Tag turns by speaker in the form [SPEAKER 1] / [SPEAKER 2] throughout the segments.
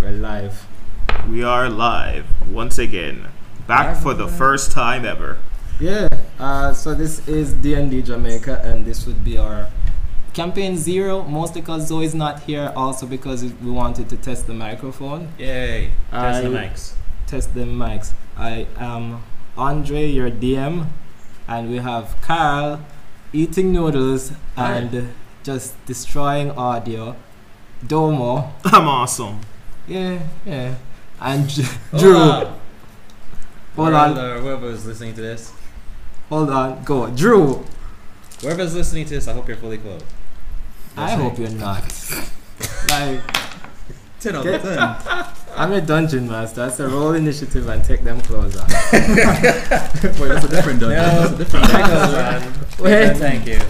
[SPEAKER 1] We're live.
[SPEAKER 2] We are live once again, back
[SPEAKER 1] Live
[SPEAKER 2] for the
[SPEAKER 1] again.
[SPEAKER 2] first time ever.
[SPEAKER 1] Yeah. Uh, so this is D&D Jamaica, and this would be our campaign zero. Mostly because Zoe's not here, also because we wanted to test the microphone,
[SPEAKER 3] Yay! Test the
[SPEAKER 1] I-
[SPEAKER 3] mics.
[SPEAKER 1] test the mics. I am Andre, your DM, and we have Carl eating noodles
[SPEAKER 3] Hi.
[SPEAKER 1] and just destroying audio. Domo.
[SPEAKER 2] I'm awesome.
[SPEAKER 1] Yeah, yeah. And J- Drew.
[SPEAKER 3] Hola.
[SPEAKER 1] Hold
[SPEAKER 3] Or
[SPEAKER 1] on,
[SPEAKER 3] the- Whoever's listening to this,
[SPEAKER 1] hold on. Go, Drew.
[SPEAKER 3] whoever's listening to this, I hope you're fully clothed.
[SPEAKER 1] I
[SPEAKER 3] Listening.
[SPEAKER 1] hope you're not. like,
[SPEAKER 3] Ten out
[SPEAKER 1] Get-
[SPEAKER 3] of ten.
[SPEAKER 1] I'm a dungeon master. That's a roll initiative and take them clothes off.
[SPEAKER 4] Wait, that's a different dungeon.
[SPEAKER 3] No,
[SPEAKER 4] That's a different
[SPEAKER 3] that goes on.
[SPEAKER 1] Wait.
[SPEAKER 3] Thank you.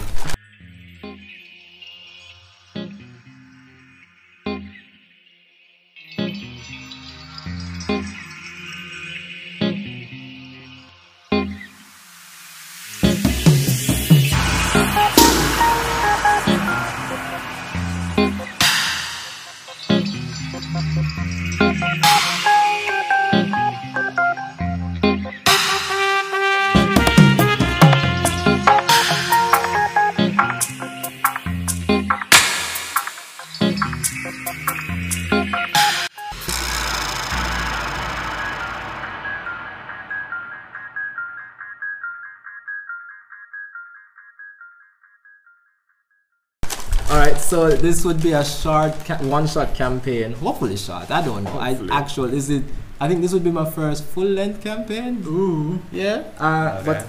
[SPEAKER 1] Alright, so this would be a short, ca- one shot campaign. Hopefully, short. I don't know.
[SPEAKER 2] Hopefully.
[SPEAKER 1] I actually, is it? I think this would be my first full length campaign.
[SPEAKER 4] Ooh.
[SPEAKER 1] Yeah. Uh,
[SPEAKER 3] Okay.
[SPEAKER 1] But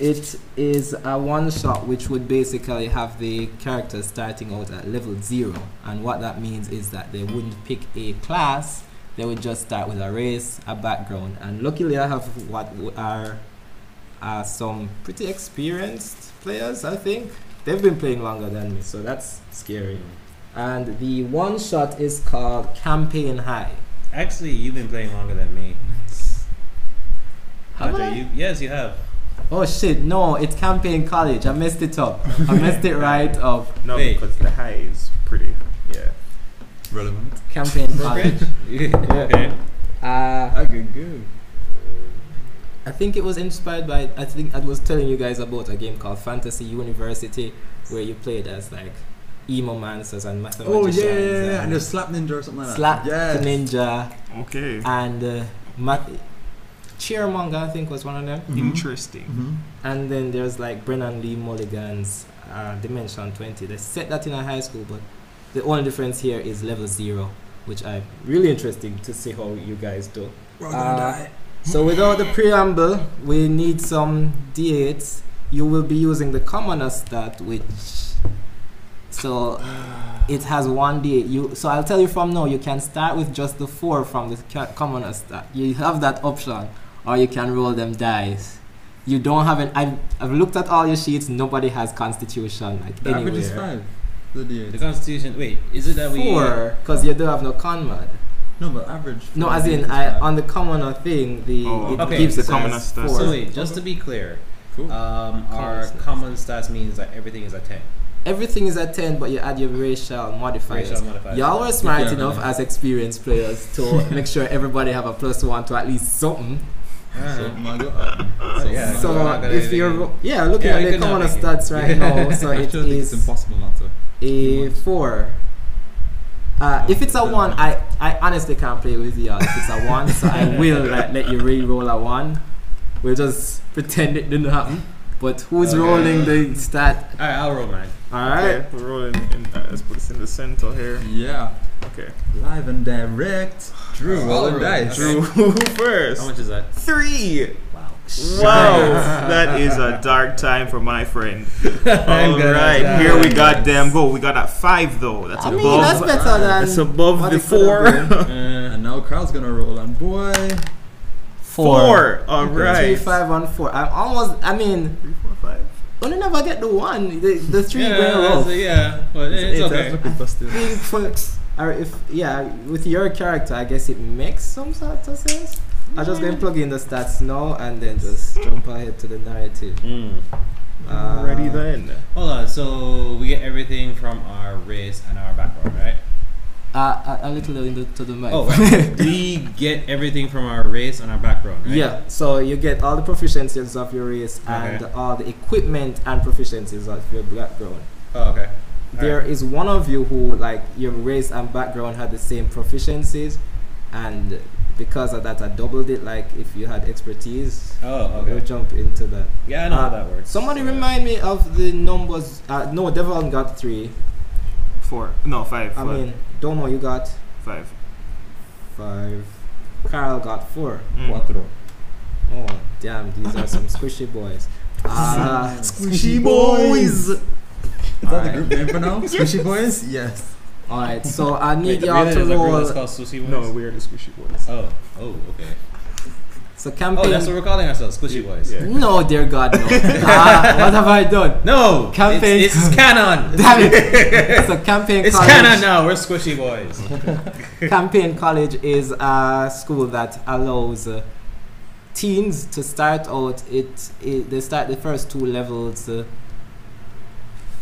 [SPEAKER 1] it is a one shot which would basically have the characters starting out at level zero and what that means is that they wouldn't pick a class they would just start with a race a background and luckily i have what w- are are some pretty experienced players i think they've been playing longer than me so that's scary and the one shot is called campaign high
[SPEAKER 3] Actually, you've been playing longer than me.
[SPEAKER 1] Have
[SPEAKER 3] Andre,
[SPEAKER 1] I?
[SPEAKER 3] you yes, you have.
[SPEAKER 1] oh shit no it's campaign college i messed it up i messed it right up
[SPEAKER 2] No,
[SPEAKER 3] Wait.
[SPEAKER 2] because the high is pretty. Yeah.
[SPEAKER 4] Relevant.
[SPEAKER 1] campaign college
[SPEAKER 3] okay.
[SPEAKER 1] Uh,
[SPEAKER 4] I could go.
[SPEAKER 1] I think it was inspired by. I think I was telling you guys about a game called Fantasy University, where you played as like emo monsters and
[SPEAKER 4] Oh
[SPEAKER 1] mathematicians.
[SPEAKER 4] yeah, yeah, yeah, yeah.
[SPEAKER 1] and
[SPEAKER 4] and a slap ninja or something like
[SPEAKER 1] slap
[SPEAKER 4] that.
[SPEAKER 1] the ninja
[SPEAKER 2] Okay.
[SPEAKER 1] and uh, math. Cheermonger, I think, was one of them.
[SPEAKER 4] Mhm.
[SPEAKER 2] Interesting.
[SPEAKER 4] hmm
[SPEAKER 1] And then there's like Brennan Lee Mulligan's uh, Dimension 20. They set that in a high school, but the only difference here is level zero, which I'm really interesting to see how you guys do.
[SPEAKER 4] We're all
[SPEAKER 1] gonna
[SPEAKER 4] gonna
[SPEAKER 1] Uh, die.
[SPEAKER 4] die.
[SPEAKER 1] So without the preamble, we need some d8s. You will be using the commoner stat, which so it has one d8. You so I'll tell you from now. You can start with just the four from the ca- commoner stat. You have that option, or you can roll them dice. You don't have an. I've, I've looked at all your sheets. Nobody has constitution like
[SPEAKER 4] The average is
[SPEAKER 1] anywhere.
[SPEAKER 4] five. The
[SPEAKER 3] The
[SPEAKER 4] D8.
[SPEAKER 3] Constitution. Wait, is it that we?
[SPEAKER 1] Four, because you do have no con mod.
[SPEAKER 4] No, but average. for
[SPEAKER 1] No,
[SPEAKER 4] the
[SPEAKER 1] as
[SPEAKER 4] D8
[SPEAKER 1] in
[SPEAKER 4] is
[SPEAKER 1] I,
[SPEAKER 4] five.
[SPEAKER 1] on the commoner thing, the
[SPEAKER 2] Oh,
[SPEAKER 1] it
[SPEAKER 3] okay.
[SPEAKER 1] gives
[SPEAKER 3] The
[SPEAKER 1] us
[SPEAKER 2] commoner stat.
[SPEAKER 1] four.
[SPEAKER 3] So wait, just to be clear,
[SPEAKER 4] Cool.
[SPEAKER 1] Uh,
[SPEAKER 3] um, our
[SPEAKER 1] stats.
[SPEAKER 3] common stats means that everything is a ten.
[SPEAKER 1] Everything is at 10, but you add your racial modifiers.
[SPEAKER 3] Racial modifiers.
[SPEAKER 1] Y'all were smart
[SPEAKER 4] Yeah,
[SPEAKER 1] enough
[SPEAKER 4] yeah.
[SPEAKER 1] as experienced players to make sure everybody have a plus one to at least something.
[SPEAKER 4] so,
[SPEAKER 3] Uh-huh.
[SPEAKER 4] my God.
[SPEAKER 3] So, yeah,
[SPEAKER 1] so
[SPEAKER 3] we're not gonna
[SPEAKER 1] if
[SPEAKER 3] do
[SPEAKER 1] you're
[SPEAKER 3] anything.
[SPEAKER 1] yeah, looking
[SPEAKER 3] Yeah,
[SPEAKER 1] at
[SPEAKER 3] we
[SPEAKER 1] the
[SPEAKER 3] could not
[SPEAKER 1] common
[SPEAKER 3] make it.
[SPEAKER 1] stats right now, so
[SPEAKER 4] I
[SPEAKER 1] it
[SPEAKER 4] still think it's
[SPEAKER 1] is
[SPEAKER 4] impossible not to.
[SPEAKER 1] a four. Uh, if it's a one, I, I honestly can't play with y'all. If it's a one, so I will like, let you re-roll a one. We'll just pretend it didn't happen. But who's
[SPEAKER 3] Okay.
[SPEAKER 1] rolling the stat?
[SPEAKER 3] All right, I'll roll mine.
[SPEAKER 1] All right.
[SPEAKER 2] Okay, we're rolling. In, uh, let's put this in the center here.
[SPEAKER 4] Yeah.
[SPEAKER 2] Okay.
[SPEAKER 4] Live and direct. Oh, Drew,
[SPEAKER 3] I'll
[SPEAKER 4] rolling
[SPEAKER 3] roll.
[SPEAKER 4] dice.
[SPEAKER 3] Okay.
[SPEAKER 2] Drew
[SPEAKER 3] How
[SPEAKER 2] first.
[SPEAKER 3] much is that?
[SPEAKER 2] Three.
[SPEAKER 3] Wow.
[SPEAKER 2] Wow, that is a dark time for my friend. All
[SPEAKER 3] gonna
[SPEAKER 2] right,
[SPEAKER 3] die.
[SPEAKER 2] here we got them. Go. We got a five though. That's
[SPEAKER 1] I mean,
[SPEAKER 2] above.
[SPEAKER 1] that's better than
[SPEAKER 2] that's above
[SPEAKER 1] what
[SPEAKER 2] the
[SPEAKER 1] it could have been.
[SPEAKER 2] four.
[SPEAKER 3] Uh,
[SPEAKER 4] And now Carl's gonna roll, and boy,
[SPEAKER 2] Four. All
[SPEAKER 1] Three,
[SPEAKER 2] right.
[SPEAKER 1] five, one, four. I almost. I mean,
[SPEAKER 2] Three, four, five.
[SPEAKER 1] only never get the one. The, the three
[SPEAKER 3] yeah,
[SPEAKER 1] yeah,
[SPEAKER 3] that's a- yeah, but it's,
[SPEAKER 4] eight,
[SPEAKER 3] okay.
[SPEAKER 4] That's looking busted.
[SPEAKER 1] Three, four. Or if yeah, with your character, I guess it makes some sort of sense. I'm just going to plug in the stats now and then just jump ahead to the narrative. Uh,
[SPEAKER 2] Ready then.
[SPEAKER 3] Hold on. So we get everything from our race and our background, right?
[SPEAKER 1] Uh, a, a little into the mic.
[SPEAKER 3] Oh, right. we get everything from our race and our background, right?
[SPEAKER 1] Yeah, so you get all the proficiencies of your race and
[SPEAKER 3] Okay.
[SPEAKER 1] all the equipment and proficiencies of your background.
[SPEAKER 3] Oh, okay.
[SPEAKER 1] There is one of you who, like, your race and background had the same proficiencies, and because of that, I doubled it. Like, if you had expertise,
[SPEAKER 3] Oh,
[SPEAKER 1] we'll
[SPEAKER 3] okay.
[SPEAKER 1] jump into that.
[SPEAKER 3] Yeah, I know
[SPEAKER 1] Uh,
[SPEAKER 3] how that works.
[SPEAKER 1] Somebody
[SPEAKER 3] So-
[SPEAKER 1] remind me of the numbers. Uh, no, Devon got three.
[SPEAKER 2] Four. No, five.
[SPEAKER 1] I
[SPEAKER 2] Four.
[SPEAKER 1] mean, Domo, you got
[SPEAKER 2] five.
[SPEAKER 1] five. Carl got four.
[SPEAKER 2] Mm.
[SPEAKER 4] Cuatro.
[SPEAKER 1] Oh, damn, these are some squishy boys. Uh,
[SPEAKER 4] Squishy Boys. Is that the
[SPEAKER 1] Alright.
[SPEAKER 4] group name for now? Squishy Boys? Yes.
[SPEAKER 1] Alright, so I
[SPEAKER 3] Wait,
[SPEAKER 1] need
[SPEAKER 3] really,
[SPEAKER 1] y'all to
[SPEAKER 3] there's a group that's
[SPEAKER 1] roll.
[SPEAKER 3] called Sushi Boys?
[SPEAKER 2] No, we are the squishy boys.
[SPEAKER 3] Oh, oh, okay.
[SPEAKER 1] So
[SPEAKER 3] Oh,
[SPEAKER 1] campaign.
[SPEAKER 3] that's what we're calling ourselves, Squishy Boys.
[SPEAKER 2] Yeah.
[SPEAKER 1] no, dear God, no. uh, what have I done?
[SPEAKER 3] No,
[SPEAKER 1] Campaign-
[SPEAKER 3] It's, it's canon.
[SPEAKER 1] Damn it! So campaign
[SPEAKER 3] It's canon
[SPEAKER 1] college.
[SPEAKER 3] now. We're Squishy Boys.
[SPEAKER 1] Campaign college is a school that allows uh, teens to start out. It, it they start the first two levels. Uh,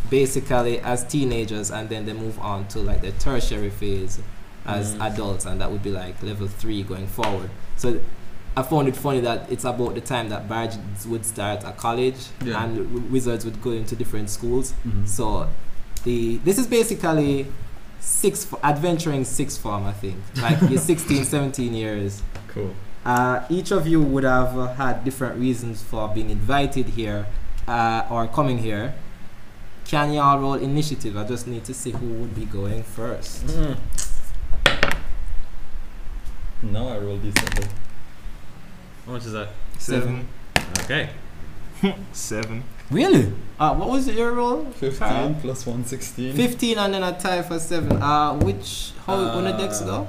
[SPEAKER 1] basically as teenagers and then they move on to like the tertiary phase as
[SPEAKER 3] Mm.
[SPEAKER 1] adults and that would be like level three going forward so i found it funny that it's about the time that bards would start at college
[SPEAKER 4] Yeah.
[SPEAKER 1] and w- wizards would go into different schools
[SPEAKER 4] Mhm.
[SPEAKER 1] so the this is basically six fo- adventuring six form i think like you're 16 17 years
[SPEAKER 4] Cool.
[SPEAKER 1] uh, each of you would have uh, had different reasons for being invited here uh, or coming here. Can y'all roll initiative? I just need to see who would be going first.
[SPEAKER 3] Mm.
[SPEAKER 4] Now I roll this number.
[SPEAKER 3] How much is that?
[SPEAKER 1] Seven.
[SPEAKER 3] Okay.
[SPEAKER 2] Seven.
[SPEAKER 1] Really? Uh, what was your roll?
[SPEAKER 4] 15
[SPEAKER 1] Carl?
[SPEAKER 4] plus 1, 16.
[SPEAKER 1] 15 and then a tie for 7. Uh, which, how, on the decks
[SPEAKER 3] Uh,
[SPEAKER 1] though?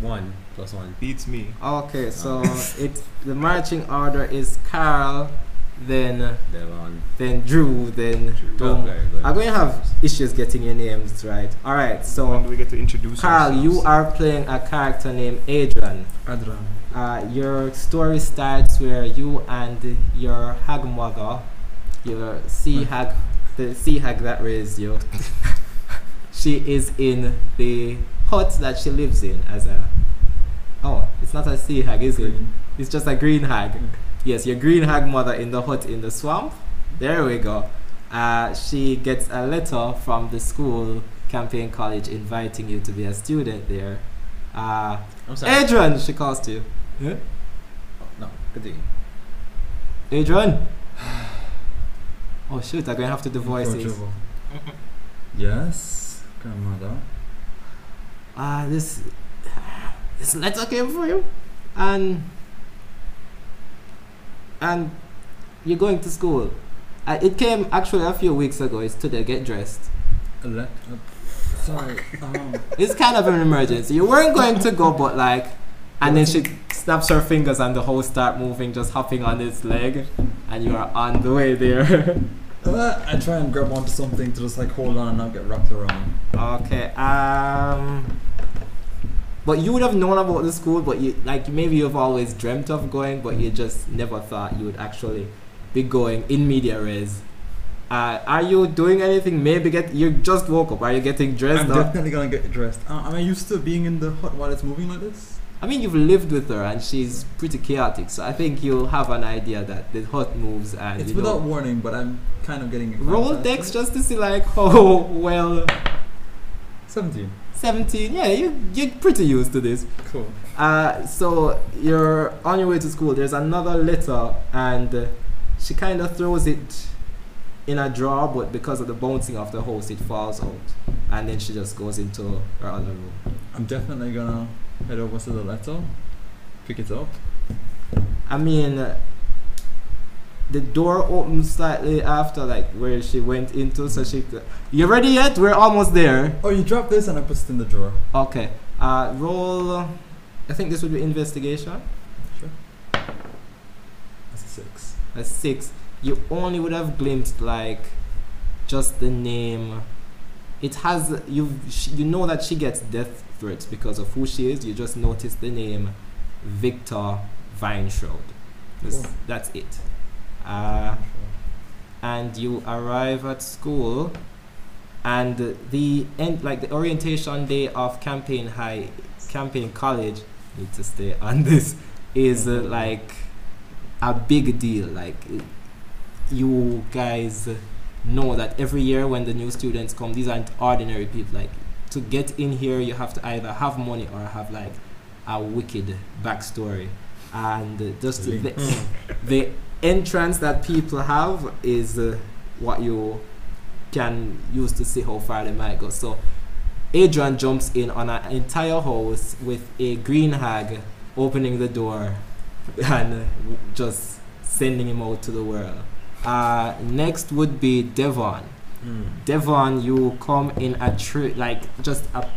[SPEAKER 3] One plus one.
[SPEAKER 2] Beats me.
[SPEAKER 1] Okay, so it the marching order is Carl, then
[SPEAKER 3] Devon.
[SPEAKER 1] then Drew, then
[SPEAKER 3] Oh,
[SPEAKER 1] Dom.
[SPEAKER 3] okay, good.
[SPEAKER 1] I'm going to have issues getting your names right. Alright, so.
[SPEAKER 2] when do we get to introduce
[SPEAKER 1] Carl, you
[SPEAKER 2] ourselves?
[SPEAKER 1] are playing a character named Adrian.
[SPEAKER 4] Adran.
[SPEAKER 1] Uh, your story starts where you and your hag mother, your sea hag, the sea hag that raised you, she is in the hut that she lives in as a. Oh, it's not a sea hag, is it? It's just a green hag. Yes, your green hag mother in the hut in the swamp. There we go. Uh, she gets a letter from the school campaign college inviting you to be a student there. Uh,
[SPEAKER 3] I'm sorry.
[SPEAKER 1] Adrian, she calls to you.
[SPEAKER 3] Oh, no, continue.
[SPEAKER 1] Adrian. Oh shoot! I'm gonna have to do voices.
[SPEAKER 4] Approachable. Yes, grandmother.
[SPEAKER 1] Ah, this this letter came for you, and and you're going to school. Uh, it came actually a few weeks ago. It's today. Get dressed.
[SPEAKER 4] A let- uh, sorry. Um,
[SPEAKER 1] It's kind of an emergency. You weren't going to go, but like, and then she snaps her fingers and the whole start moving, just hopping on its leg, and you are on the way there.
[SPEAKER 4] uh, I try and grab onto something to just like hold on and not get wrapped around.
[SPEAKER 1] Okay. Um. But you would have known about the school, but you like maybe you've always dreamt of going, but you just never thought you would actually be going in media res. Uh, are you doing anything? Maybe get you just woke up. Are you getting dressed
[SPEAKER 4] I'm
[SPEAKER 1] up?
[SPEAKER 4] definitely gonna get dressed. Uh, am I used to being in the hut while it's moving like this?
[SPEAKER 1] I mean, you've lived with her, and she's pretty chaotic. So I think you'll have an idea that the hot moves and
[SPEAKER 4] it's
[SPEAKER 1] you know.
[SPEAKER 4] without warning, but I'm kind of getting.
[SPEAKER 1] roll
[SPEAKER 4] advanced,
[SPEAKER 1] decks
[SPEAKER 4] actually.
[SPEAKER 1] just to see like oh well,
[SPEAKER 4] 17.
[SPEAKER 1] seventeen. Yeah, you you're pretty used to this.
[SPEAKER 4] Cool.
[SPEAKER 1] Uh, so you're on your way to school. There's another letter, and uh, she kind of throws it in a drawer, but because of the bouncing of the host, it falls out, and then she just goes into her other room.
[SPEAKER 4] I'm definitely gonna head over to the letter, pick it up.
[SPEAKER 1] I mean, uh, the door opens slightly after like where she went into, so she. c- You ready yet? We're almost there.
[SPEAKER 4] Oh, you dropped this and I put it in the drawer.
[SPEAKER 1] Okay. Uh, roll. uh, I think this would be investigation.
[SPEAKER 4] Sure. That's a six.
[SPEAKER 1] a six, you only would have glimpsed like just the name. It has you. You know that she gets death threats because of who she is. You just notice the name Victor Weintraub. That's,
[SPEAKER 4] Cool.
[SPEAKER 1] that's it. Uh, and you arrive at school and the end like the orientation day of campaign high campaign college need to stay on this is uh, like a big deal like it- you guys know that every year when the new students come these aren't ordinary people like to get in here you have to either have money or have like a wicked backstory and uh, just
[SPEAKER 4] Link.
[SPEAKER 1] the,
[SPEAKER 3] Hmm.
[SPEAKER 1] the entrance that people have is uh, what you can use to see how far they might go so adrian jumps in on an entire house with a green hag opening the door and uh, just sending him out to the world uh, next would be devon
[SPEAKER 3] Hmm.
[SPEAKER 1] Devon, you come in a tra- like just a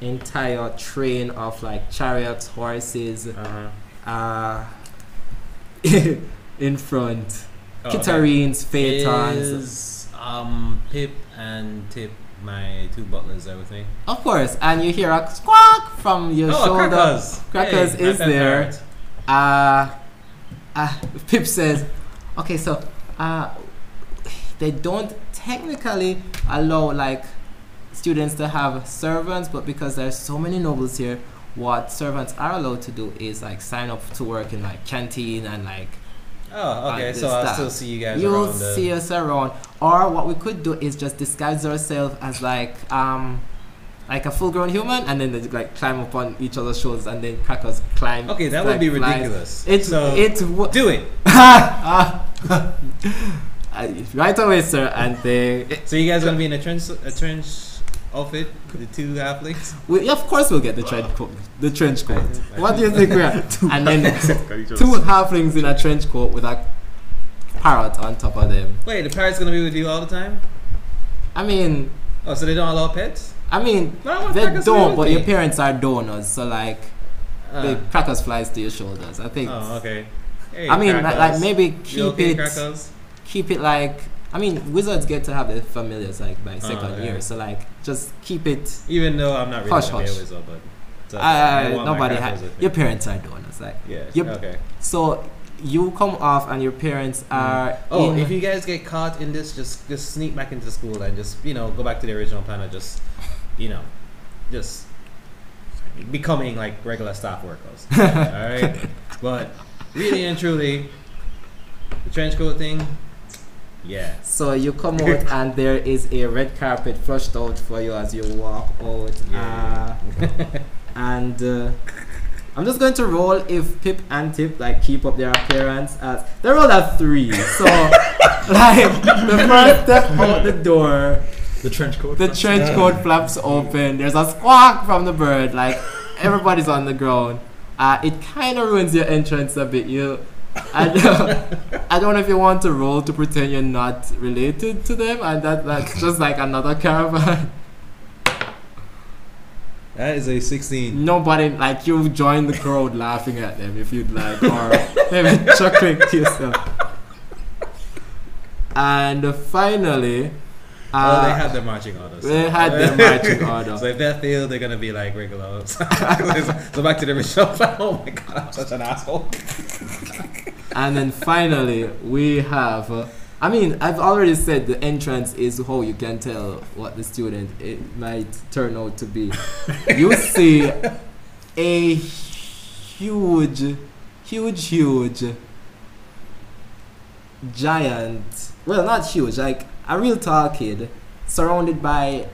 [SPEAKER 1] entire train of like chariots, horses,
[SPEAKER 2] Uh-huh.
[SPEAKER 1] uh, in front, Kittarines, phaetons,
[SPEAKER 3] Oh, Is um Pip and Tip my two butlers there with me?
[SPEAKER 1] of course, and you hear a squawk from your
[SPEAKER 3] oh,
[SPEAKER 1] shoulder.
[SPEAKER 3] Crackers!
[SPEAKER 1] Crackers
[SPEAKER 3] Hey, my
[SPEAKER 1] is
[SPEAKER 3] pet
[SPEAKER 1] there.
[SPEAKER 3] parrot.
[SPEAKER 1] Uh, uh, Pip says, okay, so uh, they don't technically allow like students to have servants, but because there's so many nobles here, what servants are allowed to do is like sign up to work in like canteen and like
[SPEAKER 3] Oh, okay.
[SPEAKER 1] And
[SPEAKER 3] So
[SPEAKER 1] the
[SPEAKER 3] I'll
[SPEAKER 1] staff.
[SPEAKER 3] still see you guys
[SPEAKER 1] you'll
[SPEAKER 3] around. the-
[SPEAKER 1] see us around. Or what we could do is just disguise ourselves as like um like a full-grown human, and then they like climb upon each other's shoulders, and then crackers climb.
[SPEAKER 3] Okay, that
[SPEAKER 1] like,
[SPEAKER 3] would be
[SPEAKER 1] flies.
[SPEAKER 3] ridiculous.
[SPEAKER 1] It
[SPEAKER 3] so
[SPEAKER 1] it wo-
[SPEAKER 3] do it.
[SPEAKER 1] Ah, I- right away, sir. And they,
[SPEAKER 3] So you guys gonna be in a trench a trench outfit, the two halflings?
[SPEAKER 1] we, of course, we'll get the trench coat. The trench coat. What do you think we are? and then
[SPEAKER 2] Got each
[SPEAKER 1] two
[SPEAKER 2] other's-
[SPEAKER 1] halflings in a trench coat with a parrot on top of them.
[SPEAKER 3] Wait, the parrot's gonna be with you all the time?
[SPEAKER 1] I mean,
[SPEAKER 3] Oh, so they don't allow pets?
[SPEAKER 1] I mean,
[SPEAKER 3] No, I want
[SPEAKER 1] they
[SPEAKER 3] crackers to be
[SPEAKER 1] don't.
[SPEAKER 3] with
[SPEAKER 1] But
[SPEAKER 3] me.
[SPEAKER 1] your parents are donors, so like
[SPEAKER 3] Ah.
[SPEAKER 1] the crackers flies to your shoulders. I think.
[SPEAKER 3] Oh, okay. Hey,
[SPEAKER 1] I mean, like,
[SPEAKER 3] crackers.
[SPEAKER 1] like maybe
[SPEAKER 3] You
[SPEAKER 1] keep
[SPEAKER 3] okay,
[SPEAKER 1] it.
[SPEAKER 3] crackers?
[SPEAKER 1] keep it like I mean wizards get to have their familiars like by second
[SPEAKER 3] Oh, yeah.
[SPEAKER 1] year so like just keep it
[SPEAKER 3] Even though I'm not really
[SPEAKER 1] Hush,
[SPEAKER 3] gonna be a
[SPEAKER 1] hush.
[SPEAKER 3] wizard, but it's okay.
[SPEAKER 1] uh,
[SPEAKER 3] I want my
[SPEAKER 1] nobody
[SPEAKER 3] crackers
[SPEAKER 1] ha-
[SPEAKER 3] with me.
[SPEAKER 1] your parents are doing it's like
[SPEAKER 3] Yes.
[SPEAKER 1] Yep.
[SPEAKER 3] Okay.
[SPEAKER 1] so you come off and your parents are
[SPEAKER 3] Oh,
[SPEAKER 1] in
[SPEAKER 3] if you guys get caught in this, just just sneak back into school and just you know go back to the original plan and just you know just becoming like regular staff workers. all right, but really and truly, the trench coat thing, yeah.
[SPEAKER 1] so you come out and there is a red carpet flushed out for you as you walk out
[SPEAKER 3] Yeah.
[SPEAKER 1] uh, and uh, I'm just going to roll if Pip and Tip like keep up their appearance as they roll a three so like the first step out the door
[SPEAKER 4] The trench coat.
[SPEAKER 1] The
[SPEAKER 4] flaps.
[SPEAKER 1] trench coat flaps open. There's a squawk from the bird. Like everybody's on the ground. Uh, it kind of ruins your entrance a bit. You, I don't, I don't know if you want to roll to pretend you're not related to them, and that that's just like another caravan.
[SPEAKER 3] That is a sixteen.
[SPEAKER 1] Nobody like you join the crowd laughing at them if you'd like, or maybe chuckling to yourself. And finally, uh,
[SPEAKER 3] oh, they had their marching orders.
[SPEAKER 1] they had their marching order.
[SPEAKER 3] So if they fail, they're gonna be like regular. so back to the original plan. Oh my god, I'm such an asshole.
[SPEAKER 1] and then finally we have uh, i mean i've already said the entrance is how you can tell what the student it might turn out to be you see a huge huge huge giant well not huge like a real tall kid surrounded by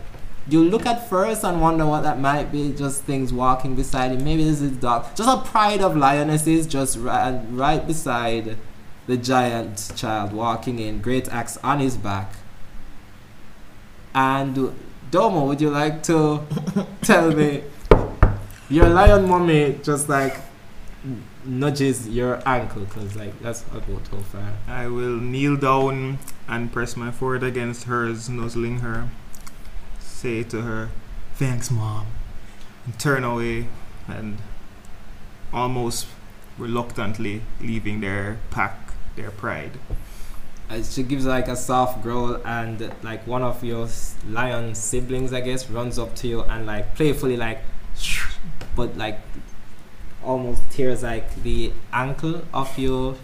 [SPEAKER 1] you look at first and wonder what that might be just things walking beside him maybe this is dog just a pride of lionesses just right, right beside the giant child walking in great axe on his back and domo would you like to tell me your lion mommy just like nudges your ankle because like that's about how far
[SPEAKER 2] I will kneel down and press my forehead against hers, nuzzling her. Say to her, Thanks, Mom. And turn away and almost reluctantly leaving their pack, their pride.
[SPEAKER 1] Uh, she gives like a soft growl and like one of your s- lion siblings i guess runs up to you and like playfully like but like almost tears like the ankle of your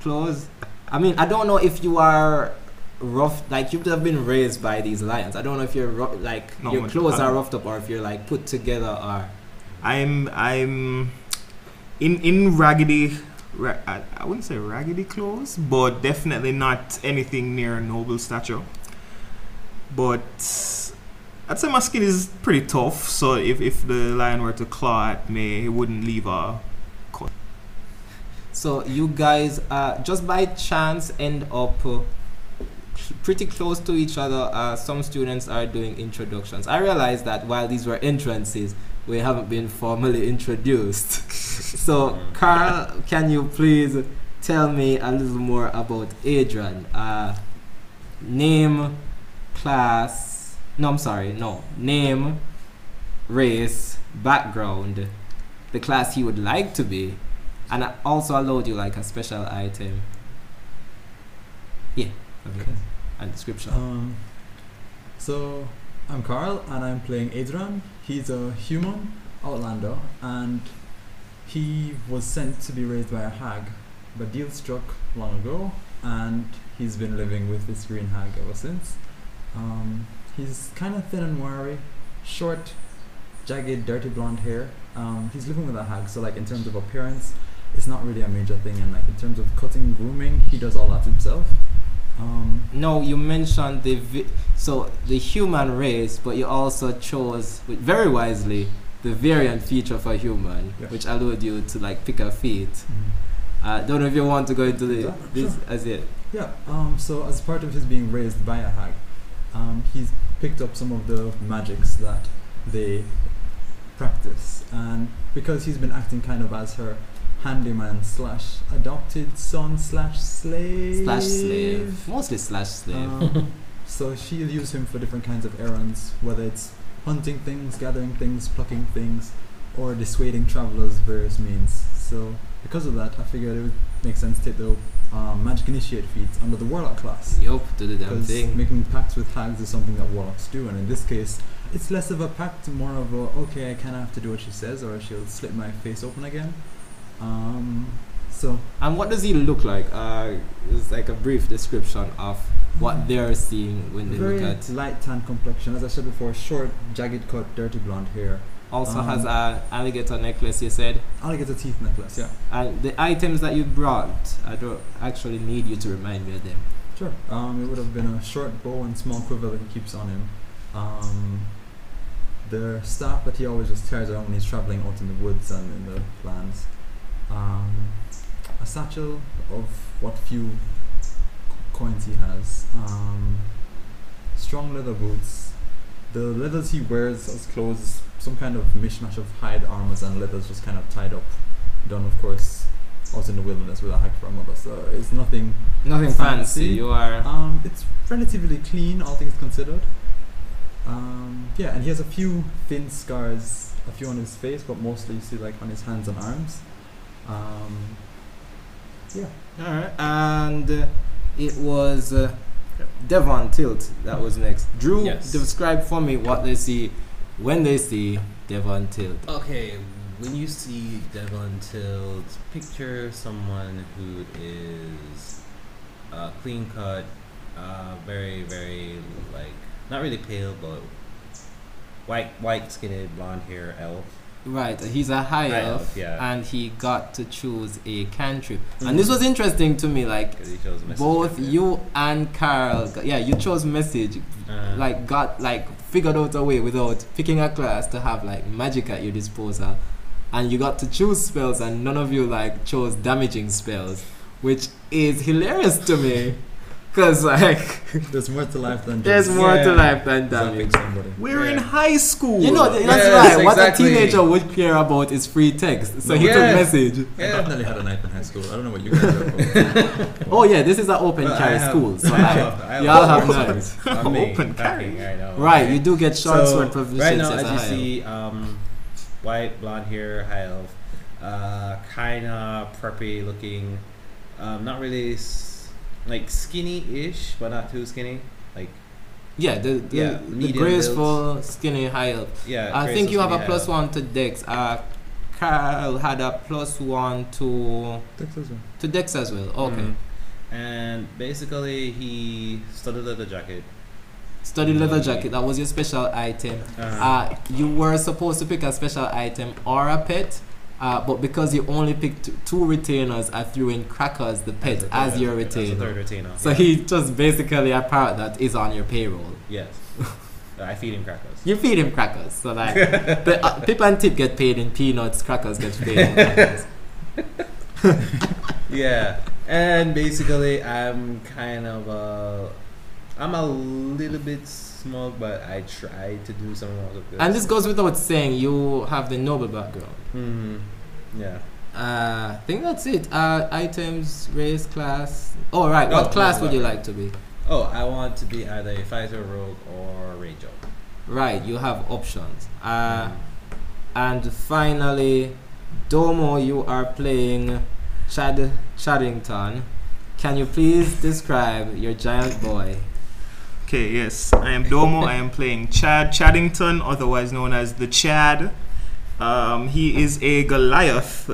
[SPEAKER 1] clothes i mean i don't know if you are rough. Like you could have been raised by these lions. I don't know if you're rough, like
[SPEAKER 2] No,
[SPEAKER 1] your
[SPEAKER 2] but
[SPEAKER 1] clothes
[SPEAKER 2] I'm-
[SPEAKER 1] are roughed up or if you're like put together or
[SPEAKER 2] I'm I'm in in raggedy. Ra- I, I wouldn't say raggedy clothes, but definitely not anything near noble stature. But I'd say my skin is pretty tough, so if, if the lion were to claw at me, it wouldn't leave a.
[SPEAKER 1] So you guys uh, just by chance end up uh, cl- pretty close to each other. Uh, some students are doing introductions. I realize that while these were entrances, we haven't been formally introduced. so
[SPEAKER 3] Mm.
[SPEAKER 1] Carl, can you please tell me a little more about Adrian? Uh, name, class. No, I'm sorry. No name, race, background, the class he would like to be. And I also allowed you like a special item. Yeah. Okay.
[SPEAKER 4] Okay.
[SPEAKER 1] And description.
[SPEAKER 4] Um, so I'm Carl and I'm playing Adrian. He's a human outlander and he was sent to be raised by a hag, but deal struck long ago and he's been living with this green hag ever since. Um, he's kind of thin and wiry, short, jagged, dirty blonde hair. Um, he's living with a hag, so like in terms of appearance, it's not really a major thing. And like in terms of cutting, grooming, he does all that himself. Um,
[SPEAKER 1] No, you mentioned the vi- so the human race, but you also chose wi- very wisely the variant feature for human,
[SPEAKER 4] Yeah.
[SPEAKER 1] which allowed you to like pick a feat. I don't know if you want to go into the
[SPEAKER 4] Yeah,
[SPEAKER 1] this
[SPEAKER 4] sure.
[SPEAKER 1] as it.
[SPEAKER 4] Yeah, um, so as part of his being raised by a hag, um, he's picked up some of the magics that they practice. And because he's been acting kind of as her handyman slash adopted son slash slave.
[SPEAKER 1] Slash slave, mostly slash slave.
[SPEAKER 4] Um, so she'll use him for different kinds of errands, whether it's hunting things, gathering things, plucking things, or dissuading travelers various means. So because of that, I figured it would make sense to take the um, magic initiate feat under the warlock class.
[SPEAKER 1] yup, do the damn
[SPEAKER 4] Because
[SPEAKER 1] thing.
[SPEAKER 4] making pacts with hags is something that warlocks do, and in this case, it's less of a pact, more of a okay, I kind of have to do what she says, or she'll slit my face open again. Um, so
[SPEAKER 1] And what does he look like? Uh, it's like a brief description of what they're seeing when they
[SPEAKER 4] very
[SPEAKER 1] look at.
[SPEAKER 4] light tan complexion, as I said before, short, jagged cut, dirty blonde hair.
[SPEAKER 1] Also
[SPEAKER 4] Um,
[SPEAKER 1] has a alligator necklace. You said.
[SPEAKER 4] Alligator teeth necklace, yeah.
[SPEAKER 1] And the items that you brought, I don't actually need you to remind me of them.
[SPEAKER 4] Sure. Um, it would have been a short bow and small quiver that he keeps on him. Um, the staff that he always just carries around when he's traveling out in the woods and in the lands. Um, a satchel of what few c- coins he has. Um, strong leather boots. The leathers he wears as clothes, some kind of mishmash of hide armors and leathers just kind of tied up. Done, of course, out in the wilderness with a hack for a mother. So it's nothing
[SPEAKER 1] Nothing fancy.
[SPEAKER 4] Fancy.
[SPEAKER 1] You are.
[SPEAKER 4] um, it's relatively clean, all things considered. Um, yeah, and he has a few thin scars, a few on his face, but mostly you see like on his hands and arms. Um,
[SPEAKER 1] Alright. And uh, it was uh, Devon Tilt that was next. Drew,
[SPEAKER 3] Yes.
[SPEAKER 1] describe for me what they see when they see Devon Tilt.
[SPEAKER 3] Okay, when you see Devon Tilt, picture someone who is uh, clean cut, uh, very, very like not really pale, but white, white skinned, blonde hair elf.
[SPEAKER 1] Right, he's a high,
[SPEAKER 3] High
[SPEAKER 1] elf,
[SPEAKER 3] elf, yeah.
[SPEAKER 1] and he got to choose a cantrip. And this was interesting to me. Like
[SPEAKER 3] 'cause he chose message
[SPEAKER 1] both
[SPEAKER 3] template.
[SPEAKER 1] you and Carl, got- yeah, you chose message.
[SPEAKER 3] Uh,
[SPEAKER 1] like got like figured out a way without picking a class to have like magic at your disposal and you got to choose spells and none of you like chose damaging spells which is hilarious to me because like
[SPEAKER 4] there's more to life than
[SPEAKER 1] there's
[SPEAKER 4] just
[SPEAKER 1] more to
[SPEAKER 3] Yeah.
[SPEAKER 1] life than
[SPEAKER 4] zapping
[SPEAKER 1] damage
[SPEAKER 4] somebody.
[SPEAKER 2] We're in
[SPEAKER 3] Yeah.
[SPEAKER 2] high school.
[SPEAKER 1] you know th- that's
[SPEAKER 3] Yes,
[SPEAKER 1] right what a
[SPEAKER 3] exactly.
[SPEAKER 1] teenager would care about is free text so he
[SPEAKER 3] Yes.
[SPEAKER 1] took message
[SPEAKER 4] I
[SPEAKER 3] yeah.
[SPEAKER 4] definitely had a night in high school. I don't know what you guys are for.
[SPEAKER 1] oh yeah this is an open
[SPEAKER 3] But I
[SPEAKER 1] carry
[SPEAKER 3] have-
[SPEAKER 1] school so
[SPEAKER 3] I
[SPEAKER 1] like,
[SPEAKER 3] have- I have
[SPEAKER 1] y'all have
[SPEAKER 3] open
[SPEAKER 1] nice
[SPEAKER 3] Not me,
[SPEAKER 2] Open
[SPEAKER 3] fucking,
[SPEAKER 2] carry.
[SPEAKER 3] I know,
[SPEAKER 1] right
[SPEAKER 3] okay.
[SPEAKER 1] you do get short sword proficiency
[SPEAKER 3] Right now,
[SPEAKER 1] as a
[SPEAKER 3] as you
[SPEAKER 1] high elf.
[SPEAKER 3] see, um, white, blonde hair, high elf, uh, kind of preppy looking, um, not really s- like skinny ish, but not too skinny. Like,
[SPEAKER 1] yeah the, the,
[SPEAKER 3] Yeah,
[SPEAKER 1] the
[SPEAKER 3] medium
[SPEAKER 1] graceful skinny high elf
[SPEAKER 3] yeah.
[SPEAKER 1] I
[SPEAKER 3] very
[SPEAKER 1] think
[SPEAKER 3] so
[SPEAKER 1] you have a
[SPEAKER 3] skinny high
[SPEAKER 1] plus
[SPEAKER 3] elf.
[SPEAKER 1] one to Dex. Uh, Carl had a plus one to
[SPEAKER 4] Texas one.
[SPEAKER 1] to Dex as well. Okay.
[SPEAKER 3] Mhm. and basically he studied leather jacket.
[SPEAKER 1] Study leather
[SPEAKER 3] Mm-hmm.
[SPEAKER 1] jacket. That was your special item. Uh, you were supposed to pick a special item or a pet, uh, but because you only picked two retainers, I threw in Crackers the pet as, your
[SPEAKER 3] As a
[SPEAKER 1] retainer.
[SPEAKER 3] third retainer.
[SPEAKER 1] So he just basically a parrot that is on your payroll.
[SPEAKER 3] Yes. I feed him crackers.
[SPEAKER 1] You feed him crackers. So like, the, uh, Pip and Tip get paid in peanuts. Crackers get paid in crackers.
[SPEAKER 3] yeah and basically i'm kind of a i'm a little bit smug but i try to do some of the good
[SPEAKER 1] And this goes without saying. You have the noble background.
[SPEAKER 3] Mhm. yeah
[SPEAKER 1] Uh, I think that's it. Uh, items, race, class. All right.
[SPEAKER 3] No,
[SPEAKER 1] what class
[SPEAKER 3] no,
[SPEAKER 1] would you
[SPEAKER 3] no.
[SPEAKER 1] like to be?
[SPEAKER 3] oh i want to be either a fighter rogue or a ranger
[SPEAKER 1] Right. You have options.
[SPEAKER 3] Mm.
[SPEAKER 1] Uh, and finally, Domo, you are playing Chad Chaddington. Can you please describe your giant boy?
[SPEAKER 2] Okay, yes. I am Domo. I am playing Chad Chaddington, otherwise known as the Chad. Um, he is a Goliath.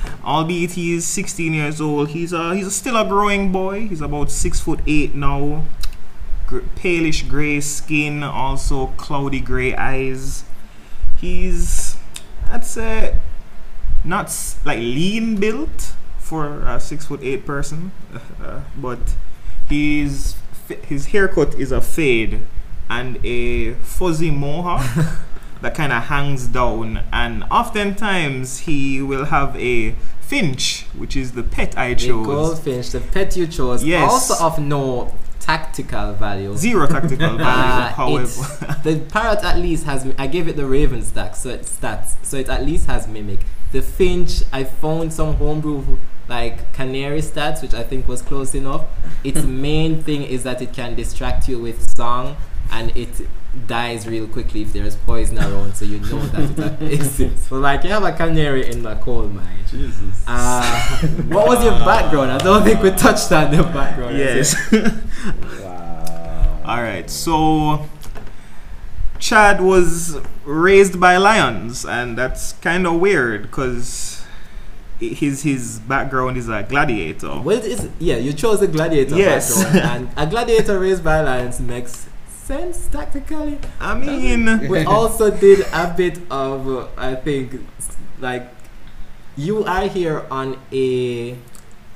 [SPEAKER 2] Albeit he is 16 years old, he's a, he's still a growing boy. He's about six foot eight now. Gr- palish gray skin, also cloudy gray eyes. He's, I'd say, not s- like lean built for a six foot eight person, uh, but He's f- his haircut is a fade and a fuzzy mohawk that kind of hangs down. And oftentimes he will have a finch, which is the pet I
[SPEAKER 1] The
[SPEAKER 2] chose.
[SPEAKER 1] goldfinch, the pet you chose,
[SPEAKER 2] Yes.
[SPEAKER 1] also of no tactical value.
[SPEAKER 2] Zero tactical value,
[SPEAKER 1] Ah,
[SPEAKER 2] however.
[SPEAKER 1] The parrot at least has. I gave it the Raven stack, so it stats. So it at least has mimic. The finch, I found some homebrew like canary stats, which I think was close enough. Its main thing is that it can distract you with song, and it dies real quickly if there is poison around, so you know that it exists. So like you have a canary in the coal mine.
[SPEAKER 4] Jesus.
[SPEAKER 1] Uh, what was your background? I don't think we touched on the background.
[SPEAKER 2] Yes.
[SPEAKER 3] Mm-hmm. wow
[SPEAKER 2] All right. So Chad was raised by lions, and that's kind of weird because his his background is a gladiator.
[SPEAKER 1] Well, it is yeah, you chose a gladiator
[SPEAKER 2] Yes.
[SPEAKER 1] background, and a gladiator raised by lions makes sense tactically.
[SPEAKER 2] I mean,
[SPEAKER 1] We also did a bit of, uh, I think, s- like you are here on a,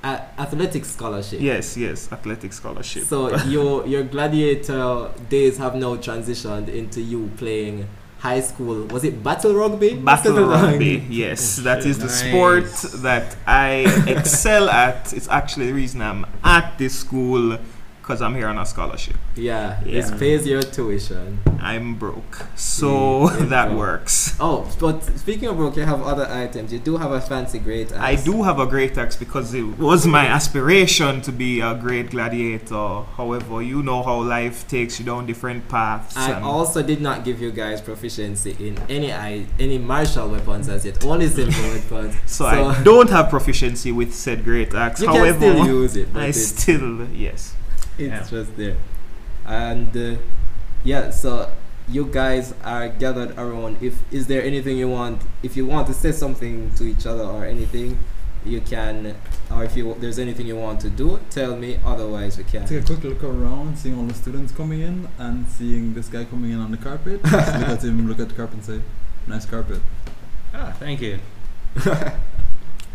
[SPEAKER 1] a athletic scholarship.
[SPEAKER 2] yes, yes, athletic scholarship.
[SPEAKER 1] So your your gladiator days have now transitioned into you playing high school. Was it battle rugby?
[SPEAKER 2] Battle rugby, yes, that is the
[SPEAKER 3] Nice.
[SPEAKER 2] sport that I excel at. It's actually the reason I'm at this school because I'm here on a scholarship.
[SPEAKER 1] Yeah,
[SPEAKER 2] Yeah.
[SPEAKER 1] this pays your tuition.
[SPEAKER 2] I'm broke, so
[SPEAKER 1] Mm,
[SPEAKER 2] that
[SPEAKER 1] yeah.
[SPEAKER 2] works.
[SPEAKER 1] Oh, but speaking of broke, you have other items. You do have a fancy great axe.
[SPEAKER 2] I do have a great axe because it was my aspiration to be a great gladiator. However, you know how life takes you down different paths.
[SPEAKER 1] I
[SPEAKER 2] and-
[SPEAKER 1] also did not give you guys proficiency in any I, any martial weapons as yet. Only simple weapons.
[SPEAKER 2] so, I don't have proficiency with said great axe.
[SPEAKER 1] you
[SPEAKER 2] However,
[SPEAKER 1] can still use it, but
[SPEAKER 2] I
[SPEAKER 1] it's,
[SPEAKER 2] still yes.
[SPEAKER 1] it's just there. And uh, yeah, so you guys are gathered around. If is there anything you want? If you want to say something to each other or anything, you can. Or if you there's anything you want to do, tell me. Otherwise, we can.
[SPEAKER 4] Take a quick look around, seeing all the students coming in and seeing this guy coming in on the carpet. Just look at him, look at the carpet and say, nice carpet.
[SPEAKER 3] ah thank you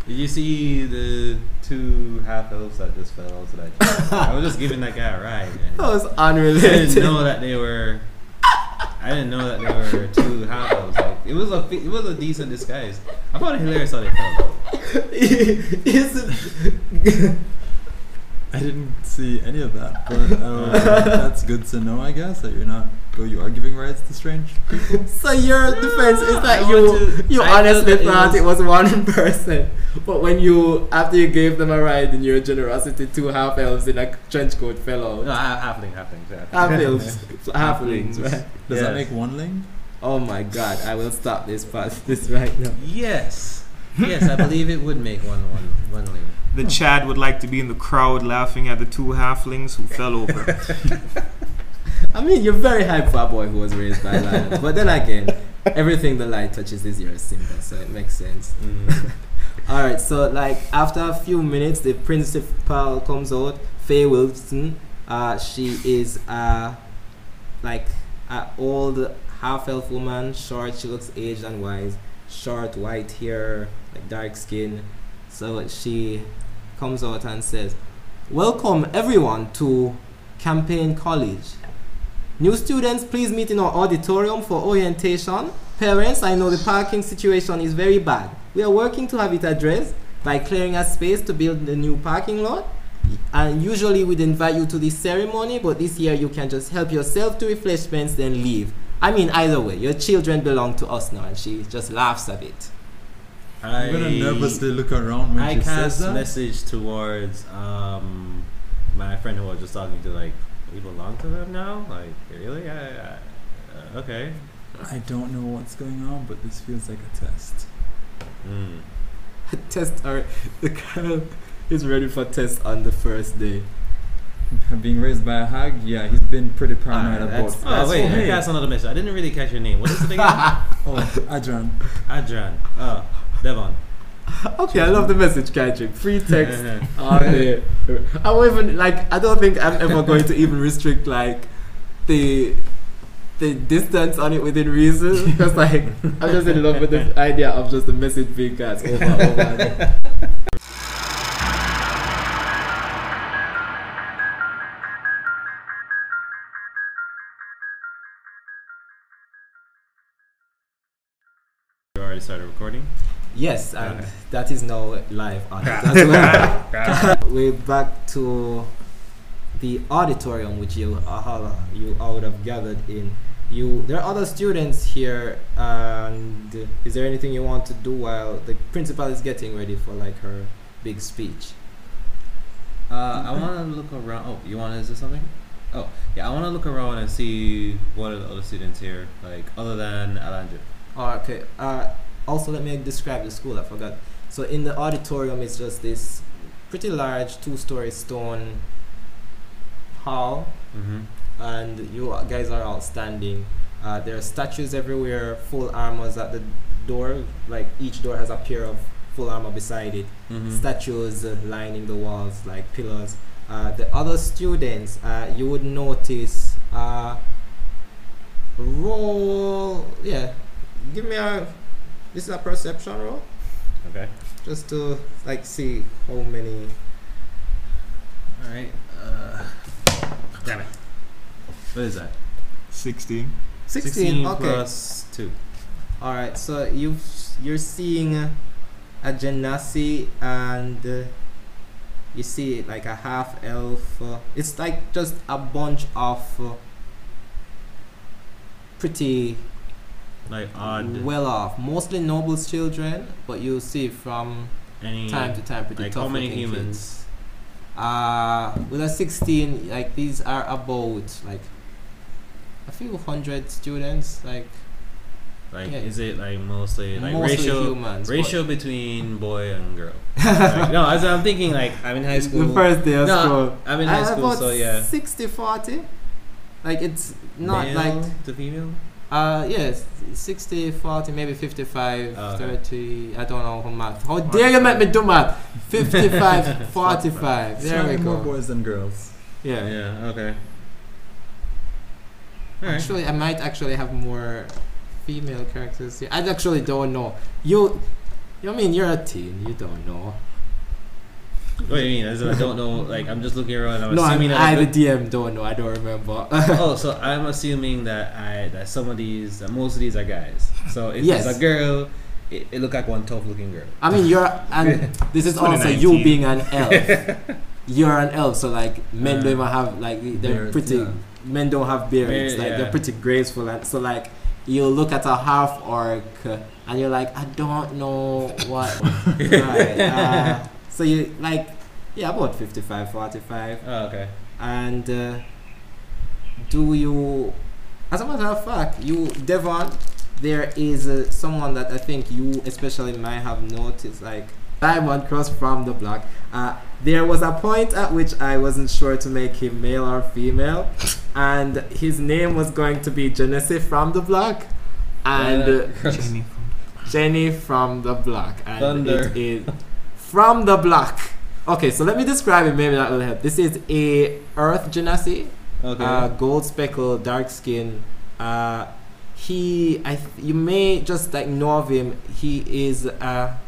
[SPEAKER 3] did you see the two half elves that just fell out that I, I was just giving that guy a ride man.
[SPEAKER 1] That was
[SPEAKER 3] I
[SPEAKER 1] unrelated.
[SPEAKER 3] didn't know that they were. I didn't know that they were two halves. Like it was a it was a decent disguise. I found it hilarious how they fell.
[SPEAKER 4] I didn't see any of that, but uh, that's good to know, I guess, that you're not, oh, you are giving rides to strange.
[SPEAKER 1] So your defense is that
[SPEAKER 3] I
[SPEAKER 1] you
[SPEAKER 3] want to-
[SPEAKER 1] you
[SPEAKER 3] I feel
[SPEAKER 1] honestly
[SPEAKER 3] that it
[SPEAKER 1] thought
[SPEAKER 3] was-
[SPEAKER 1] it was one person, but when you after you gave them a ride in your generosity, two half elves in a trench coat fell
[SPEAKER 3] No,
[SPEAKER 1] out.
[SPEAKER 3] half halfling, halfling, yeah.
[SPEAKER 1] Half elves, halflings.
[SPEAKER 2] Halflings.
[SPEAKER 1] Right?
[SPEAKER 4] Does
[SPEAKER 3] Yes.
[SPEAKER 4] that make one ling?
[SPEAKER 1] Oh my god! I will stop this past this right now.
[SPEAKER 3] Yes, yes, I believe it would make one one one lane.
[SPEAKER 2] The Chad would like to be in the crowd laughing at the two halflings who fell over.
[SPEAKER 1] I mean, you're very hyped for a boy who was raised by
[SPEAKER 3] Mm-hmm.
[SPEAKER 1] lions, but then again, everything the light touches is your symbol, so it makes sense. All right, so like after a few minutes, the principal comes out. Faye Wilson, uh, she is uh, like an old half-elf woman, short. She looks aged and wise. Short, white hair, like dark skin. So she comes out and says, "Welcome everyone to Campaign College. New students, please meet in our auditorium for orientation. Parents, I know the parking situation is very bad. We are working to have it addressed by clearing a space to build the new parking lot. And usually we'd invite you to this ceremony, but this year you can just help yourself to refreshments, then leave. I mean, either way, your children belong to us now. And she just laughs a bit.
[SPEAKER 4] I'm gonna nervously look around when
[SPEAKER 3] I
[SPEAKER 4] she says
[SPEAKER 3] cast
[SPEAKER 4] that.
[SPEAKER 3] message towards um, my friend who I was just talking to, like, we belong to them now? Like, really? I, I, uh, okay.
[SPEAKER 4] I don't know what's going on, but this feels like a test.
[SPEAKER 3] Mm.
[SPEAKER 1] Test, or the girl is ready for test on the first day.
[SPEAKER 4] Being raised by a hag, yeah, he's been pretty paranoid
[SPEAKER 1] Ah,
[SPEAKER 4] about.
[SPEAKER 1] that's-
[SPEAKER 3] Oh,
[SPEAKER 1] That's
[SPEAKER 3] wait,
[SPEAKER 1] what-
[SPEAKER 3] I cast another message. I didn't really catch your name. What is it again?
[SPEAKER 4] Oh, Adrian.
[SPEAKER 3] Adrian. Oh, Devon.
[SPEAKER 1] Okay, I love the message, Catching Free text. Oh, yeah. I won't even like. I don't think I'm ever going to even restrict like the the distance on it within reason because like I'm just in love with the idea of just the message being cast over and over. again.
[SPEAKER 3] You already started recording?
[SPEAKER 1] Yes, and
[SPEAKER 3] Okay.
[SPEAKER 1] that is now live on. it as well. We're back to the auditorium, which you all you all would have gathered in. You there are other students here, and is there anything you want to do while the principal is getting ready for like her big speech?
[SPEAKER 3] Uh, I want to look around. Oh, you want to do something? Oh, yeah, I want to look around and see what are the other students here, like other than Alandra.
[SPEAKER 1] Oh, okay. Uh, also, let me describe the school. I forgot. So, in the auditorium, it's just this pretty large two-story stone hall,
[SPEAKER 3] Mm-hmm.
[SPEAKER 1] and you guys are all standing. Uh, there are statues everywhere, full armors at the door. Like each door has a pair of full armor beside it.
[SPEAKER 3] Mm-hmm. Mm.
[SPEAKER 1] Statues uh, lining the walls like pillars. Uh, the other students, uh, you would notice. Uh, roll, yeah. Give me a. This is a perception roll,
[SPEAKER 3] Okay.
[SPEAKER 1] just to like see how many.
[SPEAKER 3] All right. Uh, damn it. What is that?
[SPEAKER 2] 16.
[SPEAKER 1] 16, okay.
[SPEAKER 3] plus two.
[SPEAKER 1] All right, so you you're seeing uh, a genasi and uh, you see like a half elf. Uh, it's like just a bunch of uh, pretty
[SPEAKER 3] Like odd.
[SPEAKER 1] well off, mostly nobles' children, but you see from
[SPEAKER 3] any
[SPEAKER 1] time to time pretty
[SPEAKER 3] like
[SPEAKER 1] tough
[SPEAKER 3] how many
[SPEAKER 1] looking kids.
[SPEAKER 3] humans?
[SPEAKER 1] uh with a 16 like these are about like a few hundred students like
[SPEAKER 3] Like
[SPEAKER 1] Yeah.
[SPEAKER 3] is it like mostly like
[SPEAKER 1] mostly
[SPEAKER 3] ratio
[SPEAKER 1] humans but-
[SPEAKER 3] ratio between boy and girl? Like, no, as I'm thinking like I'm in high school.
[SPEAKER 1] the first day of
[SPEAKER 3] No,
[SPEAKER 1] school
[SPEAKER 3] I'm in high
[SPEAKER 1] Uh,
[SPEAKER 3] school,
[SPEAKER 1] about
[SPEAKER 3] so yeah.
[SPEAKER 1] 60 40 like it's not
[SPEAKER 3] Male
[SPEAKER 1] like
[SPEAKER 3] to female.
[SPEAKER 1] uh yes 60 40 maybe 55
[SPEAKER 3] Oh, okay.
[SPEAKER 1] 30 i don't know how much how dare you make me do math 55 45 there we
[SPEAKER 4] Slightly more
[SPEAKER 1] go
[SPEAKER 4] boys than girls.
[SPEAKER 1] yeah
[SPEAKER 3] Yeah. Okay. All right.
[SPEAKER 1] Actually, I might actually have more female characters here. I actually don't know. You, you mean you're a teen? You don't know.
[SPEAKER 3] What do you mean? As in I don't know. Like I'm just looking around. I'm
[SPEAKER 1] no, I,
[SPEAKER 3] assuming that
[SPEAKER 1] I
[SPEAKER 3] the-
[SPEAKER 1] the DM don't know. I don't remember.
[SPEAKER 3] oh, so I'm assuming that I that some of these, that most of these are guys. So if
[SPEAKER 1] Yes.
[SPEAKER 3] it's a girl, it, it look like one tough looking girl.
[SPEAKER 1] I mean, you're and this is also you
[SPEAKER 2] 2019.
[SPEAKER 1] being an elf. you're an elf, so like men don't
[SPEAKER 3] Uh,
[SPEAKER 1] even have like they're
[SPEAKER 4] Beards,
[SPEAKER 1] pretty.
[SPEAKER 4] yeah.
[SPEAKER 1] Men don't have beards.
[SPEAKER 3] Beard,
[SPEAKER 1] like
[SPEAKER 3] yeah.
[SPEAKER 1] they're pretty graceful, and so like you look at a half orc and you're like, I don't know what. right, uh, so you like yeah about 55 45
[SPEAKER 3] Oh, okay.
[SPEAKER 1] and uh, do you as a matter of fact you devon there is uh, someone that i think you especially might have noticed like diamond cross from the block uh, there was a point at which i wasn't sure to make him male or female and his name was going to be genesis from the block and uh,
[SPEAKER 3] Uh,
[SPEAKER 2] Jenny from
[SPEAKER 1] Jenny from the block. And
[SPEAKER 3] Thunder.
[SPEAKER 1] It is from the block. Okay, so let me describe it. Maybe that will help. This is a Earth Genasi,
[SPEAKER 3] Okay.
[SPEAKER 1] uh, gold speckle, dark skin. Uh, he, I, th- you may just like know of him. He is a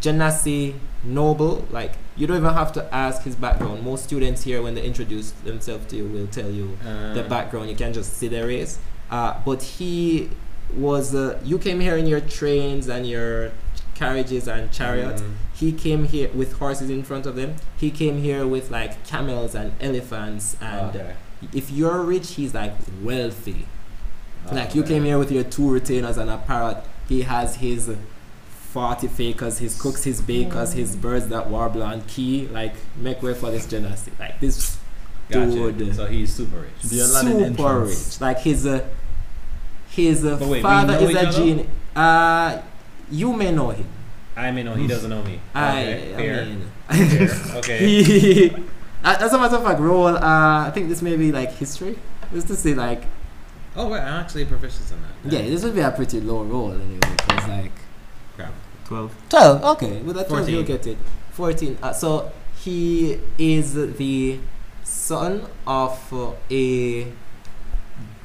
[SPEAKER 1] Genasi noble. Like you don't even have to ask his background. Most students here, when they introduce themselves to you, will tell you the
[SPEAKER 3] Uh,
[SPEAKER 1] background. You can just see their race. Uh, but he was. Uh, you came here in your trains and your carriages and chariots.
[SPEAKER 3] mm,
[SPEAKER 1] He came here with horses in front of them. He came here with like camels and elephants. And uh,
[SPEAKER 3] okay.
[SPEAKER 1] if you're rich, he's like wealthy. Like you
[SPEAKER 3] Okay.
[SPEAKER 1] came here with your two retainers and a parrot. He has his forty fakers, his cooks, his bakers, his
[SPEAKER 3] Hmm.
[SPEAKER 1] birds that warble and key. Like make way for this dynasty. Like this
[SPEAKER 3] Gotcha.
[SPEAKER 1] dude.
[SPEAKER 3] So he's super rich.
[SPEAKER 4] The Aladdin
[SPEAKER 1] super
[SPEAKER 4] entrance.
[SPEAKER 1] rich. Like his uh, his uh,
[SPEAKER 3] But wait, we
[SPEAKER 1] father
[SPEAKER 3] know
[SPEAKER 1] is
[SPEAKER 3] each
[SPEAKER 1] a
[SPEAKER 3] other?
[SPEAKER 1] genie. Uh, you may know him.
[SPEAKER 3] I may know he doesn't know me.
[SPEAKER 1] Mm. I,
[SPEAKER 3] Okay,
[SPEAKER 1] I
[SPEAKER 3] fair.
[SPEAKER 1] mean,
[SPEAKER 3] fair. Okay.
[SPEAKER 1] he. Uh, as a matter of fact, roll. Uh, I think this may be like history. Just to see, like,
[SPEAKER 3] Oh wait, I'm actually proficient in that.
[SPEAKER 1] yeah, this would be a pretty low roll anyway. Because like,
[SPEAKER 3] Crap.
[SPEAKER 2] 12.
[SPEAKER 1] 12 okay with that 12 you'll
[SPEAKER 3] 14.
[SPEAKER 1] get it 14 uh, so he is the son of uh, a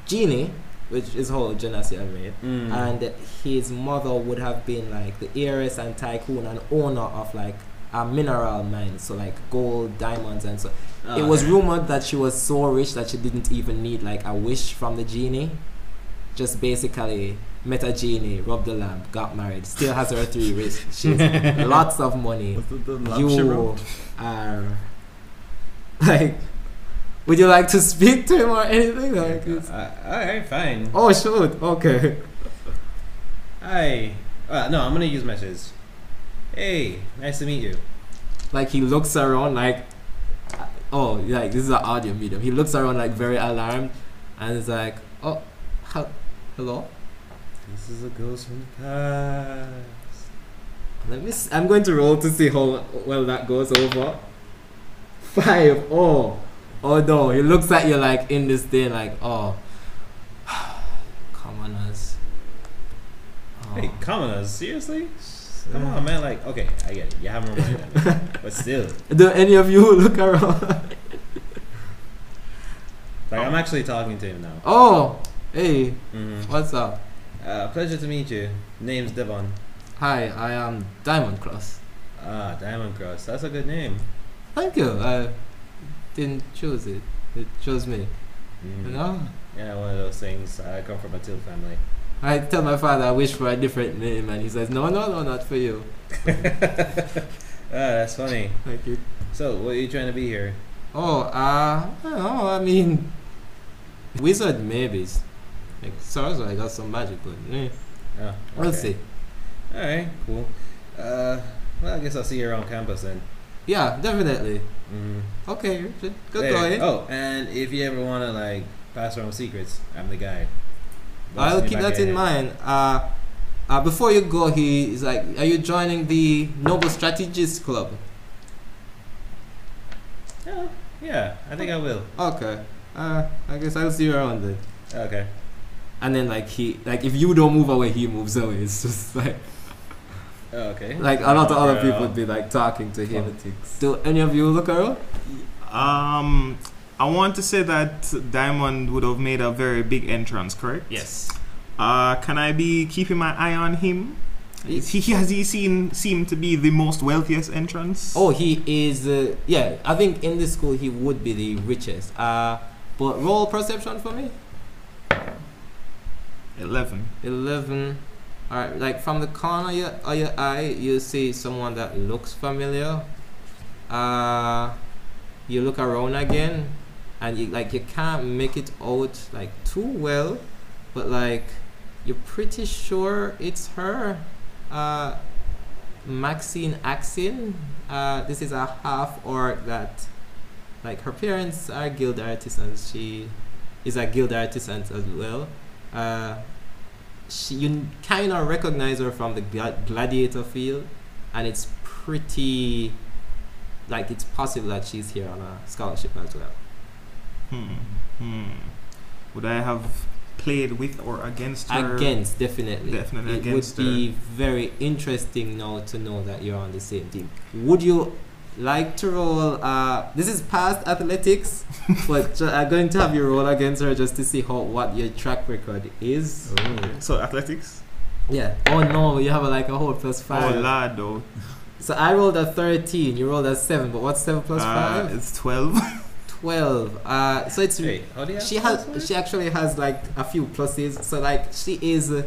[SPEAKER 1] genie which is whole genasi i made
[SPEAKER 3] Mm.
[SPEAKER 1] and his mother would have been like the heiress and tycoon and owner of like a mineral mine so like gold diamonds and so it was
[SPEAKER 3] Ah, Oh, Okay.
[SPEAKER 1] rumored that she was so rich that she didn't even need like a wish from the genie. Just basically met a genie, robbed the lamp, got married, still has her three rich. She's lots of money.
[SPEAKER 4] What's the, the lap she
[SPEAKER 1] You
[SPEAKER 4] wrote?
[SPEAKER 1] are like would you like to speak to him or anything? Like it's,
[SPEAKER 3] Uh, all right, fine.
[SPEAKER 1] oh shoot, okay.
[SPEAKER 3] Hi. Uh, no, I'm gonna use message. Hey, nice to meet you.
[SPEAKER 1] Like he looks around like oh like this is an audio medium. He looks around like very alarmed and is like, Oh he- hello?
[SPEAKER 3] This is a ghost from the past.
[SPEAKER 1] Let me. s I'm going to roll to see how well that goes over. Five. Oh, oh no! He looks at you like in this thing, like oh, come on us. Oh.
[SPEAKER 3] Hey, commoners, seriously? Come on, man. Like, okay, I get it. You haven't reminded me, but still,
[SPEAKER 1] Do any of you look around?
[SPEAKER 3] like, I'm actually talking to him now.
[SPEAKER 1] oh, hey,
[SPEAKER 3] hmm
[SPEAKER 1] what's up?
[SPEAKER 3] Uh, pleasure to meet you. Name's Devon.
[SPEAKER 1] Hi, I am Diamond Cross.
[SPEAKER 3] Ah, Diamond Cross. That's a good name.
[SPEAKER 1] Thank you. I didn't choose it. It chose me. You
[SPEAKER 3] Mm.
[SPEAKER 1] know.
[SPEAKER 3] Yeah, one of those things. I come from a Till family.
[SPEAKER 1] I tell my father I wish for a different name, and he says, "No, no, no, not for you."
[SPEAKER 3] ah, that's funny.
[SPEAKER 1] Thank you.
[SPEAKER 3] So, what are you trying to be here?
[SPEAKER 1] Oh, uh, I don't know. I mean, wizard maybe. It's Like sorcerer, I got some magic, but eh,
[SPEAKER 3] Oh, okay.
[SPEAKER 1] we'll see.
[SPEAKER 3] All right, cool. Uh, well, I guess I'll see you around campus then.
[SPEAKER 1] Yeah, definitely.
[SPEAKER 3] Mm.
[SPEAKER 1] Okay, Richard, good
[SPEAKER 3] Later.
[SPEAKER 1] going.
[SPEAKER 3] Oh, and if you ever want to like pass around secrets, I'm the guy. Boss
[SPEAKER 1] I'll
[SPEAKER 3] me
[SPEAKER 1] keep
[SPEAKER 3] back
[SPEAKER 1] that in
[SPEAKER 3] here.
[SPEAKER 1] mind. Uh, uh, before you go, he is like, "Are you joining the Noble Strategist Club?"
[SPEAKER 3] Oh, yeah, I think I will.
[SPEAKER 1] Okay. Uh, I guess I'll see you around then.
[SPEAKER 3] Okay.
[SPEAKER 1] And then like he, like if you don't move away, he moves away. It's just like.
[SPEAKER 3] Oh, Okay.
[SPEAKER 1] Like a lot of other people
[SPEAKER 3] Oh, Yeah.
[SPEAKER 1] would be like talking to him. Do any of you look around?
[SPEAKER 2] Um, I want to say that Diamond would have made a very big entrance, correct?
[SPEAKER 3] Yes.
[SPEAKER 2] Uh, can I be keeping my eye on him? Is he, he- has he seen seem to be the most wealthiest entrance?
[SPEAKER 1] Oh, he is. Uh, yeah, I think in this school he would be the richest. Uh, but roll perception for me.
[SPEAKER 2] 11.
[SPEAKER 1] Eleven. All right. Like from the corner of your, of your eye, you see someone that looks familiar. Uh, you look around again, and you like you can't make it out like too well, but like you're pretty sure it's her. Uh, Maxine Axin. Uh, this is a half orc that, like, her parents are guild artisans. She is a guild artisan as well. Uh, she, you kind of recognize her from the gla- gladiator field, and it's pretty, like, it's possible that she's here on a scholarship as well.
[SPEAKER 2] Hmm. Hmm. Would I have played with or against her.
[SPEAKER 1] Against, definitely.
[SPEAKER 2] Definitely
[SPEAKER 1] it
[SPEAKER 2] against
[SPEAKER 1] would be very interesting now to know that you're on the same team. Would you like to roll? Uh, this is past athletics, but ju- I'm going to have you roll against her just to see how what your track record is.
[SPEAKER 4] Oh.
[SPEAKER 2] So athletics.
[SPEAKER 1] Yeah. Oh no, you have a, like a whole plus five.
[SPEAKER 2] Oh lad, though.
[SPEAKER 1] so I rolled a 13. You rolled a seven. But what's seven plus
[SPEAKER 2] Uh,
[SPEAKER 1] five?
[SPEAKER 2] it's twelve.
[SPEAKER 1] 12. Uh, so it's
[SPEAKER 3] Wait, how do you have
[SPEAKER 1] she
[SPEAKER 3] plus
[SPEAKER 1] has
[SPEAKER 3] one?
[SPEAKER 1] she actually has like a few pluses so like she is uh,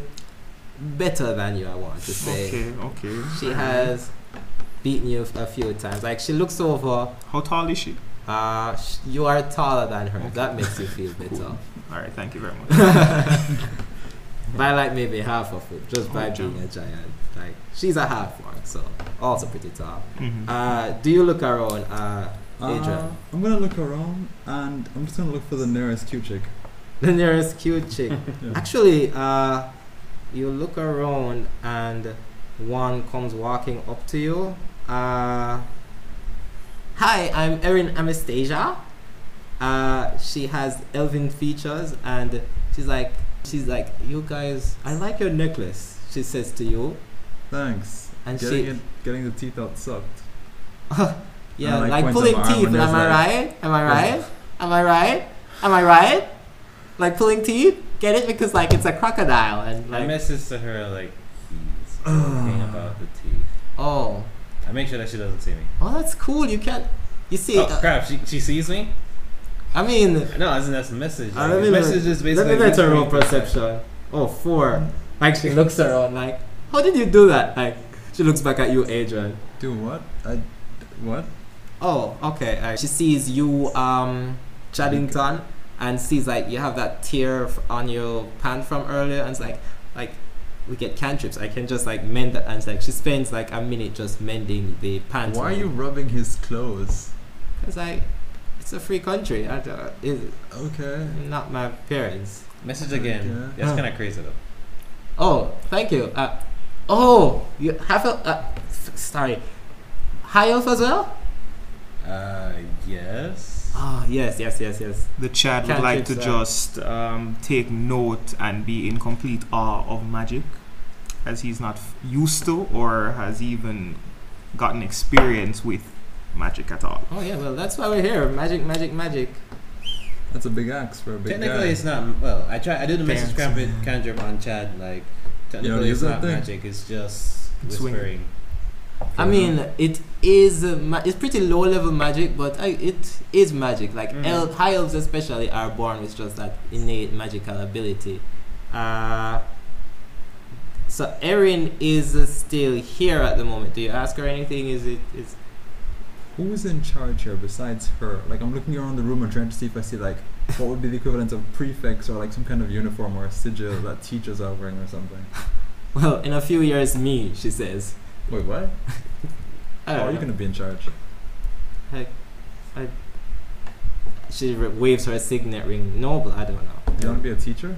[SPEAKER 1] better than you i want to say
[SPEAKER 2] okay, okay.
[SPEAKER 1] she has beaten you a few times like she looks over
[SPEAKER 2] How tall is she?
[SPEAKER 1] uh sh- you are taller than her that makes you feel
[SPEAKER 2] Cool.
[SPEAKER 1] better
[SPEAKER 2] All right, thank you very much.
[SPEAKER 1] by like maybe half of it just by
[SPEAKER 2] Oh,
[SPEAKER 1] being a giant like she's a half orc so also pretty tall
[SPEAKER 2] Mhm.
[SPEAKER 1] uh do you look around uh
[SPEAKER 4] Uh,
[SPEAKER 1] Adrian.
[SPEAKER 4] I'm gonna look around and I'm just gonna look for the nearest Q chick.
[SPEAKER 1] the nearest cute chick
[SPEAKER 4] Yeah.
[SPEAKER 1] Actually, uh, you look around and one comes walking up to you. Uh, Hi, I'm Erin Anastasia. Uh, she has elven features and she's like, she's like, you guys, I like your necklace. She says to you,
[SPEAKER 4] Thanks.
[SPEAKER 1] and
[SPEAKER 4] getting
[SPEAKER 1] she,
[SPEAKER 4] it, getting the teeth out sucked.
[SPEAKER 1] yeah,
[SPEAKER 4] and, like,
[SPEAKER 1] like,
[SPEAKER 4] points
[SPEAKER 1] pulling
[SPEAKER 4] of arm
[SPEAKER 1] teeth.
[SPEAKER 4] and
[SPEAKER 1] Am
[SPEAKER 4] there's,
[SPEAKER 1] I
[SPEAKER 4] like-
[SPEAKER 1] right? Am I right? Am I right? Am I right? Like pulling teeth. Get it because like it's a crocodile and
[SPEAKER 3] My
[SPEAKER 1] like
[SPEAKER 3] message to her like he's talking about the teeth.
[SPEAKER 1] oh.
[SPEAKER 3] I make sure that she doesn't see me.
[SPEAKER 1] Oh, that's cool. You can't. You see,
[SPEAKER 3] Oh
[SPEAKER 1] uh,
[SPEAKER 3] crap! She, she sees me.
[SPEAKER 1] I mean,
[SPEAKER 3] No, isn't that the message?
[SPEAKER 1] Uh,
[SPEAKER 3] Like,
[SPEAKER 1] let
[SPEAKER 3] the
[SPEAKER 1] me-
[SPEAKER 3] message is
[SPEAKER 1] let
[SPEAKER 3] basically.
[SPEAKER 1] me let her
[SPEAKER 3] whispering
[SPEAKER 1] roll
[SPEAKER 3] to herself.
[SPEAKER 1] perception. Oh, four. Like she looks around, like, how did you do that? Like, she looks back at you, Adrian.
[SPEAKER 4] Do what? I what?
[SPEAKER 1] Oh, okay. I- she sees you, um, Chaddington, and sees like you have that tear f- on your pant from earlier, and it's like, like, we get cantrips. I can just like mend that, and it's like she spends like a minute just mending the pants.
[SPEAKER 4] Why are you rubbing his clothes?
[SPEAKER 1] It's like, it's a free country. I don't, it's
[SPEAKER 4] Okay.
[SPEAKER 1] not my parents.
[SPEAKER 3] Message again.
[SPEAKER 4] Okay.
[SPEAKER 3] That's
[SPEAKER 4] Huh.
[SPEAKER 3] kind of crazy though.
[SPEAKER 1] Oh, thank you. Uh, oh, you have a. Uh, f- sorry. High elf as well?
[SPEAKER 3] Uh, yes.
[SPEAKER 1] Oh, yes, yes, yes, yes.
[SPEAKER 2] The Chad would
[SPEAKER 1] Can't
[SPEAKER 2] like
[SPEAKER 1] keep
[SPEAKER 2] to
[SPEAKER 1] that.
[SPEAKER 2] just um, take note and be in complete awe of magic, as he's not f- used to or has even gotten experience with magic at all.
[SPEAKER 1] Oh, yeah, well, that's why we're here. Magic, magic, magic.
[SPEAKER 4] That's a big axe for a big
[SPEAKER 3] Technically,
[SPEAKER 4] guy.
[SPEAKER 3] it's not. Well, I try. I do the message
[SPEAKER 2] Dance.
[SPEAKER 3] cantrip, cantrip on Chad. Like, technically, it's
[SPEAKER 4] use
[SPEAKER 3] not
[SPEAKER 4] that thing?
[SPEAKER 3] magic. It's just
[SPEAKER 2] Swing.
[SPEAKER 3] whispering.
[SPEAKER 1] I mean, it is uh, ma- it's pretty low level magic, but I, it is magic. Like
[SPEAKER 3] Mhm.
[SPEAKER 1] el- high elves, especially, are born with just that innate magical ability. Uh, so Erin is uh, still here at the moment. Do you ask her anything? Is it is
[SPEAKER 4] Who is in charge here besides her? Like I'm looking around the room and trying to see if I see like what would be the equivalent of prefix or like some kind of uniform or a sigil that teachers are wearing or something.
[SPEAKER 1] well in a few years me? She says.
[SPEAKER 4] Wait, what?
[SPEAKER 1] I
[SPEAKER 4] How
[SPEAKER 1] don't
[SPEAKER 4] are Oh, you
[SPEAKER 1] know.
[SPEAKER 4] gonna be in charge?
[SPEAKER 1] She re- waves her signet ring. Noble, I don't know.
[SPEAKER 4] You wanna be a teacher?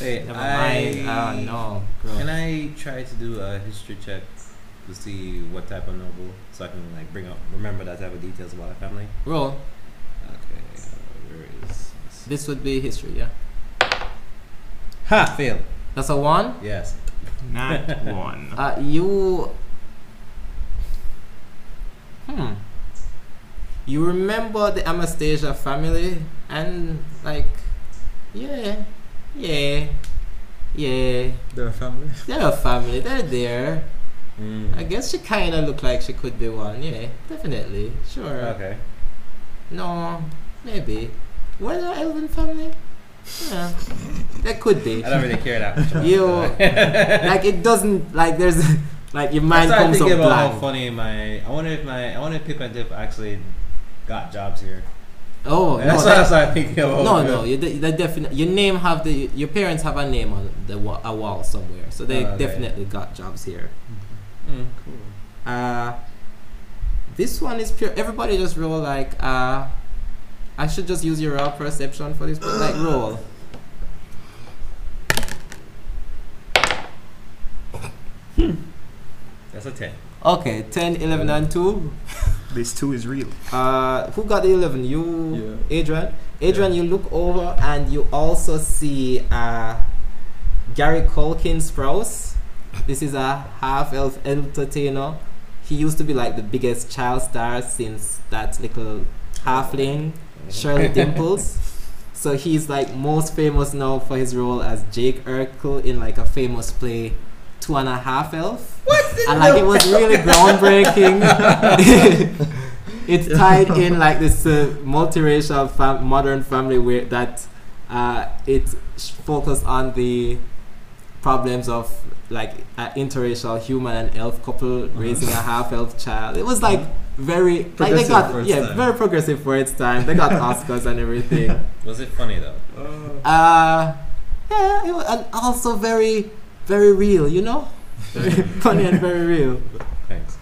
[SPEAKER 3] Wait,
[SPEAKER 1] Never
[SPEAKER 3] I.
[SPEAKER 1] mind. Ah, no.
[SPEAKER 3] Can I try to do a history check to see what type of noble, so I can like bring up, remember that type of details about our family?
[SPEAKER 1] Roll.
[SPEAKER 3] Okay, uh, where is this?
[SPEAKER 1] This would be history, yeah.
[SPEAKER 3] Ha! Fail.
[SPEAKER 1] That's a one.
[SPEAKER 3] Yes.
[SPEAKER 2] Not one.
[SPEAKER 1] Uh, you. Hmm. You remember the Anastasia family and like, yeah, yeah, yeah.
[SPEAKER 4] They're a family.
[SPEAKER 1] They're a family. They're there.
[SPEAKER 3] Mm.
[SPEAKER 1] I guess she kind of looked like she could be one. Yeah, definitely. Sure.
[SPEAKER 3] Okay.
[SPEAKER 1] No, maybe. Were there elven family? Yeah, that could be.
[SPEAKER 3] I don't really care that much. about
[SPEAKER 1] You
[SPEAKER 3] that.
[SPEAKER 1] like it doesn't like there's like your
[SPEAKER 3] I
[SPEAKER 1] mind
[SPEAKER 3] started
[SPEAKER 1] comes up
[SPEAKER 3] thinking about how
[SPEAKER 1] blank.
[SPEAKER 3] funny my. I wonder if my. I wonder if Pip and Dip actually got jobs here.
[SPEAKER 1] Oh
[SPEAKER 3] And that's
[SPEAKER 1] no,
[SPEAKER 3] what I
[SPEAKER 1] that,
[SPEAKER 3] started thinking about.
[SPEAKER 1] no, no. You de- they definitely your name have the your parents have a name on the wa- a wall somewhere, so they
[SPEAKER 3] Oh, okay.
[SPEAKER 1] definitely got jobs here.
[SPEAKER 3] Mm.
[SPEAKER 4] Cool.
[SPEAKER 1] Uh, this one is pure. Everybody just roll like uh, I should just use your raw perception for this, but like roll.
[SPEAKER 3] That's a ten.
[SPEAKER 1] Okay, 10, 11, and 2.
[SPEAKER 2] This too is real.
[SPEAKER 1] Uh, who got the 11? You,
[SPEAKER 4] Yeah.
[SPEAKER 1] Adrian? Adrian, you look over and you also see uh, Gary Colkin Sprouse. This is a half elf entertainer. He used to be like the biggest child star since that little halfling, Shirley Dimples. So he's like most famous now for his role as Jake Urkel in like a famous play, Two and a Half Elf. What? And like it was really groundbreaking. it's tied in like this uh, multiracial fam- modern family where that uh, it sh- focused on the problems of like an interracial human and elf couple
[SPEAKER 4] Uh-huh.
[SPEAKER 1] raising a half elf child. It was like very like they
[SPEAKER 4] Progressive for
[SPEAKER 1] got
[SPEAKER 4] its
[SPEAKER 1] yeah
[SPEAKER 4] time.
[SPEAKER 1] very progressive for its time. They got Oscars and everything.
[SPEAKER 3] Was it funny though?
[SPEAKER 1] Uh, yeah, it was, and also very very real. You know, funny and very real.
[SPEAKER 3] Thanks.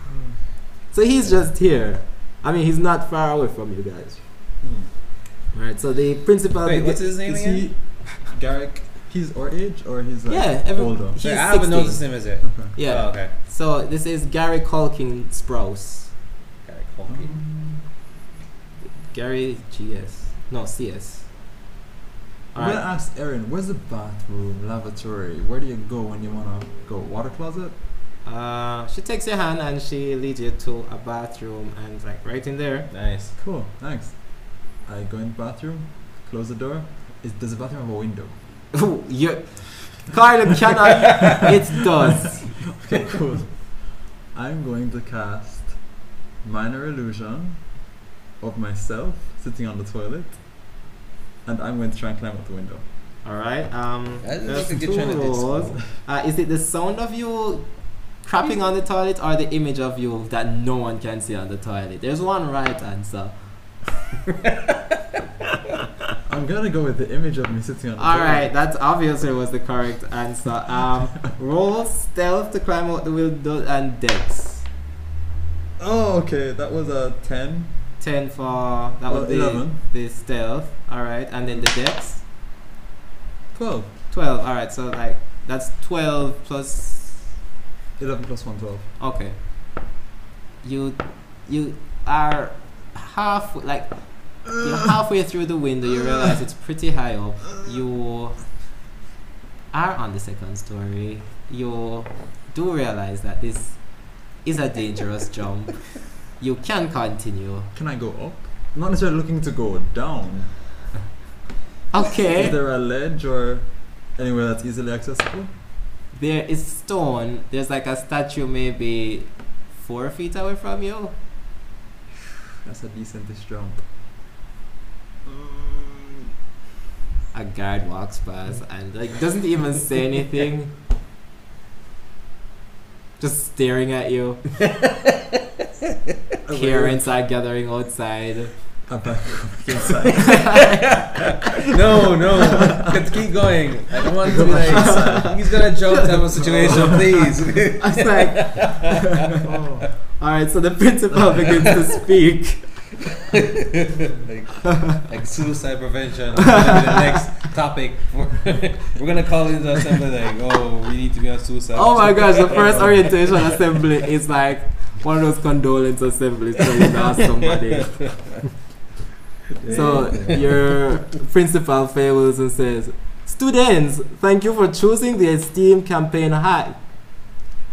[SPEAKER 1] So he's just here. I mean, he's not far away from you guys. Right, so the principal.
[SPEAKER 3] Wait, what's
[SPEAKER 1] beca-
[SPEAKER 3] his name
[SPEAKER 4] Is
[SPEAKER 3] again?
[SPEAKER 4] he Garrick? He's our age, or he's like
[SPEAKER 1] yeah, every,
[SPEAKER 4] older.
[SPEAKER 1] he's
[SPEAKER 3] Sorry, I
[SPEAKER 1] 16.
[SPEAKER 3] haven't noticed him as yet.
[SPEAKER 4] Okay.
[SPEAKER 1] Yeah,
[SPEAKER 3] Oh, okay.
[SPEAKER 1] so this is Gary Colkin Sprouse.
[SPEAKER 3] Got it. Hulky.
[SPEAKER 1] Gary GS. No, CS.
[SPEAKER 4] I'm
[SPEAKER 1] Alright.
[SPEAKER 4] gonna ask Erin, where's the bathroom, lavatory? Where do you go when you wanna go? Water closet?
[SPEAKER 1] Uh, she takes your hand and she leads you to a bathroom and like right in there.
[SPEAKER 3] Nice.
[SPEAKER 4] Cool, thanks. I go in the bathroom, close the door. Is, does the bathroom have a window?
[SPEAKER 1] Ooh, you, Carla cannot. it does.
[SPEAKER 4] Okay, cool. I'm going to cast Minor Illusion of myself sitting on the toilet, and I'm going to try and climb out the window.
[SPEAKER 1] All right. Um,
[SPEAKER 3] That
[SPEAKER 1] there's
[SPEAKER 3] looks like
[SPEAKER 1] two
[SPEAKER 3] you're trying to do
[SPEAKER 1] rolls.
[SPEAKER 3] something.
[SPEAKER 1] Uh, is it the sound of you crapping on the toilet or the image of you that no one can see on the toilet? There's one right answer.
[SPEAKER 4] I'm gonna go with the image of me sitting on the
[SPEAKER 1] All
[SPEAKER 4] toilet.
[SPEAKER 1] right, that obviously was the correct answer. Um, roll stealth to climb out the window and dex.
[SPEAKER 4] Oh, okay, that was a 10.
[SPEAKER 1] Ten for that
[SPEAKER 4] Uh,
[SPEAKER 1] was the,
[SPEAKER 4] 11.
[SPEAKER 1] the stealth. All right, and then the dex.
[SPEAKER 4] 12.
[SPEAKER 1] Twelve. All right, so like that's twelve plus
[SPEAKER 4] 11 plus 1, 12.
[SPEAKER 1] Okay. You you are half like you're halfway through the window. You realize it's pretty high up. You are on the second story. You do realize that this is a dangerous jump. You can continue.
[SPEAKER 4] Can I go up? I'm not necessarily looking to go down. Is
[SPEAKER 1] Okay.
[SPEAKER 4] there a ledge or anywhere that's easily accessible?
[SPEAKER 1] There is stone. There's like a statue maybe four feet away from you.
[SPEAKER 4] That's a decentish jump.
[SPEAKER 1] a guard walks past and like doesn't even say anything. Just staring at you. Parents are gathering outside.
[SPEAKER 4] I'm back inside.
[SPEAKER 3] no, no. Let's keep going. I don't want to be like he's gonna jump type of situation, please.
[SPEAKER 1] I was like, alright, so the principal begins to speak.
[SPEAKER 3] like, like suicide prevention. That's gonna be the next topic. We're, we're gonna call into the assembly like, oh, we need to be on suicide.
[SPEAKER 1] Oh my gosh, the first orientation assembly is like one of those condolence assemblies where you ask somebody. So your principal fails and says, Students, thank you for choosing the esteem campaign high.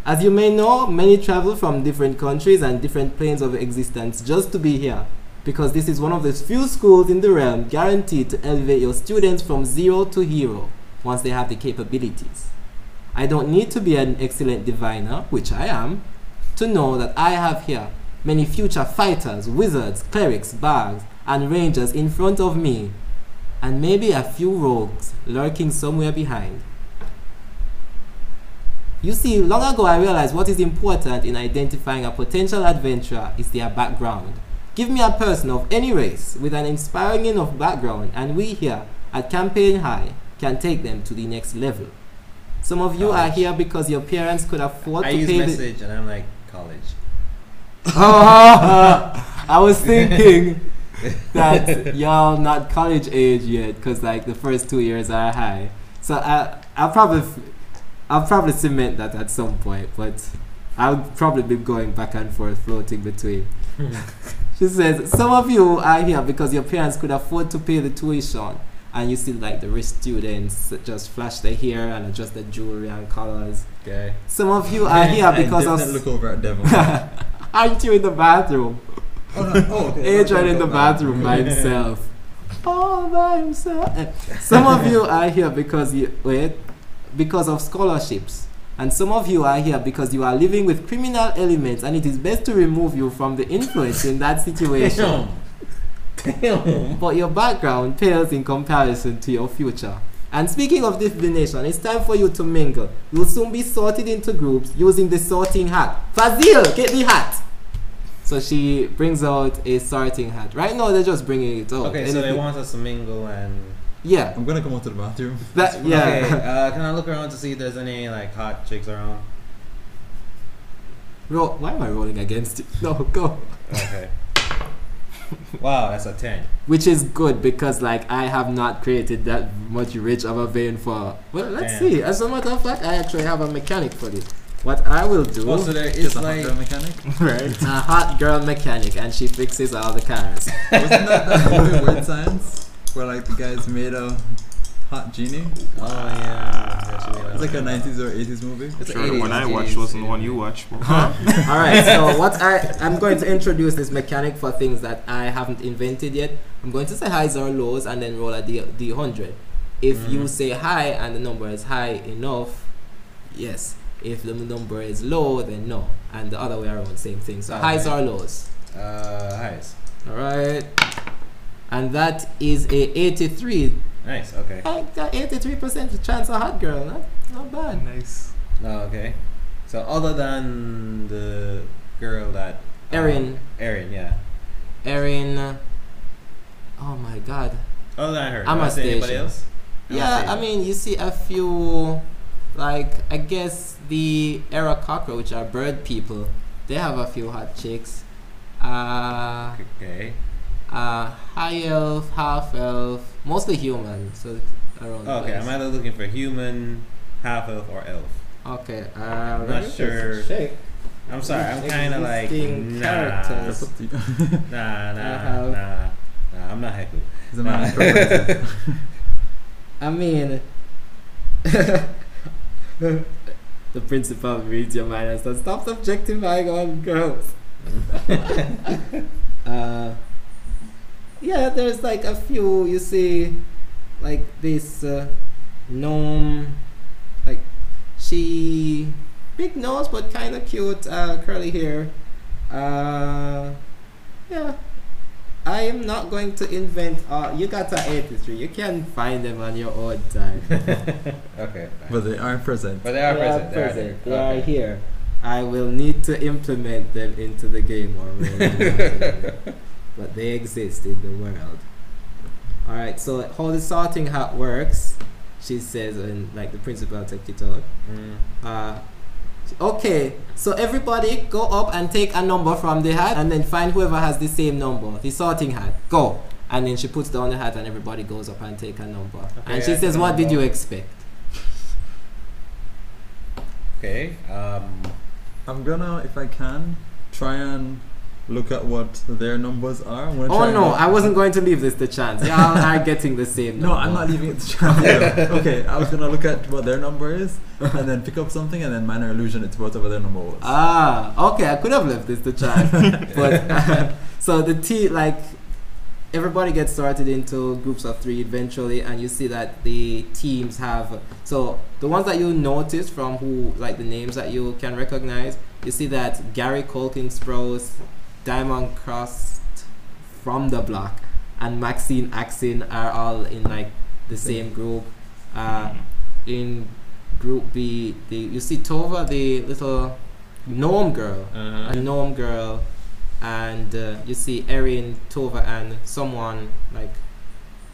[SPEAKER 1] As you may know, many travel from different countries and different planes of existence just to be here, because this is one of the few schools in the realm guaranteed to elevate your students from zero to hero once they have the capabilities. I don't need to be an excellent diviner, which I am, to know that I have here many future fighters, wizards, clerics, bards, and rangers in front of me, and maybe a few rogues lurking somewhere behind. You see, long ago I realized what is important in identifying a potential adventurer is their background. Give me a person of any race with an inspiring enough background, and we here at Campaign High can take them to the next level. Some of you are
[SPEAKER 3] Gosh.
[SPEAKER 1] here because your parents could afford
[SPEAKER 3] I
[SPEAKER 1] to
[SPEAKER 3] use
[SPEAKER 1] pay the-
[SPEAKER 3] message and I'm like college.
[SPEAKER 1] I was thinking that y'all not college age yet, 'cause like the first two years are high. So I I'll probably f- I'll probably cement that at some point, but I'll probably be going back and forth, floating between. She says, Some of you are here because your parents could afford to pay the tuition, and you see like the rich students that just flash their hair and adjust their jewelry and colors.
[SPEAKER 3] Okay.
[SPEAKER 1] Some of you are here because
[SPEAKER 4] I
[SPEAKER 1] of.
[SPEAKER 4] didn't look over at Devon.
[SPEAKER 1] Aren't you in the bathroom?
[SPEAKER 4] oh, no. oh, okay.
[SPEAKER 1] Adrian in the bathroom by himself. All by himself. Eh, Some of you are here because you wait, because of scholarships, and some of you are here because you are living with criminal elements, and it is best to remove you from the influence in that situation.
[SPEAKER 3] Damn.
[SPEAKER 1] But your background pales in comparison to your future. And speaking of divination, it's time for you to mingle. You'll soon be sorted into groups using the sorting hat. Fazil, get the hat! So she brings out a sorting hat. Right now, they're just bringing it out.
[SPEAKER 3] Okay, so they
[SPEAKER 1] Oh, Anything-
[SPEAKER 3] want us to mingle and.
[SPEAKER 1] Yeah.
[SPEAKER 4] I'm gonna come out to the bathroom.
[SPEAKER 1] That, yeah.
[SPEAKER 3] Okay, uh, can I look around to see if there's any like hot chicks around?
[SPEAKER 1] Roll, why am I rolling against it? No, go.
[SPEAKER 3] Okay. wow, that's a ten.
[SPEAKER 1] Which is good because, like, I have not created that much rich of a vein for. Well, let's
[SPEAKER 3] Damn.
[SPEAKER 1] see. As a matter of fact, I actually have a mechanic for this. What I will do.
[SPEAKER 3] Oh, so there
[SPEAKER 4] Just
[SPEAKER 3] is
[SPEAKER 4] a hot
[SPEAKER 3] like.
[SPEAKER 4] girl mechanic.
[SPEAKER 2] right?
[SPEAKER 1] a hot girl mechanic and she fixes all the cars.
[SPEAKER 4] Wasn't that that movie Weird Science where like the guys made a hot genie?
[SPEAKER 3] Oh yeah. actually,
[SPEAKER 4] It's like a
[SPEAKER 3] uh,
[SPEAKER 4] 90s or 80s movie.
[SPEAKER 3] It's
[SPEAKER 2] Sure, the
[SPEAKER 3] 80s,
[SPEAKER 2] one I
[SPEAKER 3] it's
[SPEAKER 2] watched
[SPEAKER 3] 80s,
[SPEAKER 2] wasn't the
[SPEAKER 3] yeah.
[SPEAKER 2] one you watched. but-
[SPEAKER 1] all right, so what I I'm going to introduce this mechanic for things that I haven't invented yet. I'm going to say highs or lows and then roll a d d hundred. If you
[SPEAKER 3] Mhm.
[SPEAKER 1] say high and the number is high enough, yes. If the number is low, then no, and the other way around, same thing. So highs or
[SPEAKER 3] Alright.
[SPEAKER 1] lows.
[SPEAKER 3] Uh, highs.
[SPEAKER 1] All right, and that is a 83
[SPEAKER 3] Nice. Okay.
[SPEAKER 1] 83 percent chance of hot girl. Not not bad.
[SPEAKER 2] nice.
[SPEAKER 3] Oh, okay. So other than the girl that uh,
[SPEAKER 1] Erin.
[SPEAKER 3] Erin, yeah.
[SPEAKER 1] Erin. uh, Oh my god.
[SPEAKER 3] Other than her.
[SPEAKER 1] I'm
[SPEAKER 3] do I
[SPEAKER 1] a
[SPEAKER 3] see anybody
[SPEAKER 1] station.
[SPEAKER 3] else? I'm a
[SPEAKER 1] Yeah, I
[SPEAKER 3] station.
[SPEAKER 1] mean, you see a few, like, I guess the era cockroach are bird people. They have a few hot chicks. Uh,
[SPEAKER 3] Okay.
[SPEAKER 1] uh, high elf, half elf, mostly human, so around. the
[SPEAKER 3] Okay,
[SPEAKER 1] place.
[SPEAKER 3] I'm either looking for human, half elf, or elf.
[SPEAKER 1] Okay, uh,
[SPEAKER 3] not
[SPEAKER 1] let me
[SPEAKER 3] sure.
[SPEAKER 1] check.
[SPEAKER 3] I'm sorry, I'm kind of like
[SPEAKER 1] Existing
[SPEAKER 3] nah,
[SPEAKER 1] characters.
[SPEAKER 4] That's up to you.
[SPEAKER 3] nah, nah,
[SPEAKER 1] have-
[SPEAKER 3] nah, nah. I'm not Heku.
[SPEAKER 4] It's a matter of preferences.
[SPEAKER 1] I mean, the principal reads your mind and says, "Stop objectifying all girls." uh, yeah, there's like a few. You see, like this uh, gnome, like she big nose but kind of cute, uh, curly hair. Uh, yeah. I am not going to invent. Uh, you got an 83. You can find them on your own time.
[SPEAKER 3] Okay, fine.
[SPEAKER 4] but they are present.
[SPEAKER 3] but they are present. They are
[SPEAKER 1] present.
[SPEAKER 3] there.
[SPEAKER 1] They are
[SPEAKER 3] Okay.
[SPEAKER 1] here. I will need to implement them into the game or we'll not have them. but they exist in the world. All right. So how the sorting hat works, she says, and like the principal take it out.
[SPEAKER 3] Mm.
[SPEAKER 1] Uh, okay, so everybody go up and take a number from the hat and then find whoever has the same number, the sorting hat. Go. And then she puts down the hat and everybody goes up and take a number. and she
[SPEAKER 3] I
[SPEAKER 1] says,
[SPEAKER 3] can
[SPEAKER 1] What did you
[SPEAKER 3] go."
[SPEAKER 1] expect?
[SPEAKER 3] Okay. Um.
[SPEAKER 4] I'm gonna, if I can, try and look at what their numbers are. I'm gonna try
[SPEAKER 1] Oh
[SPEAKER 4] and
[SPEAKER 1] no,
[SPEAKER 4] look-
[SPEAKER 1] I wasn't going to leave this to chance. Y'all are getting the same
[SPEAKER 4] No,
[SPEAKER 1] number.
[SPEAKER 4] I'm not leaving it to chance. okay, I was gonna look at what their number is and then pick up something and then minor illusion it to whatever their number was.
[SPEAKER 1] Ah, okay. I could have left this to chance, but so the T like everybody gets sorted into groups of three eventually, and you see that the teams have so the ones that you notice from who like the names that you can recognize. You see that Gary Colkin Sprouse, Diamond Cross from the block, and Maxine Axin are all in like the same group. Uh, in group B, the you see Tova, the little gnome girl,
[SPEAKER 3] Uh-huh.
[SPEAKER 1] a gnome girl, and uh, you see Erin, Tova, and someone like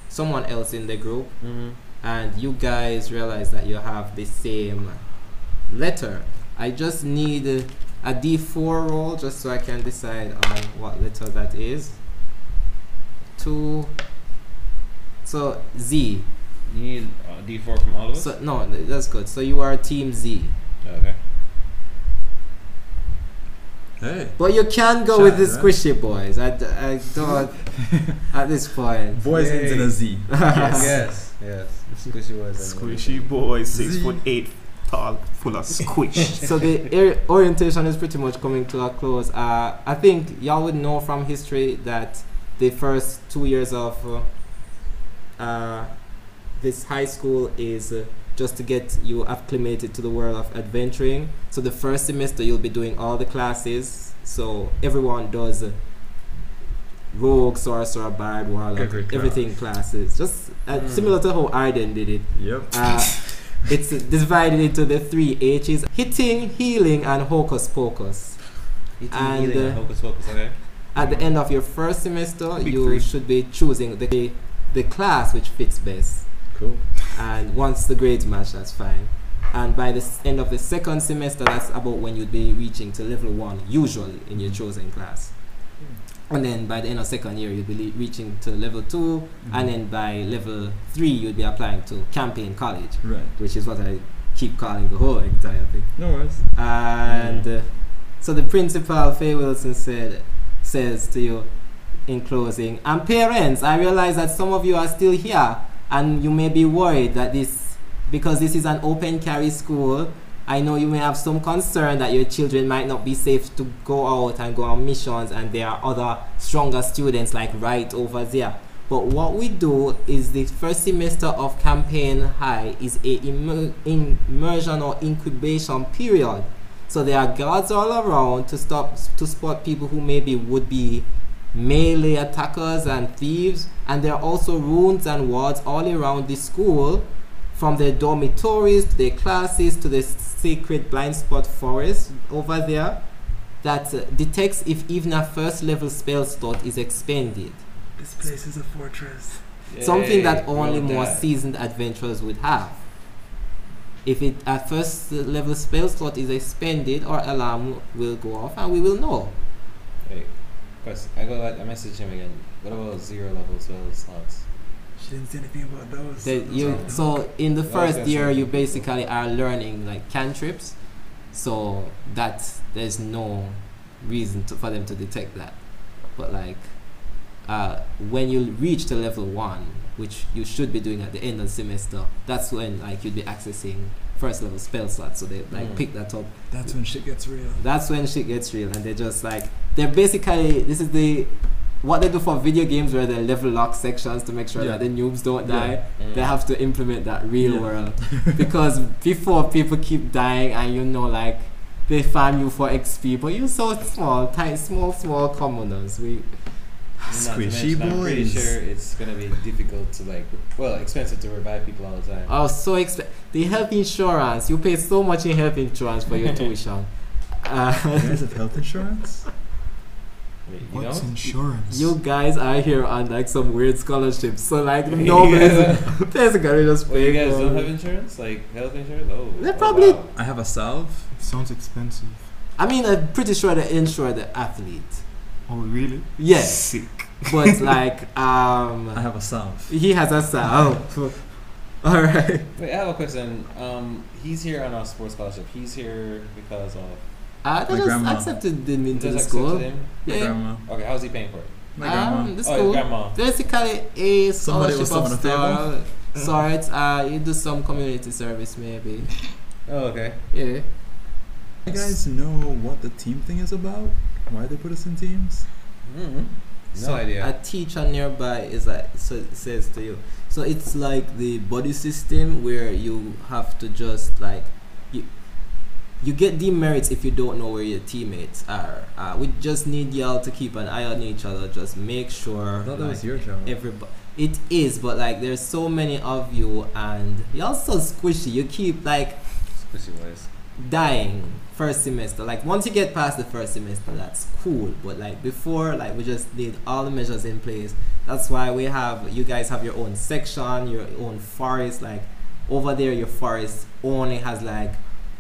[SPEAKER 1] someone else in the group,
[SPEAKER 3] Mm-hmm.
[SPEAKER 1] and you guys realize that you have the same letter. I just need uh, a D4 roll just so I can decide on what letter that is. Two. So Z.
[SPEAKER 3] You need uh, D4 from all of us.
[SPEAKER 1] So no, th- that's good. So you are Team Z.
[SPEAKER 3] okay.
[SPEAKER 4] Hey.
[SPEAKER 1] But you can go with the
[SPEAKER 4] Shine, right?
[SPEAKER 1] squishy boys. I, d- I don't at this point.
[SPEAKER 4] Boys ends in a Z.
[SPEAKER 3] yes, yes. Squishy was
[SPEAKER 2] Squishy boy, six
[SPEAKER 4] Z.
[SPEAKER 2] foot eight tall, full of squish.
[SPEAKER 1] so the er- orientation is pretty much coming to a close. Uh, I think y'all would know from history that the first two years of uh, uh, this high school is uh, just to get you acclimated to the world of adventuring. So the first semester you'll be doing all the classes. So everyone does uh, rogue, sorcerer, bard, warlock,
[SPEAKER 4] Every class. Hmm.
[SPEAKER 1] everything classes. Just uh,
[SPEAKER 3] Mm.
[SPEAKER 1] similar to how Arden did it
[SPEAKER 4] Yep.
[SPEAKER 1] uh, it's divided into the three H's hitting, healing, and hocus pocus. And,
[SPEAKER 3] and
[SPEAKER 1] uh,
[SPEAKER 3] hocus pocus. Okay.
[SPEAKER 1] At the end of your first semester,
[SPEAKER 2] Big
[SPEAKER 1] you
[SPEAKER 2] three.
[SPEAKER 1] should be choosing the, the class which fits best.
[SPEAKER 4] Cool.
[SPEAKER 1] And once the grades match, that's fine. And by the s- end of the second semester, that's about when you'd be reaching to level one, usually in your chosen class. And then by the end of second year, you'd be le- reaching to level 2
[SPEAKER 2] Mm-hmm.
[SPEAKER 1] and then by level three, you'd be applying to campaign college.
[SPEAKER 4] Right.
[SPEAKER 1] which is what I keep calling the whole entire thing.
[SPEAKER 4] No worries.
[SPEAKER 1] And uh, so the principal, Faye Wilson, said, says to you in closing, and parents, I realize that some of you are still here and you may be worried that this, because this is an open carry school, I know you may have some concern that your children might not be safe to go out and go on missions, and there are other stronger students like right over there. But what we do is the first semester of campaign high is a immer- immersion or incubation period. So there are guards all around to stop to spot people who maybe would be melee attackers and thieves, and there are also rooms and wards all around the school, from their dormitories to their classes to the sacred blind spot forest over there, that uh, detects if even a first level spell slot is expended
[SPEAKER 5] This place is a fortress.
[SPEAKER 1] something that
[SPEAKER 3] Yay,
[SPEAKER 1] only
[SPEAKER 3] love
[SPEAKER 1] more
[SPEAKER 3] that.
[SPEAKER 1] seasoned adventurers would have. If it a first level spell slot is expended, our alarm will go off and we will know.
[SPEAKER 3] Wait, question. I go. I message him again. What about zero level spell slots?
[SPEAKER 5] She didn't say anything about those.
[SPEAKER 1] That you
[SPEAKER 5] those are-
[SPEAKER 1] so in the
[SPEAKER 3] Yeah,
[SPEAKER 1] first
[SPEAKER 3] that's
[SPEAKER 1] year you
[SPEAKER 3] something.
[SPEAKER 1] basically are learning like cantrips, so that there's no reason to, for them to detect that. But like uh, when you reach to level one, which you should be doing at the end of the semester, that's when like you'd be accessing first level spell slots. So they like
[SPEAKER 3] Mm.
[SPEAKER 1] pick that up
[SPEAKER 5] That's when shit gets real.
[SPEAKER 1] that's when shit gets real and they're just like they're basically this is the what they do for video games where they level lock sections to make sure
[SPEAKER 4] Yeah.
[SPEAKER 1] that the noobs don't
[SPEAKER 4] Yeah.
[SPEAKER 1] die
[SPEAKER 3] Mm.
[SPEAKER 1] they have to implement that real
[SPEAKER 4] Yeah.
[SPEAKER 1] world because before people keep dying and you know like they farm you for XP but you're so small tight small small commoners we
[SPEAKER 3] Not to
[SPEAKER 4] Squishy
[SPEAKER 3] mention, I'm pretty
[SPEAKER 4] boys.
[SPEAKER 3] sure it's gonna be difficult to like, well, expensive to revive people all the time.
[SPEAKER 1] are so exp- the health insurance you pay so much in health insurance for your tuition
[SPEAKER 4] You
[SPEAKER 1] uh,
[SPEAKER 4] guys have health insurance?
[SPEAKER 3] Wait, you
[SPEAKER 5] What's
[SPEAKER 3] don't?
[SPEAKER 5] insurance?
[SPEAKER 1] You guys are here on like some weird scholarships, so like nobody's basically just
[SPEAKER 3] Well, you
[SPEAKER 1] paying.
[SPEAKER 3] guys
[SPEAKER 1] for
[SPEAKER 3] don't
[SPEAKER 1] it.
[SPEAKER 3] have insurance, like health insurance. Oh,
[SPEAKER 1] They
[SPEAKER 3] oh,
[SPEAKER 1] probably-
[SPEAKER 3] wow.
[SPEAKER 4] I have a salve.
[SPEAKER 2] Sounds expensive.
[SPEAKER 1] I mean, I'm pretty sure they insure the athlete.
[SPEAKER 2] Oh, really?
[SPEAKER 1] Yes,
[SPEAKER 2] Sick.
[SPEAKER 1] but like
[SPEAKER 4] I
[SPEAKER 1] um,
[SPEAKER 4] have a salve.
[SPEAKER 1] he has a sound. All right.
[SPEAKER 3] Wait, I have a question. Um, he's here on a sports scholarship. He's here because of.
[SPEAKER 1] Uh, they
[SPEAKER 4] My
[SPEAKER 1] just
[SPEAKER 4] grandma.
[SPEAKER 1] accepted them into
[SPEAKER 3] Just
[SPEAKER 1] the
[SPEAKER 3] accepted
[SPEAKER 1] school.
[SPEAKER 3] him?
[SPEAKER 4] My
[SPEAKER 1] Yeah.
[SPEAKER 4] grandma.
[SPEAKER 3] Okay, how's he paying for it?
[SPEAKER 4] My
[SPEAKER 1] Um,
[SPEAKER 4] grandma.
[SPEAKER 1] the
[SPEAKER 3] oh, his
[SPEAKER 1] school.
[SPEAKER 3] grandma.
[SPEAKER 1] Basically, a
[SPEAKER 4] Somebody
[SPEAKER 1] scholarship
[SPEAKER 4] was
[SPEAKER 1] of
[SPEAKER 4] someone available?
[SPEAKER 1] star sorts. Uh, you do some community service maybe.
[SPEAKER 3] Oh, okay.
[SPEAKER 1] Yeah.
[SPEAKER 4] You guys know what the team thing is about? Why they put us in teams?
[SPEAKER 3] hmm No
[SPEAKER 1] So
[SPEAKER 3] idea.
[SPEAKER 1] A teacher nearby is like so it says to you. So it's like the body system where you have to just like you you get demerits if you don't know where your teammates are. Uh, we just need y'all to keep an eye on each other. Just make sure.
[SPEAKER 4] I thought that
[SPEAKER 1] like,
[SPEAKER 4] was your job.
[SPEAKER 1] everybody. It is, but like there's so many of you, and y'all so squishy. You keep like
[SPEAKER 3] Squishy boys.
[SPEAKER 1] dying first semester. Like once you get past the first semester, that's cool. But like before, like we just need all the measures in place. That's why we have you guys have your own section, your own forest. Like over there, your forest only has like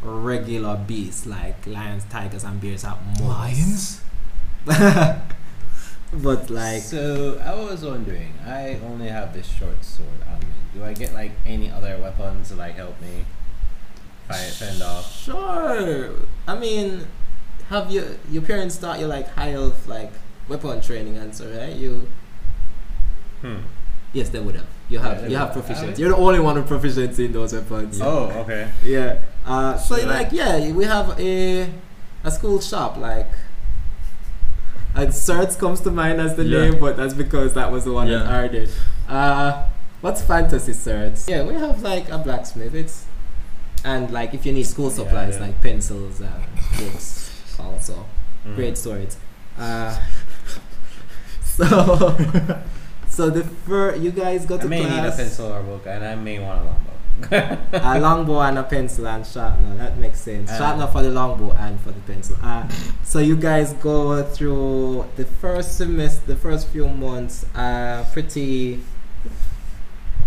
[SPEAKER 1] regular beasts like lions, tigers, and bears are
[SPEAKER 5] Lions?
[SPEAKER 1] but like
[SPEAKER 3] so I was wondering. I only have this short sword on me. Do I get like any other weapons to like help me fight fend off?
[SPEAKER 1] Sure. I mean, have your your parents taught you like high elf like weapon training and so right? You
[SPEAKER 3] Hmm.
[SPEAKER 1] yes, they would have. You
[SPEAKER 3] Yeah,
[SPEAKER 1] have
[SPEAKER 3] they
[SPEAKER 1] you have
[SPEAKER 3] would.
[SPEAKER 1] proficiency. You're the only one with proficiency in those weapons.
[SPEAKER 3] Oh, okay.
[SPEAKER 1] Yeah. Uh, so
[SPEAKER 3] Sure.
[SPEAKER 1] like yeah, we have a a school shop like. And certs comes to mind as the
[SPEAKER 4] Yeah.
[SPEAKER 1] name, but that's because that was the one that
[SPEAKER 4] Yeah.
[SPEAKER 1] I did. Uh, what's fantasy certs? Yeah, we have like a blacksmith. It's and like if you need school
[SPEAKER 3] Yeah,
[SPEAKER 1] supplies
[SPEAKER 3] yeah.
[SPEAKER 1] like pencils and books also
[SPEAKER 3] Mm.
[SPEAKER 1] great stories. Uh, so, so the fir- you guys go
[SPEAKER 3] I
[SPEAKER 1] to
[SPEAKER 3] may need a
[SPEAKER 1] class.
[SPEAKER 3] pencil or book, and I may want a longbow.
[SPEAKER 1] a longbow and a pencil and sharpener. That makes sense.
[SPEAKER 3] Uh,
[SPEAKER 1] Sharpener for the longbow and for the pencil. Uh, so you guys go through the first semester, the first few months, uh, pretty,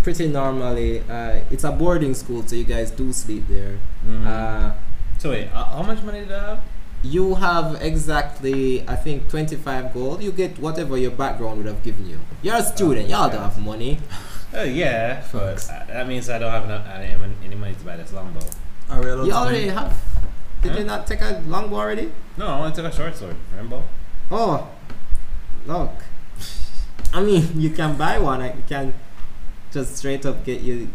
[SPEAKER 1] pretty normally. Uh, it's a boarding school, so you guys do sleep there.
[SPEAKER 3] Mhm.
[SPEAKER 1] Uh,
[SPEAKER 3] so wait, uh, how much money did I have?
[SPEAKER 1] you have exactly i think 25 gold you get whatever your background would have given you you're a student y'all don't have money
[SPEAKER 3] Oh yeah, but uh, that means I don't have enough, I don't have any money to buy this longbow.
[SPEAKER 4] Are we allowed
[SPEAKER 1] you
[SPEAKER 4] to
[SPEAKER 1] already
[SPEAKER 4] drink?
[SPEAKER 1] have did you
[SPEAKER 3] Huh?
[SPEAKER 1] not take a longbow already
[SPEAKER 3] No, I only took a short sword. Remember?
[SPEAKER 1] oh look i mean you can buy one i can just straight up get you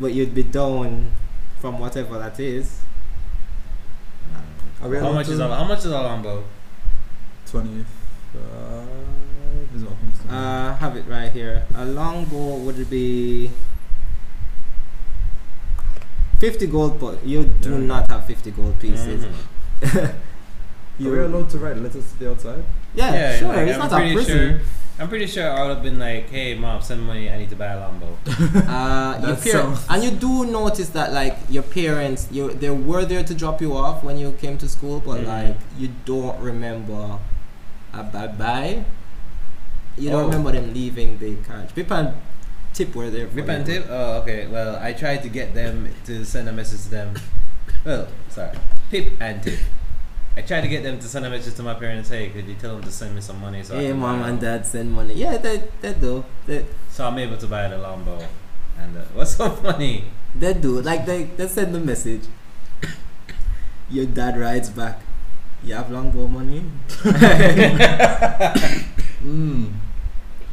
[SPEAKER 1] but you'd be down from whatever that is
[SPEAKER 4] Are we
[SPEAKER 3] How
[SPEAKER 4] allowed
[SPEAKER 3] much
[SPEAKER 4] to
[SPEAKER 3] is a how much is a longbow?
[SPEAKER 4] 25 is what comes to mind.
[SPEAKER 1] uh have it right here a longbow would be 50 gold but you do
[SPEAKER 4] Yeah.
[SPEAKER 1] not have 50 gold pieces
[SPEAKER 3] Mhm.
[SPEAKER 4] Are we allowed to write letters to the outside?
[SPEAKER 1] Yeah, sure.
[SPEAKER 3] like,
[SPEAKER 1] it's
[SPEAKER 3] I'm
[SPEAKER 1] not a
[SPEAKER 3] pretty
[SPEAKER 1] prison.
[SPEAKER 3] Sure, I'm pretty sure I would have been like, "Hey, mom, send money. I need to buy a longbow."
[SPEAKER 1] Uh, your
[SPEAKER 4] That
[SPEAKER 1] par-
[SPEAKER 4] sounds-
[SPEAKER 1] and you do notice that like your parents, you they were there to drop you off when you came to school, but
[SPEAKER 3] Mhm.
[SPEAKER 1] like you don't remember a bye bye. You don't
[SPEAKER 3] Oh.
[SPEAKER 1] remember them leaving the carriage. Pip and Tip were there. for
[SPEAKER 3] Rip
[SPEAKER 1] you.
[SPEAKER 3] and tip. Oh, okay. Well, I tried to get them to send a message to them. Well, sorry, Pip and Tip. I tried to get them to send a message to my parents. Hey, could you tell them to send me some money? So I
[SPEAKER 1] Hey,
[SPEAKER 3] can buy
[SPEAKER 1] mom
[SPEAKER 3] a
[SPEAKER 1] and
[SPEAKER 3] longbow?"
[SPEAKER 1] dad send money. Yeah, they they do. They
[SPEAKER 3] So I'm able to buy the longbow. And uh, what's so funny?
[SPEAKER 1] they do. Like they they send the message. Your dad writes back. You have longbow money.
[SPEAKER 4] Mm.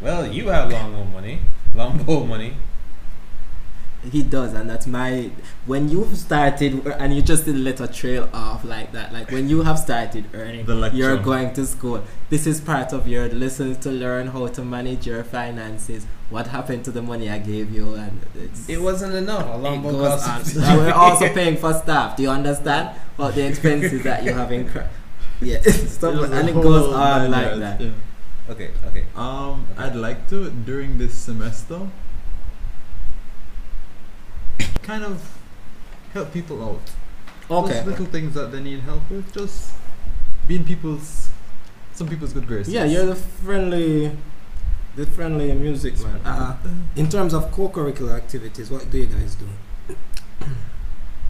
[SPEAKER 3] Well, you have longbow money. Longbow money.
[SPEAKER 1] He does, and that's my. When you've started, and you just did let a trail off like that, like when you have started earning,
[SPEAKER 4] The lecture.
[SPEAKER 1] you're going to school. This is part of your lessons to learn how to manage your finances. What happened to the money I gave you? And it's,
[SPEAKER 3] It wasn't enough. A
[SPEAKER 1] it
[SPEAKER 3] longbow
[SPEAKER 1] goes on.
[SPEAKER 3] costs-
[SPEAKER 1] And we're also paying for staff. Do you understand? All the expenses that you have incurred. Yeah, Stuff like- and it goes on like that.
[SPEAKER 4] Yeah.
[SPEAKER 3] okay, okay.
[SPEAKER 4] Um, I'd like to during this semester kind of help people out.
[SPEAKER 1] Okay.
[SPEAKER 4] Just little things that they need help with, just being people's some people's good graces.
[SPEAKER 1] Yeah, you're the friendly, the friendly music man.
[SPEAKER 5] Uh, in terms of co-curricular activities, what do you guys do?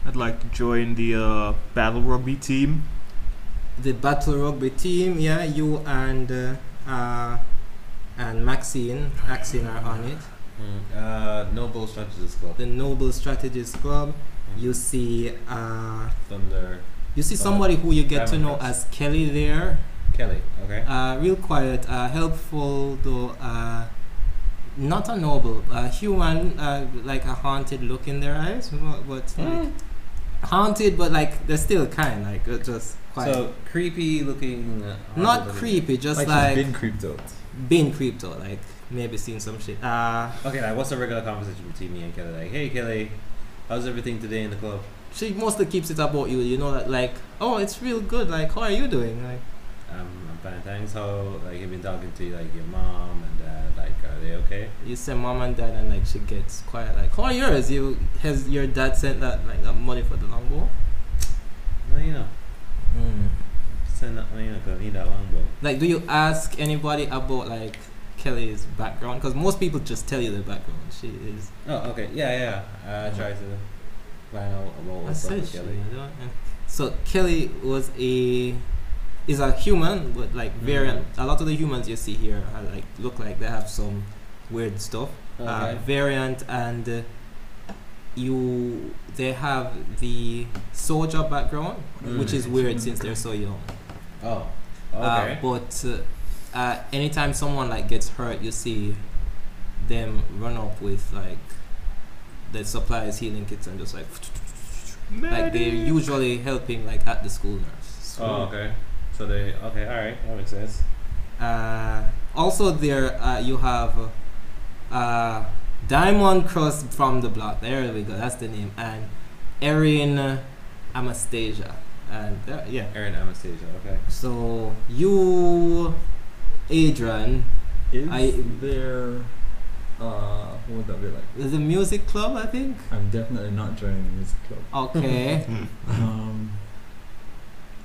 [SPEAKER 2] I'd like to join the uh, battle rugby team.
[SPEAKER 1] the battle rugby team. Yeah, you and uh, uh, and Maxine, Maxine are on it.
[SPEAKER 3] Mm, uh, Noble Strategies Club.
[SPEAKER 1] The Noble Strategies Club.
[SPEAKER 3] Mm,
[SPEAKER 1] You see, uh,
[SPEAKER 3] Thunder
[SPEAKER 1] you see
[SPEAKER 3] Uh,
[SPEAKER 1] somebody who you get to know
[SPEAKER 3] Diamond
[SPEAKER 1] as Kelly there.
[SPEAKER 3] Kelly. Okay.
[SPEAKER 1] Uh, real quiet, uh, helpful though. Uh, not a noble, a human, uh, like a haunted look in their eyes, but, but like, haunted, but like they're still kind, like uh, just quiet.
[SPEAKER 3] So creepy looking. uh,
[SPEAKER 1] not
[SPEAKER 3] haunted
[SPEAKER 1] creepy, just
[SPEAKER 4] like,
[SPEAKER 1] like,
[SPEAKER 4] she's been creeped out.
[SPEAKER 1] been crypto, like maybe seen some shit. Uh
[SPEAKER 3] looking- Okay, like what's a regular conversation between me and Kelly? Like, hey Kelly, how's everything today in the club?
[SPEAKER 1] she mostly keeps it about you, you know that like, oh it's real good, like how are you doing? Like
[SPEAKER 3] Um, I'm fine, thanks. How like you've been talking to like your mom and dad? Like, are they okay?
[SPEAKER 1] you say mom and dad and like she gets quiet, like how are yours? You has your dad sent that like that money for the longbow?
[SPEAKER 3] No, you know, send that. You know, 'cause I need that longbow.
[SPEAKER 1] Like do you ask anybody about like Kelly's background? Because most people just tell you the background. She is
[SPEAKER 3] Oh, okay. Yeah, yeah. I
[SPEAKER 1] Mm.
[SPEAKER 3] tried to find out about
[SPEAKER 1] I
[SPEAKER 3] what's up
[SPEAKER 1] said
[SPEAKER 3] with
[SPEAKER 1] she,
[SPEAKER 3] Kelly.
[SPEAKER 1] I don't- yeah. So Kelly was a is a human, but like variant.
[SPEAKER 3] Mm-hmm.
[SPEAKER 1] A lot of the humans you see here are like look like they have some weird stuff. Uh,
[SPEAKER 3] Okay.
[SPEAKER 1] variant and uh, you they have the soldier background,
[SPEAKER 4] Mm.
[SPEAKER 3] Mm.
[SPEAKER 1] which is weird since they're so young.
[SPEAKER 3] Oh.
[SPEAKER 1] Uh,
[SPEAKER 3] Okay.
[SPEAKER 1] but uh, uh, anytime someone like gets hurt, you see them run up with like the supplies, healing kits, and just like like they're usually helping like at the school nurse.
[SPEAKER 3] oh, okay. So they okay. All right. That makes sense.
[SPEAKER 1] Uh, also, there uh, you have uh, Diamond Cross from the block. There we go. That's the name. And Erin Amastasia. And uh, yeah.
[SPEAKER 3] Aaron Anastasia. Okay.
[SPEAKER 1] So you, Adrian,
[SPEAKER 4] Is
[SPEAKER 1] I-
[SPEAKER 4] there. Uh, what would that be like?
[SPEAKER 1] is a music club, I think.
[SPEAKER 4] I'm definitely not joining the music club.
[SPEAKER 1] Okay,
[SPEAKER 4] Um,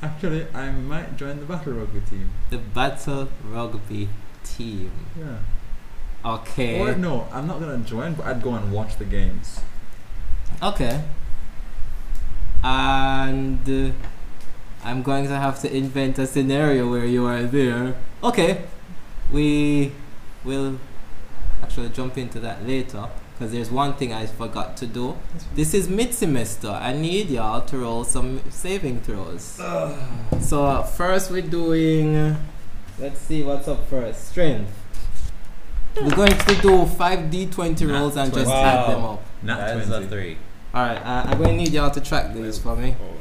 [SPEAKER 4] actually, I might join the battle rugby team.
[SPEAKER 1] the battle rugby team.
[SPEAKER 4] Yeah. Or
[SPEAKER 1] Okay,
[SPEAKER 4] no, I'm not gonna join, but I'd go and watch the games.
[SPEAKER 1] okay. And uh, I'm going to have to invent a scenario where you are there. Okay, we will actually jump into that later because there's one thing I forgot to do. This is mid semester. I need y'all to roll some saving throws. So uh, first we're doing. uh, Let's see what's up first. Strength. We're going to do five d20
[SPEAKER 4] Nat
[SPEAKER 1] rolls and just
[SPEAKER 3] 20.
[SPEAKER 1] add them
[SPEAKER 3] Wow.
[SPEAKER 1] up.
[SPEAKER 4] Not
[SPEAKER 3] that is a three.
[SPEAKER 1] All right. Uh, I'm going to need y'all to track these for me.
[SPEAKER 2] Oh,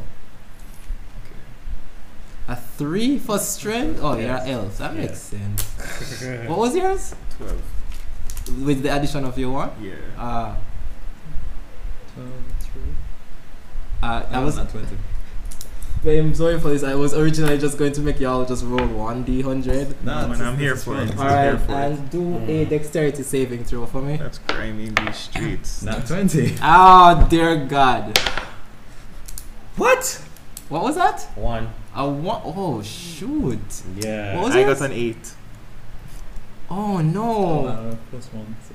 [SPEAKER 1] A three for strength. Oh,
[SPEAKER 3] Yes.
[SPEAKER 1] you're elf. That
[SPEAKER 3] Yes.
[SPEAKER 1] makes sense. What was yours?
[SPEAKER 2] Twelve.
[SPEAKER 1] With the addition of your one.
[SPEAKER 2] Yeah.
[SPEAKER 1] Uh,
[SPEAKER 4] Twelve,
[SPEAKER 1] uh, that was.
[SPEAKER 4] not twenty.
[SPEAKER 1] I'm sorry for this. I was originally just going to make y'all just roll one d100.
[SPEAKER 4] Nah,
[SPEAKER 2] When
[SPEAKER 4] this
[SPEAKER 2] I'm
[SPEAKER 4] is-
[SPEAKER 2] here
[SPEAKER 4] this is
[SPEAKER 2] for
[SPEAKER 4] fine.
[SPEAKER 2] it.
[SPEAKER 4] This
[SPEAKER 1] All
[SPEAKER 4] is
[SPEAKER 1] right,
[SPEAKER 4] here for it.
[SPEAKER 1] and do a dexterity saving throw for me.
[SPEAKER 2] That's crime in these streets.
[SPEAKER 4] Not twenty.
[SPEAKER 1] Oh dear God!
[SPEAKER 2] What?
[SPEAKER 1] What was that?
[SPEAKER 3] One.
[SPEAKER 1] A one oh shoot!
[SPEAKER 3] Yeah.
[SPEAKER 1] What was
[SPEAKER 2] I
[SPEAKER 1] it?
[SPEAKER 2] got an eight.
[SPEAKER 1] Oh no!
[SPEAKER 4] Uh, plus one. So.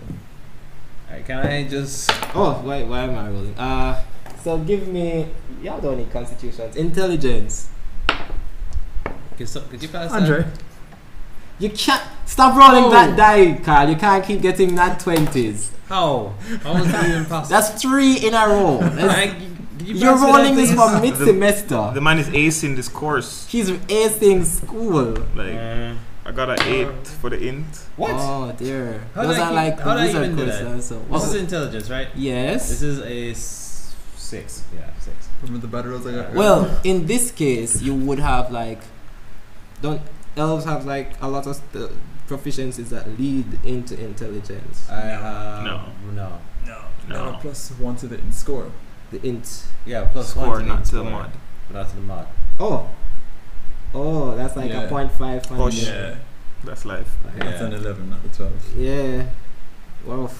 [SPEAKER 3] All right, can I just?
[SPEAKER 1] Oh why why am I rolling? Uh, so give me y'all don't need constitutions. Intelligence.
[SPEAKER 3] Could, so, could you pass that?
[SPEAKER 4] Andre.
[SPEAKER 1] You can't stop rolling
[SPEAKER 3] Oh.
[SPEAKER 1] that die, Carl. You can't keep getting that twenties.
[SPEAKER 3] How? How was that even possible?
[SPEAKER 1] That's three in a row. That's-
[SPEAKER 3] I, could you
[SPEAKER 1] You're
[SPEAKER 3] pass me that,
[SPEAKER 1] rolling this
[SPEAKER 3] please?
[SPEAKER 1] for mid
[SPEAKER 2] The
[SPEAKER 1] semester.
[SPEAKER 2] man is ace in this course.
[SPEAKER 1] He's acing school.
[SPEAKER 2] Like
[SPEAKER 3] Mm.
[SPEAKER 2] I got an eight for the int.
[SPEAKER 3] what?
[SPEAKER 1] Oh dear.
[SPEAKER 3] How
[SPEAKER 1] Those
[SPEAKER 3] did I
[SPEAKER 1] are
[SPEAKER 3] keep-
[SPEAKER 1] like
[SPEAKER 3] how did I
[SPEAKER 1] wizard
[SPEAKER 3] even do that?
[SPEAKER 1] questions. So
[SPEAKER 3] This is intelligence, right?
[SPEAKER 1] oh. yes.
[SPEAKER 3] This is a s- six. Yeah, six.
[SPEAKER 4] Remember the battle rolls I got?
[SPEAKER 1] Well, in this case, you would have like, don't elves have like a lot of st- proficiencies that lead into intelligence?
[SPEAKER 3] I have
[SPEAKER 2] No.
[SPEAKER 3] no.
[SPEAKER 4] Got a
[SPEAKER 2] No.
[SPEAKER 4] plus one to the in score.
[SPEAKER 1] The int.
[SPEAKER 3] Yeah, plus
[SPEAKER 2] Score
[SPEAKER 3] one to the
[SPEAKER 2] not to the
[SPEAKER 3] score,
[SPEAKER 2] mod.
[SPEAKER 3] Not to the mod.
[SPEAKER 1] Oh, oh, that's like
[SPEAKER 4] Yeah.
[SPEAKER 1] a point five.
[SPEAKER 2] Oh,
[SPEAKER 1] on
[SPEAKER 2] sh-
[SPEAKER 1] the-
[SPEAKER 4] Yeah.
[SPEAKER 2] That's life.
[SPEAKER 4] That's
[SPEAKER 3] Yeah.
[SPEAKER 4] an eleven, not the twelve.
[SPEAKER 1] yeah. Well,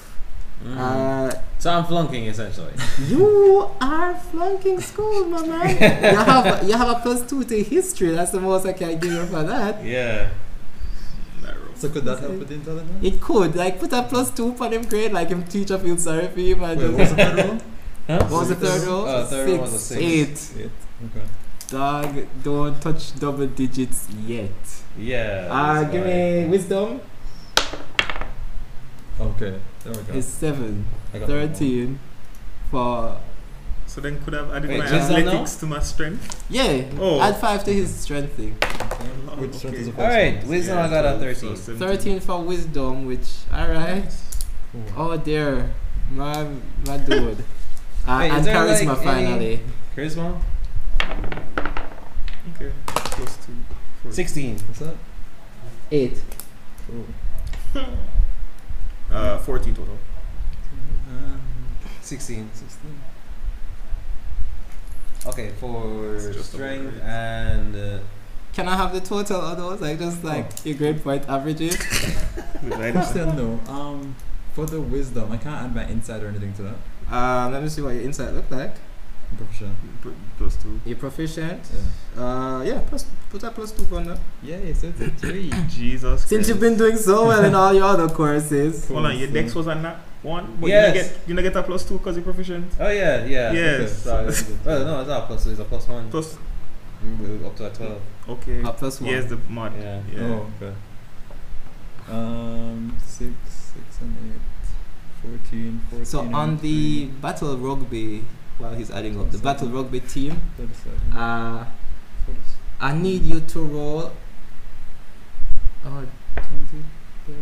[SPEAKER 3] Mm.
[SPEAKER 1] uh,
[SPEAKER 3] so I'm flunking essentially.
[SPEAKER 1] you are flunking school, my man. you have you have a plus two to history. That's the most I can give you for that.
[SPEAKER 3] yeah.
[SPEAKER 4] So could that help with the intelligence?
[SPEAKER 1] It could like put a plus two for him grade, like him teacher feels sorry for him. and
[SPEAKER 4] Wait, what
[SPEAKER 1] just-
[SPEAKER 4] was the battle roll?
[SPEAKER 1] What was the third roll?
[SPEAKER 3] Uh, third
[SPEAKER 1] six,
[SPEAKER 3] one was a six.
[SPEAKER 1] Eight.
[SPEAKER 4] Eight. Okay.
[SPEAKER 1] Dog, don't touch double digits yet.
[SPEAKER 3] Yeah.
[SPEAKER 1] Uh,
[SPEAKER 3] that's
[SPEAKER 1] give
[SPEAKER 3] right.
[SPEAKER 1] me wisdom.
[SPEAKER 4] Okay. There we go.
[SPEAKER 1] It's seven.
[SPEAKER 4] I got one more.
[SPEAKER 1] Thirteen. For
[SPEAKER 2] So then could have added
[SPEAKER 3] Wait,
[SPEAKER 2] my
[SPEAKER 3] just that now?
[SPEAKER 2] athletics to my strength.
[SPEAKER 1] yeah,
[SPEAKER 2] Oh.
[SPEAKER 1] add five to his strength thing.
[SPEAKER 2] Oh,
[SPEAKER 4] Which one
[SPEAKER 2] okay.
[SPEAKER 4] is the
[SPEAKER 3] All right,
[SPEAKER 4] first
[SPEAKER 3] wisdom I got a thirteen.
[SPEAKER 1] Thirteen for wisdom, which all right.
[SPEAKER 4] one? Ooh.
[SPEAKER 1] Oh dear, my my dude. Uh,
[SPEAKER 3] Wait, is
[SPEAKER 1] and
[SPEAKER 3] there, like,
[SPEAKER 1] charisma
[SPEAKER 3] any-
[SPEAKER 1] finally.
[SPEAKER 3] Charisma.
[SPEAKER 2] Okay. Plus two. Four.
[SPEAKER 3] Sixteen.
[SPEAKER 4] What's that?
[SPEAKER 1] Eight.
[SPEAKER 4] Ooh.
[SPEAKER 2] Uh, fourteen total.
[SPEAKER 4] Um,
[SPEAKER 3] Sixteen.
[SPEAKER 4] 16.
[SPEAKER 3] Okay, for
[SPEAKER 2] It's just a
[SPEAKER 3] strength
[SPEAKER 2] word.
[SPEAKER 3] and uh,
[SPEAKER 1] Can I have the total of those? Like just like
[SPEAKER 3] Oh.
[SPEAKER 1] your grade point averages.
[SPEAKER 4] Question though, um, for the wisdom, I can't add my insight or anything to that.
[SPEAKER 1] Um, let me see what your insight looked like.
[SPEAKER 4] I'm pretty sure.
[SPEAKER 2] Plus two.
[SPEAKER 1] You're proficient.
[SPEAKER 4] Yeah.
[SPEAKER 1] Uh, yeah, plus, put a plus two on that.
[SPEAKER 4] Yay, so it's a three.
[SPEAKER 2] Jesus.
[SPEAKER 1] Since you've been
[SPEAKER 2] Christ.
[SPEAKER 1] doing so well in all your other courses.
[SPEAKER 2] Hold on, your dex was a nat one, but
[SPEAKER 3] Yes.
[SPEAKER 2] you didn't get you didn't get a plus two because you're proficient.
[SPEAKER 3] oh yeah, yeah.
[SPEAKER 2] Yes.
[SPEAKER 3] Sorry. well, no, it's not plus two. It's a plus one.
[SPEAKER 2] Plus
[SPEAKER 3] Mm, Up to a twelve.
[SPEAKER 2] okay.
[SPEAKER 1] Uh, plus one.
[SPEAKER 2] Yes, the mod.
[SPEAKER 3] Yeah.
[SPEAKER 2] Yeah.
[SPEAKER 4] Oh, okay. Um, six, six and eight, fourteen, fourteen.
[SPEAKER 1] So
[SPEAKER 4] and
[SPEAKER 1] on the
[SPEAKER 4] three,
[SPEAKER 1] battle rugby, while he's adding up the battle rugby team,
[SPEAKER 4] 37,
[SPEAKER 1] uh,
[SPEAKER 4] 47.
[SPEAKER 1] I need you to roll. Uh, 20,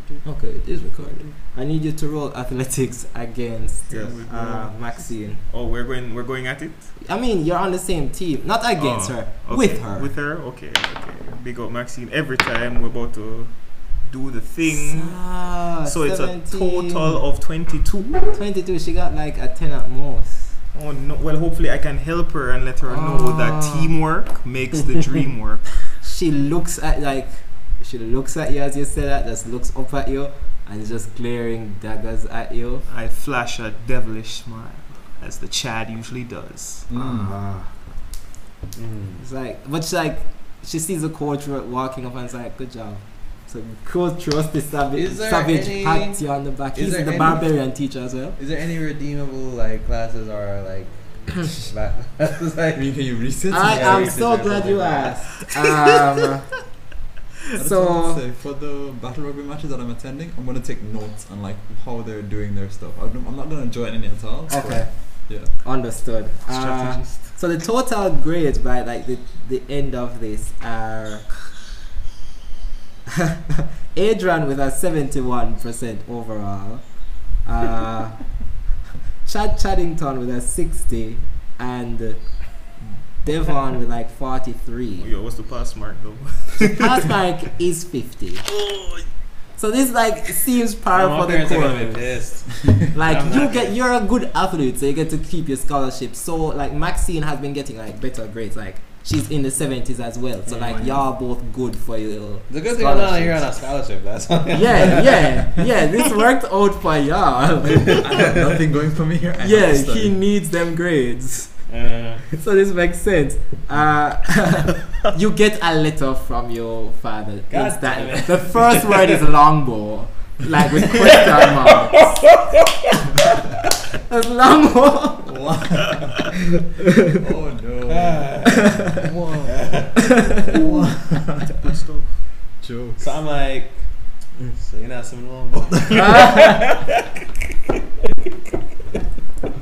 [SPEAKER 1] 30. Okay, it is recorded. I need you to roll athletics against
[SPEAKER 2] Yes.
[SPEAKER 1] uh, Maxine.
[SPEAKER 2] Oh, we're going. We're going at it
[SPEAKER 1] I mean, you're on the same team, not against
[SPEAKER 2] Oh,
[SPEAKER 1] her,
[SPEAKER 2] okay.
[SPEAKER 1] with her.
[SPEAKER 2] With her. Okay. Okay. Big up Maxine. Every time we're about to do the thing.
[SPEAKER 1] Ah,
[SPEAKER 2] So it's a
[SPEAKER 1] 17.
[SPEAKER 2] total of 22.
[SPEAKER 1] 22. She got like a 10 at most.
[SPEAKER 2] Oh no! Well, hopefully I can help her and let her know that
[SPEAKER 1] Ah.
[SPEAKER 2] teamwork makes the dream work.
[SPEAKER 1] She looks at like she looks at you as you say that. Just looks up at you and is just glaring daggers at you.
[SPEAKER 2] I flash a devilish smile, as the Chad usually does.
[SPEAKER 1] Ah.
[SPEAKER 3] Mm.
[SPEAKER 1] It's like, but she like she sees the coach wa- walking up and is like, "Good job." So coach trust the savage,
[SPEAKER 3] Is there
[SPEAKER 1] savage
[SPEAKER 3] any-
[SPEAKER 1] pats you on the back.
[SPEAKER 3] is
[SPEAKER 1] He's
[SPEAKER 3] there
[SPEAKER 1] the
[SPEAKER 3] any-
[SPEAKER 1] barbarian teacher as well.
[SPEAKER 3] Is there any redeemable like classes or like? ba- classes,
[SPEAKER 4] I
[SPEAKER 3] like
[SPEAKER 4] mean, can you reset?
[SPEAKER 1] I
[SPEAKER 3] Yeah,
[SPEAKER 1] am
[SPEAKER 3] it's
[SPEAKER 1] so
[SPEAKER 3] exactly
[SPEAKER 1] glad you
[SPEAKER 3] like that.
[SPEAKER 1] asked. Um,
[SPEAKER 4] I just want
[SPEAKER 1] so
[SPEAKER 4] to say for the battle rugby matches that I'm attending, I'm gonna take notes on like how they're doing their stuff. I don't, I'm not gonna join any at all. but,
[SPEAKER 1] okay,
[SPEAKER 4] Yeah.
[SPEAKER 1] understood. Uh,
[SPEAKER 2] Strategist.
[SPEAKER 1] So the total grades by like the, the end of this are Adrian with a seventy one percent overall. Uh, Chad Chaddington with a sixty and Devon with like forty
[SPEAKER 2] Oh,
[SPEAKER 1] three.
[SPEAKER 2] Yo, what's the pass mark though?
[SPEAKER 1] Pass mark is fifty. So this like seems par
[SPEAKER 3] My
[SPEAKER 1] for the
[SPEAKER 3] parents are gonna be
[SPEAKER 1] course.
[SPEAKER 3] pissed.
[SPEAKER 1] Like
[SPEAKER 3] I'm
[SPEAKER 1] you
[SPEAKER 3] not
[SPEAKER 1] get, you're a good athlete, so you get to keep your scholarship. So like Maxine has been getting like better grades. Like she's in the seventies as well. So like y'all both good for you.
[SPEAKER 3] The good thing I'm not here on a scholarship. That's all.
[SPEAKER 1] yeah, yeah, yeah. This worked out for y'all.
[SPEAKER 4] I have nothing going for me here. I have to
[SPEAKER 1] yeah,
[SPEAKER 4] study.
[SPEAKER 1] he needs them grades.
[SPEAKER 3] Uh,
[SPEAKER 1] So this makes sense. Uh, you get a letter from your father.
[SPEAKER 3] God
[SPEAKER 1] instantly.
[SPEAKER 3] damn it.
[SPEAKER 1] The first word is longbow, like with question marks. That's longbow.
[SPEAKER 4] oh no.
[SPEAKER 2] Good stuff.
[SPEAKER 4] Joke.
[SPEAKER 3] so I'm like, mm, so you're not some little boy.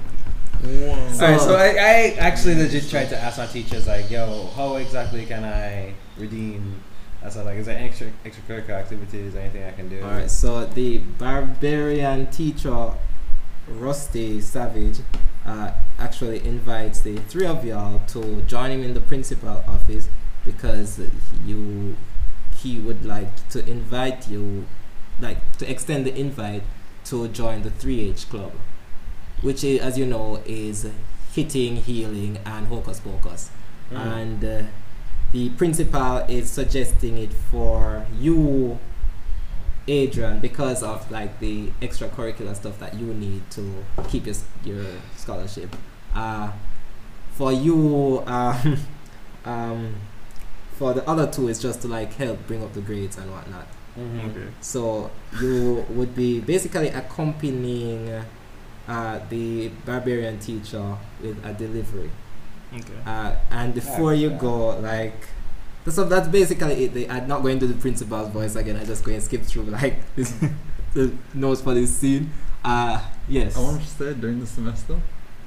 [SPEAKER 1] So-
[SPEAKER 3] Alright, so I, I actually legit tried to ask my teachers like, yo, how exactly can I redeem? I said like, is there extra extracurricular activities, anything I can do?
[SPEAKER 1] All right, so the barbarian teacher, Rusty Savage, uh, actually invites the three of y'all to join him in the principal office because you, he would like to invite you, like to extend the invite to join the 3H club, which, is, as you know, is hitting, healing, and hocus pocus
[SPEAKER 4] Mm-hmm.
[SPEAKER 3] Mm.
[SPEAKER 1] and uh, the principal is suggesting it for you adrian because of like the extracurricular stuff that you need to keep your, s- your scholarship uh, for you um, um, for the other two it's just to like help bring up the grades and whatnot
[SPEAKER 3] Mhm.
[SPEAKER 4] Mm-hmm.
[SPEAKER 2] Okay.
[SPEAKER 1] so you would be basically accompanying uh, the barbarian teacher with a delivery
[SPEAKER 2] Okay.
[SPEAKER 1] uh, and before you go, like, so that's basically it. They, I'm not going to the principal's voice again. I just go and skip through like this the notes for this scene. Uh, yes.
[SPEAKER 4] I want to say during the semester,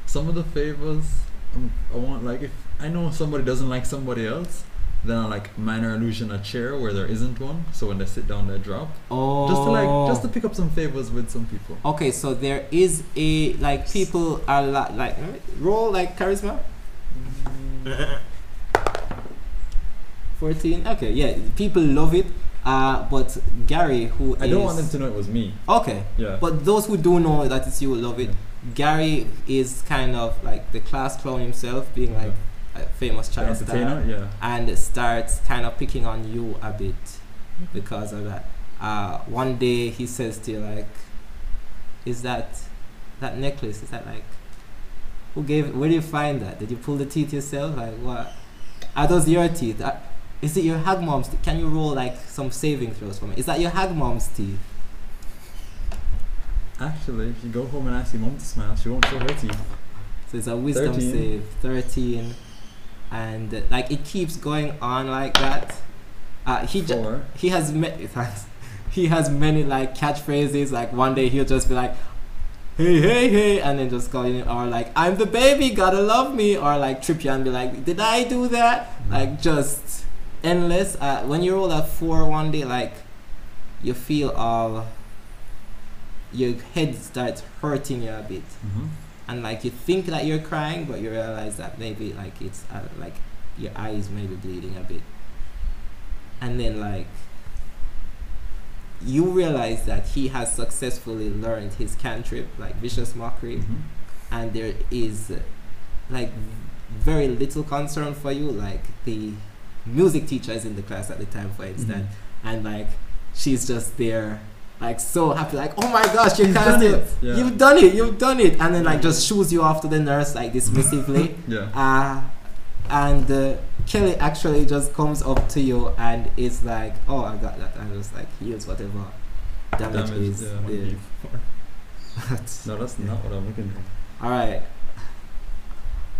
[SPEAKER 4] some of the favors um, I want like if I know somebody doesn't like somebody else, then I like minor illusion a chair where there isn't one. So when they sit down, they drop.
[SPEAKER 1] Oh.
[SPEAKER 4] Just to like just to pick up some favors with some people.
[SPEAKER 1] Okay, so there is a like people are li- like eh, roll like charisma. Fourteen. Okay, yeah, people love it. Uh, but Gary, who
[SPEAKER 4] I
[SPEAKER 1] is-
[SPEAKER 4] don't want them to know it was me.
[SPEAKER 1] Okay,
[SPEAKER 4] Yeah.
[SPEAKER 1] But those who do know that it's you will love it. Gary is kind of like the class clown himself, being like a famous
[SPEAKER 4] The
[SPEAKER 1] child star,
[SPEAKER 4] entertainer. Yeah.
[SPEAKER 1] and starts kind of picking on you a bit because of that. Uh, one day he says to you like, "Is that that necklace? Is that like who gave? Where do you find that? Did you pull the teeth yourself? Like what? Are those your teeth? Are, is it your hag mom's? Teeth? Can you roll like some saving throws for me? Is that your hag mom's teeth?"
[SPEAKER 4] Actually, if you go home and ask your mom to smile, she won't show her teeth.
[SPEAKER 1] So it's a wisdom
[SPEAKER 4] 13.
[SPEAKER 1] save, 13. And uh, like it keeps going on like that. Uh, he ju-
[SPEAKER 4] Four.
[SPEAKER 1] he has met he has many like catchphrases. Like one day he'll just be like, "Hey hey hey," and then just call you, or like, "I'm the baby, gotta love me," or like trip you and be like, "Did I do that?" Like just endless. Uh, when you roll a four one day, like you feel all your head starts hurting you a bit,
[SPEAKER 4] Mm-hmm.
[SPEAKER 1] and like you think that you're crying, but you realize that maybe like it's uh, like your eyes may be bleeding a bit, and then like you realize that he has successfully learned his cantrip, like vicious
[SPEAKER 4] Mm-hmm.
[SPEAKER 1] mockery and there is like very little concern for you like the music teacher is in the class at the time for
[SPEAKER 4] Mm-hmm.
[SPEAKER 1] instance and like she's just there like so happy like oh my gosh you
[SPEAKER 4] She's
[SPEAKER 1] can't
[SPEAKER 4] done
[SPEAKER 1] do
[SPEAKER 4] it. Yeah.
[SPEAKER 1] you've done it you've done it and then like just shoos you off to the nurse like dismissively
[SPEAKER 4] yeah.
[SPEAKER 1] uh, and uh, Kelly actually just comes up to you and is like oh I got that and just like heals whatever damage,
[SPEAKER 4] Damage,
[SPEAKER 1] is
[SPEAKER 4] yeah.
[SPEAKER 1] there.
[SPEAKER 4] No, that's not what I'm looking for.
[SPEAKER 1] All right.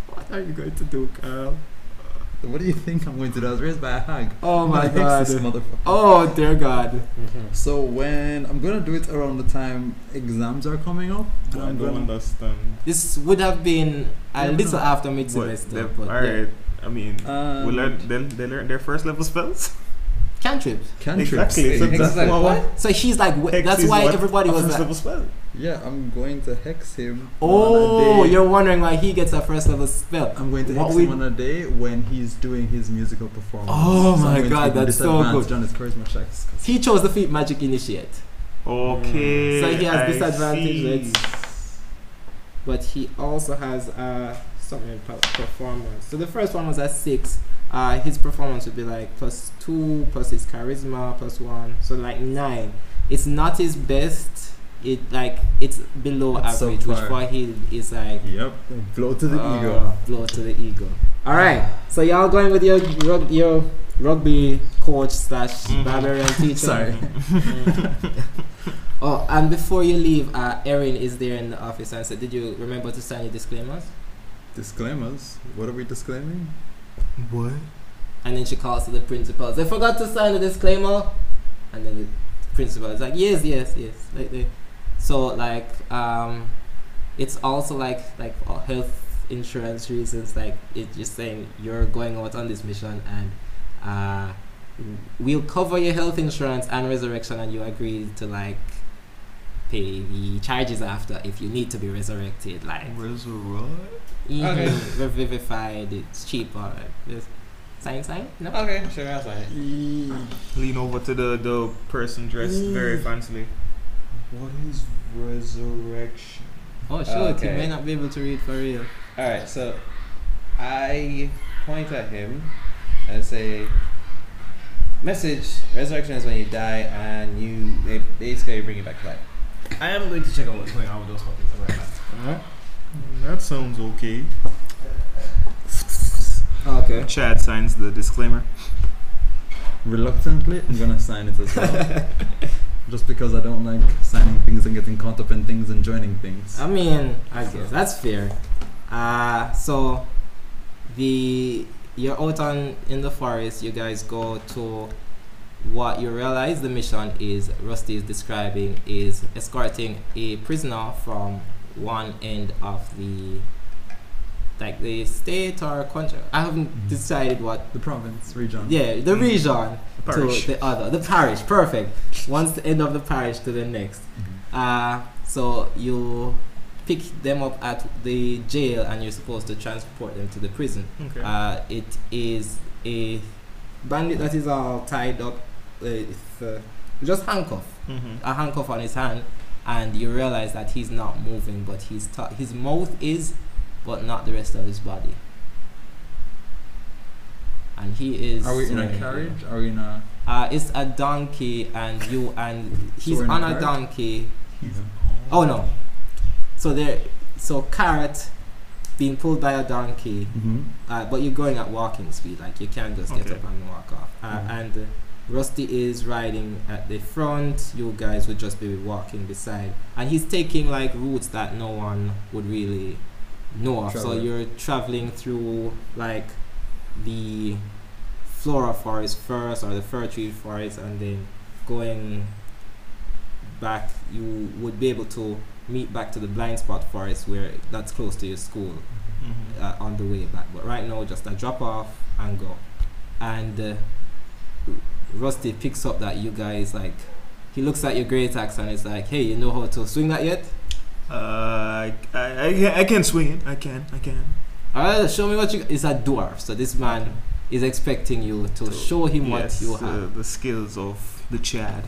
[SPEAKER 1] What are you going to do, Carl?
[SPEAKER 4] What do you think I'm going to do? I was raised by a hag.
[SPEAKER 1] Oh my
[SPEAKER 4] I'm gonna hex This
[SPEAKER 1] god.
[SPEAKER 4] motherfucker.
[SPEAKER 1] Oh dear god.
[SPEAKER 4] So when I'm gonna do it around the time exams are coming up. and
[SPEAKER 2] I
[SPEAKER 4] I'm
[SPEAKER 2] don't
[SPEAKER 4] gonna-
[SPEAKER 2] understand.
[SPEAKER 1] This would have been a
[SPEAKER 4] Yeah, no.
[SPEAKER 1] little after mid
[SPEAKER 2] What?
[SPEAKER 1] semester,
[SPEAKER 2] they've-
[SPEAKER 1] but
[SPEAKER 2] Alright, I mean,
[SPEAKER 4] Um,
[SPEAKER 2] we learn, they, they learn their first level spells?
[SPEAKER 1] cantrip.
[SPEAKER 4] cantrips.
[SPEAKER 2] Exactly, so
[SPEAKER 4] Hex
[SPEAKER 2] that's
[SPEAKER 4] is like,
[SPEAKER 2] what-
[SPEAKER 4] what?
[SPEAKER 1] So he's like, w-
[SPEAKER 2] Hex
[SPEAKER 1] that's
[SPEAKER 2] is
[SPEAKER 1] why
[SPEAKER 2] what?
[SPEAKER 1] everybody
[SPEAKER 2] A
[SPEAKER 1] was
[SPEAKER 2] first
[SPEAKER 1] like,
[SPEAKER 2] level spell?
[SPEAKER 4] Yeah, I'm going to hex him.
[SPEAKER 1] oh,
[SPEAKER 4] on a day.
[SPEAKER 1] you're wondering why he gets a first level spell.
[SPEAKER 4] I'm going to
[SPEAKER 1] What
[SPEAKER 4] hex
[SPEAKER 1] we-
[SPEAKER 4] him on a day when he's doing his musical performance.
[SPEAKER 1] Oh
[SPEAKER 4] So I'm
[SPEAKER 1] my
[SPEAKER 4] going to
[SPEAKER 1] God,
[SPEAKER 4] give him
[SPEAKER 1] that's so
[SPEAKER 4] disadvantage
[SPEAKER 1] good.
[SPEAKER 4] On his charisma checks.
[SPEAKER 1] He chose the feat magic initiate,
[SPEAKER 2] Okay.
[SPEAKER 1] So he has
[SPEAKER 2] I
[SPEAKER 1] disadvantage,
[SPEAKER 2] see.
[SPEAKER 1] but he also has uh, something about performance. So the first one was at six. Uh, his performance would be like plus two, plus his charisma, plus one, so like nine. It's not his best. It like it's below
[SPEAKER 4] It's
[SPEAKER 1] average, which
[SPEAKER 4] subpar.
[SPEAKER 1] for him is like
[SPEAKER 4] Yep. Blow to the
[SPEAKER 1] uh,
[SPEAKER 4] ego.
[SPEAKER 1] Blow to the ego. All right. So y'all going with your rug, your rugby coach slash
[SPEAKER 2] Mhm.
[SPEAKER 1] barbarian Uh, teacher. Mm.
[SPEAKER 4] Sorry.
[SPEAKER 1] Oh, and before you leave, uh, Erin is there in the office and said, "Did you remember to sign your disclaimers?"
[SPEAKER 4] Disclaimers. What are we disclaiming?
[SPEAKER 2] What?
[SPEAKER 1] And then she calls to the principal. They forgot to sign the disclaimer. And then the principal is like, yes, yes, yes. Like they, so like um, it's also like like for health insurance reasons. Like it's just saying you're going out on this mission and uh, w- we'll cover your health insurance and resurrection, and you agree to like pay the charges after if you need to be resurrected. Like
[SPEAKER 2] Resurrect?
[SPEAKER 3] Okay.
[SPEAKER 1] mhm, revivified, it's cheaper. Like, this. Sign, sign, no.
[SPEAKER 3] Okay, sure, that's fine.
[SPEAKER 2] Lean over to the, the person dressed very fancily. What is resurrection?
[SPEAKER 1] Oh, sure. He
[SPEAKER 3] Okay.
[SPEAKER 1] may not be able to read for real.
[SPEAKER 3] All right, so I point at him and say, "Message: Resurrection is when you die and you they basically bring you back to life." I am going to check out what's going on with those fucking stuff right now.
[SPEAKER 2] That sounds okay.
[SPEAKER 1] Okay.
[SPEAKER 2] Chad signs the disclaimer.
[SPEAKER 4] Reluctantly, I'm gonna sign it as well. Just because I don't like signing things and getting caught up in things and joining things.
[SPEAKER 1] I mean, I guess that's fair. Uh, so the you're out on in the forest. You guys go to what you realize the mission is. Rusty is describing is escorting a prisoner from one end of the like the state or country. I haven't decided what.
[SPEAKER 4] the province, region.
[SPEAKER 1] Yeah, the region
[SPEAKER 2] Parish.
[SPEAKER 1] to the other, the Mm. parish. Perfect. Once the end of the parish to the next. Uh, so you pick them up at the jail and you're supposed to transport them to the prison.
[SPEAKER 2] Okay.
[SPEAKER 1] Uh, it is a bandit that is all tied up. Uh, it's uh, just handcuff,
[SPEAKER 2] mm-hmm.
[SPEAKER 1] a handcuff on his hand, and you realize that he's not moving, but his to his mouth is, but not the rest of his body. And he is.
[SPEAKER 4] Are we in a
[SPEAKER 1] swimming.
[SPEAKER 4] carriage? Are we in a?
[SPEAKER 1] Uh, it's a donkey, and you and he's
[SPEAKER 4] we're in
[SPEAKER 1] on
[SPEAKER 4] a
[SPEAKER 1] a
[SPEAKER 4] cart?
[SPEAKER 1] donkey. Oh no! So there, so carrot being pulled by a donkey,
[SPEAKER 4] Mm-hmm.
[SPEAKER 1] uh, but you're going at walking speed. Like you can't just get
[SPEAKER 2] Okay.
[SPEAKER 1] up and walk off. Uh,
[SPEAKER 4] Mhm.
[SPEAKER 1] And uh, Rusty is riding at the front. You guys would just be walking beside, and he's taking like routes that no one would really know of. So
[SPEAKER 4] Travel.
[SPEAKER 1] you're traveling through like the flora forest first, or the fir tree forest, and then going back, you would be able to meet back to the blind spot forest where that's close to your school
[SPEAKER 2] Mm-hmm.
[SPEAKER 1] uh, on the way back. But right now, just a drop off and go. And uh, Rusty picks up that you guys like. He looks at your great axe and it's like, hey, you know how to swing that yet?
[SPEAKER 2] Uh, I, I, I can- I can swing it. I can. I can.
[SPEAKER 1] Alright, show me what you. It's a dwarf, so this man is expecting you to
[SPEAKER 2] So,
[SPEAKER 1] show him
[SPEAKER 2] yes,
[SPEAKER 1] what you
[SPEAKER 2] uh,
[SPEAKER 1] have.
[SPEAKER 2] the skills of the Chad.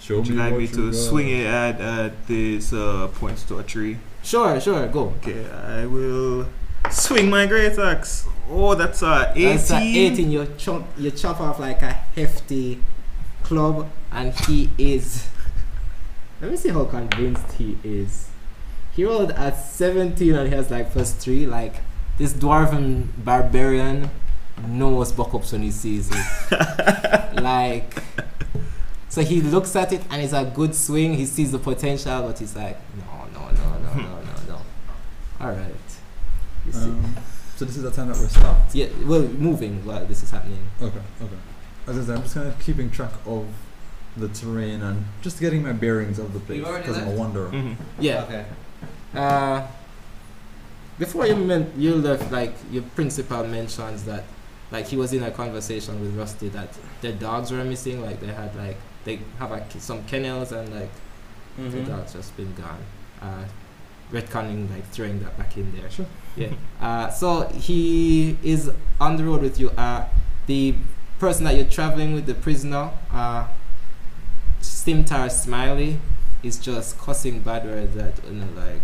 [SPEAKER 4] Show
[SPEAKER 2] Would you like me to
[SPEAKER 4] got.
[SPEAKER 2] swing it at, at this uh, points to a tree?
[SPEAKER 1] Sure, sure, go.
[SPEAKER 2] Okay, I will swing my great axe. Oh, that's a
[SPEAKER 1] That's a
[SPEAKER 2] 18.
[SPEAKER 1] 18. You chop, you chop off like a hefty club, and he is. Let me see how convinced he is. He rolled a 17 and he has like plus 3. Like, this dwarven barbarian knows buck ups when he sees it. like, so he looks at it and it's a good swing. He sees the potential, but he's like, no, no, no, no, no, no, no. Alright. You see-
[SPEAKER 4] Um, so this is the time that we're stopped.
[SPEAKER 1] yeah, well, moving while this is happening.
[SPEAKER 4] Okay, okay. As I said, I'm just kind of keeping track of the terrain and just getting my bearings of the place
[SPEAKER 6] You already
[SPEAKER 4] because I'm a
[SPEAKER 6] left?
[SPEAKER 1] Mm.
[SPEAKER 4] wanderer.
[SPEAKER 2] Mhm.
[SPEAKER 1] Yeah.
[SPEAKER 3] Okay.
[SPEAKER 1] Uh, before you meant you left, like your principal mentions that, like he was in a conversation with Rusty that their dogs were missing. Like they had like they have like some kennels and like the
[SPEAKER 3] Mhm.
[SPEAKER 1] dogs just been gone. Uh, retconning like throwing that back in there.
[SPEAKER 4] Sure.
[SPEAKER 1] Yeah. Uh, so he is on the road with you. Uh, the person that you're traveling with, the prisoner, uh, Simtar Smiley, is just cussing bad words that you know, like,